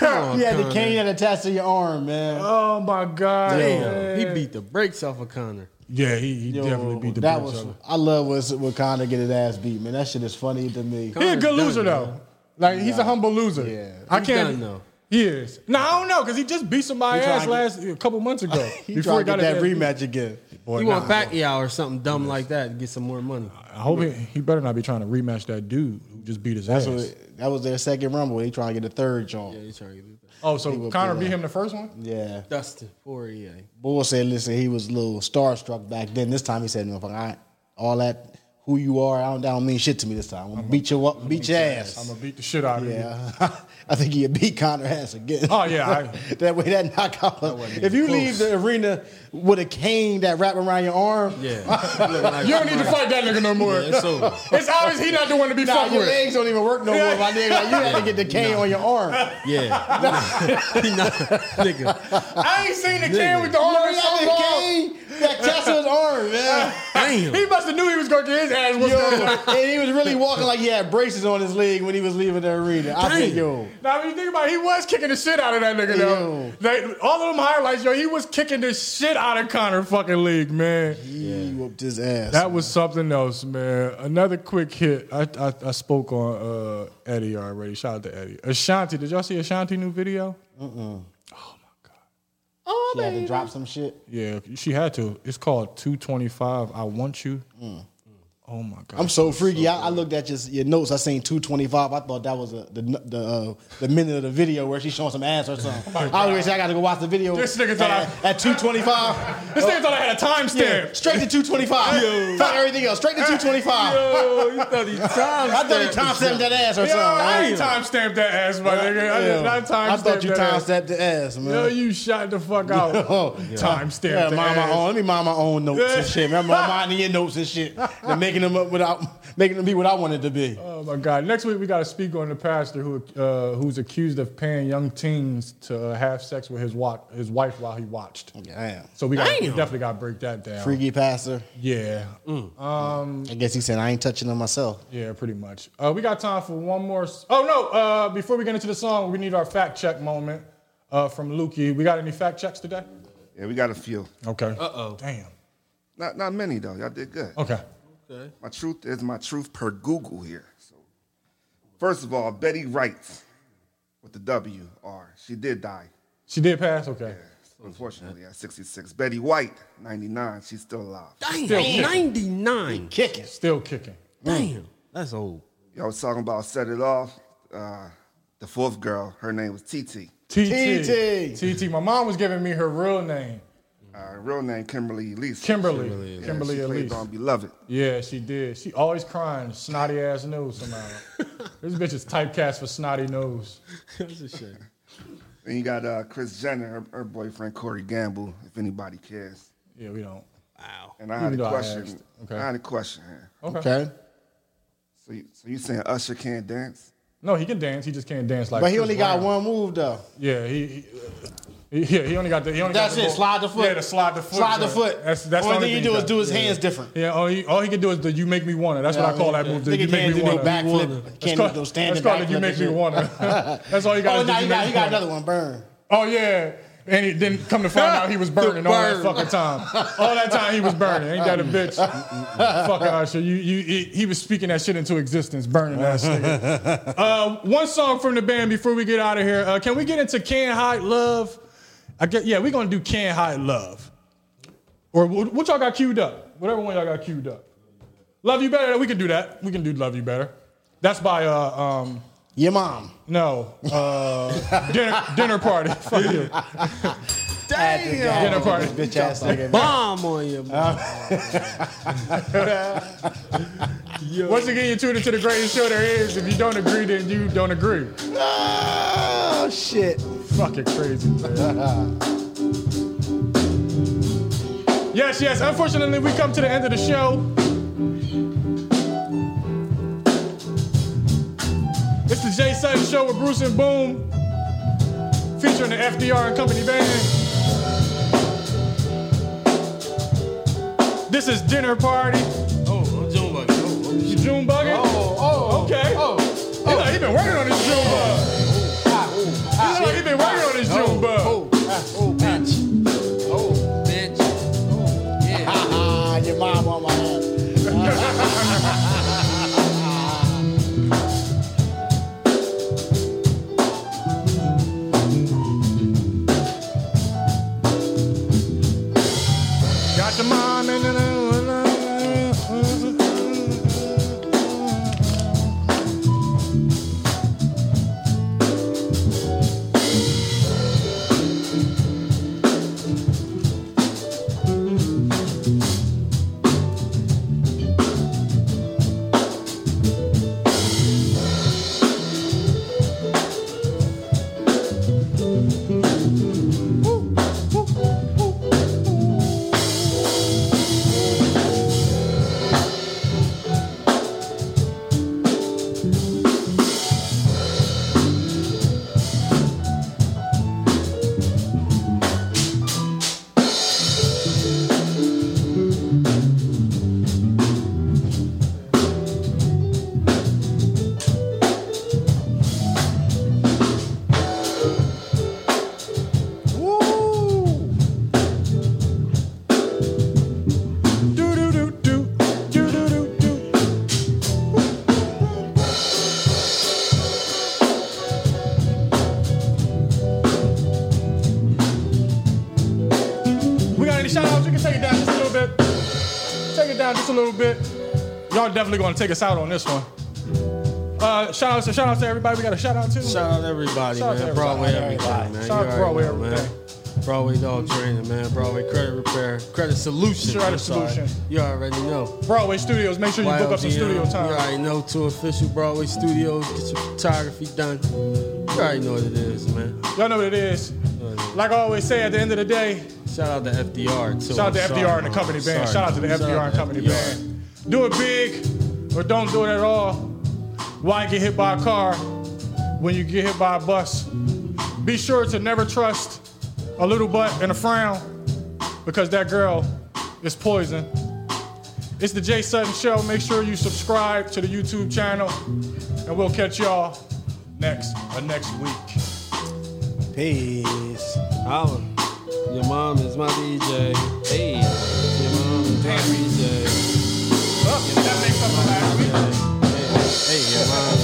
A: on,
C: he had the
A: Conor.
C: cane that attached to your arm, man.
B: Oh my god.
A: Damn. He
B: man.
A: beat the brakes off of Conor.
B: Yeah, he, he
C: Yo,
B: definitely beat the
C: that
B: brakes
C: was.
B: off.
C: I love when, when Conor get his ass beat, man. That shit is funny to me.
B: He's a good
A: Connor's
B: loser
A: done,
B: though. Like he's a humble loser.
C: Yeah.
B: I
A: He's
B: can't.
A: done, though.
B: He is. No, I don't know because he just beat somebody's
C: He tried
B: ass
C: to-
B: last a couple months ago.
C: He tried to get
B: his
C: that
B: ass beat.
C: rematch again.
B: Boy,
A: He
B: nah.
A: want Pacquiao or something dumb like that to get some more money.
B: I hope he, he better not be trying to rematch that dude who just beat his ass.
C: So it- that was their second rumble. He trying to get a third joint.
A: They trying to get that.
B: oh,
C: he
B: so
C: would
B: Connor
C: be
B: beat
C: like-
B: him the first one.
C: Yeah.
A: Dustin Poirier.
C: Bull said, listen, he was a little starstruck back then. This time he said, motherfucker, I, all that who you are, I don't, that don't mean shit to me this time. I'm gonna beat you up, beat your ass.
B: I'm gonna beat the shit out of you.
C: yeah. I think he'd beat Conor ass again.
B: Oh, yeah,
C: that way that knockout. was- if you leave the arena with a cane that wrap around your arm,
A: Yeah. Looking like
B: You don't need to fight that nigga no more.
A: it's over.
B: It's obvious he not the one to be
C: nah,
B: fucked
C: your
B: with.
C: legs don't even work no more, my nigga. Like, you had to get the cane on your arm.
A: Yeah. He not- nigga.
B: I ain't seen the can with the
C: You
B: arm in
C: Oh, had
B: so
C: the
B: long.
C: cane that attached to his arm, man.
A: Damn.
B: He must have knew he was gonna get his ass. whooped.
C: Yo, and he was really walking like he had braces on his leg when he was leaving the arena. I said,
A: Damn.
C: yo,
B: Now, when you think about it, he was kicking the shit out of that nigga, though.
C: Yo.
B: They, all of them highlights, yo, he was kicking the shit out of Connor fucking League, man.
C: he whooped his ass.
B: That was something else, man. Another quick hit. I, I, I spoke on uh, Eddie already. Shout out to Eddie. Ashanti, did y'all see Ashanti new video?
C: she had to drop some shit.
B: Yeah, she had to. It's called 225 I Want You. Oh my God.
C: I'm so freaky. I, I looked at your, your notes. I seen 225. I thought that was a, the the uh, the minute of the video where she's showing some ass or something. I always say I got to go watch the video.
B: Oh, This nigga thought
C: at, at 225.
B: this nigga thought I had a
C: Yeah,
B: timestamp.
C: straight to 225. Fuck everything else. Straight to 225.
A: Yo, you thought he timed
C: I thought he
A: stamped
C: time stamped that ass or
B: Yo, I
C: something.
B: ain't timestamped that ass, my nigga. I
C: Yeah.
B: did not timestamp
C: I thought you
B: that
C: time
B: ass.
C: stamped the ass, man.
B: Yo, you shot the fuck out.
C: Oh,
B: Timestamp.
C: Yeah,
B: the
C: mind my
B: ass.
C: own. Let me mind my own notes and shit. Man, I'm minding your notes and shit. And making them up without making them be what I wanted to be.
B: Oh my God! Next week we got to speak on the pastor who uh, who's accused of paying young teens to uh, have sex with his wa- his wife while he watched.
C: Damn.
B: So we, gotta, we
A: Damn.
B: definitely got to break that down.
C: Freaky pastor.
B: Yeah,
C: I guess he said I ain't touching them myself.
B: yeah, pretty much. Uh, we got time for one more. s- oh no! Uh, before we get into the song, we need our fact check moment. uh, from Lukey. We got any fact checks today?
E: Yeah, we got a few.
B: Okay. Uh oh. Damn.
E: Not not many though. Y'all did good.
B: Okay.
E: My truth is my truth per Google here. So, first of all, Betty writes with the W R. She did die,
B: She did pass. Okay.
E: unfortunately, at 66. Betty White, 99. She's still alive.
A: Damn,
B: Still kicking.
A: 99.
C: Kicking.
B: Still kicking.
A: Damn, that's old.
E: Y'all was talking about set it off. Uh, the fourth girl, her name was TT.
B: TT.
C: TT.
B: TT. My mom was giving me her real name,
E: Uh, her real name Kimberly Elise.
B: Kimberly.
E: Yeah,
B: Kimberly
E: she played
B: Elise.
E: on Beloved.
B: Yeah, she did. She always crying, snotty ass nose somehow. this bitch is typecast for snotty nose.
A: That's a shame.
E: Then you got uh, Chris Jenner, her, her boyfriend Corey Gamble, if anybody cares.
B: Yeah, we don't.
A: Wow.
E: And I had a
B: Even though I
E: question.
B: asked. Okay.
E: I had a question here.
C: Okay.
E: So, you, so you saying Usher can't dance?
B: No, he can dance. He just can't dance like.
C: But he
B: Chris
C: only got
B: Brown.
C: one move though.
B: Yeah, he. he he- yeah, he only got the. He only
C: That's
B: got the
C: it.
B: ball.
C: Slide the foot.
B: Yeah, the slide the foot.
C: Slide the
B: joint.
C: foot.
B: That's that's the
C: Only
B: only thing
C: thing you do
B: he
C: is
B: does.
C: do his hands different.
B: Yeah, all he, all he can do is the you make me wanna. That's what I call that move. The,
C: Nigga
B: you make
C: can't
B: me
C: do no
B: wanna.
C: backflip.
B: That's
C: Can't
B: called-
C: do no standing
B: That's called
C: backflip.
B: the you make me
C: and
B: wanna. that's all you got. is
C: shit. Oh,
B: the
C: now
B: you
C: he got,
B: make
C: he
B: me
C: got
B: wanna.
C: another one. Burn.
B: Oh yeah. And he didn't come to find out he was burning all that
A: burn.
B: fucking time. All that time he was burning. Ain't that a bitch? Fucking Usher. You, you, he, he was speaking that shit into existence, burning that shit. Uh, one song from the band before we get out of here. Uh, can we get into Can't Hide Love? I get, yeah, we're going to do Can't Hide Love. Or what what y'all got queued up? Whatever one y'all got queued up. Love You Better, we can do that. We can do Love You Better. That's by, uh, um,
C: Your mom.
B: no, uh, dinner, dinner Party. Fuck you.
A: Damn.
B: Dinner Party.
C: Bitch ass nigga.
A: Bomb on you, man.
B: Once again, you're tuned into the greatest show there is. If you don't agree, then you don't agree.
C: Oh shit.
B: Fucking crazy, man. yes, yes. Unfortunately, we come to the end of the show. It's the Jay Sutton Show with Bruce and Boom, featuring the FDR and Company Band. This is Dinner Party.
A: Oh, I'm doing like, oh,
B: You June bugging?
C: Oh, Oh,
B: Okay. He look like he been working on his June bug. He look like he been working on his June bug.
A: bitch. Oh, bitch. Oh, yeah.
C: Ah, your mom on my hand.
B: Got your mom in the Do do do do do do do do. We got any shout outs? You can take it down just a little bit. Take it down just a little bit. Y'all definitely gonna take us out on this one. Uh, shout outs to shout outs to everybody. We got a shout out to.
A: Shout out everybody,
B: Shout out
A: man.
B: to
A: Broadway
B: everybody.
A: everything,
B: Shout
A: man. You
B: out
A: already
B: Broadway
A: know, man.
B: everything.
A: Broadway dog training, man. Broadway credit repair, credit solution.
B: Credit
A: I'm sorry.
B: Solution.
A: You already know.
B: Broadway Studios. Make sure you book up some
A: YLDM.
B: studio time.
A: You already know. Two official Broadway studios. Get your photography done. You already know what it is, man.
B: Y'all know what it is. Like I always say, at the end of the day,
A: Shout out to FDR too.
B: shout out to
A: I'm sorry,
B: FDR and the
A: Mom.
B: company band.
A: Sorry.
B: Shout out to the
A: Shout
B: FDR and
A: to
B: company
A: FDR.
B: band. Do it big or don't do it at all. Why get hit by a car when you get hit by a bus? Be sure to never trust a little butt and a frown because that girl is poison. It's the Jay Sutton Show. Make sure you subscribe to the YouTube uh, channel and we'll catch y'all next or next week.
F: Peace.
A: Holla. Your mom is my DJ. Hey. Your mom is my DJ.
B: That makes Oh, up for last week.
A: Hey, your E mom. E E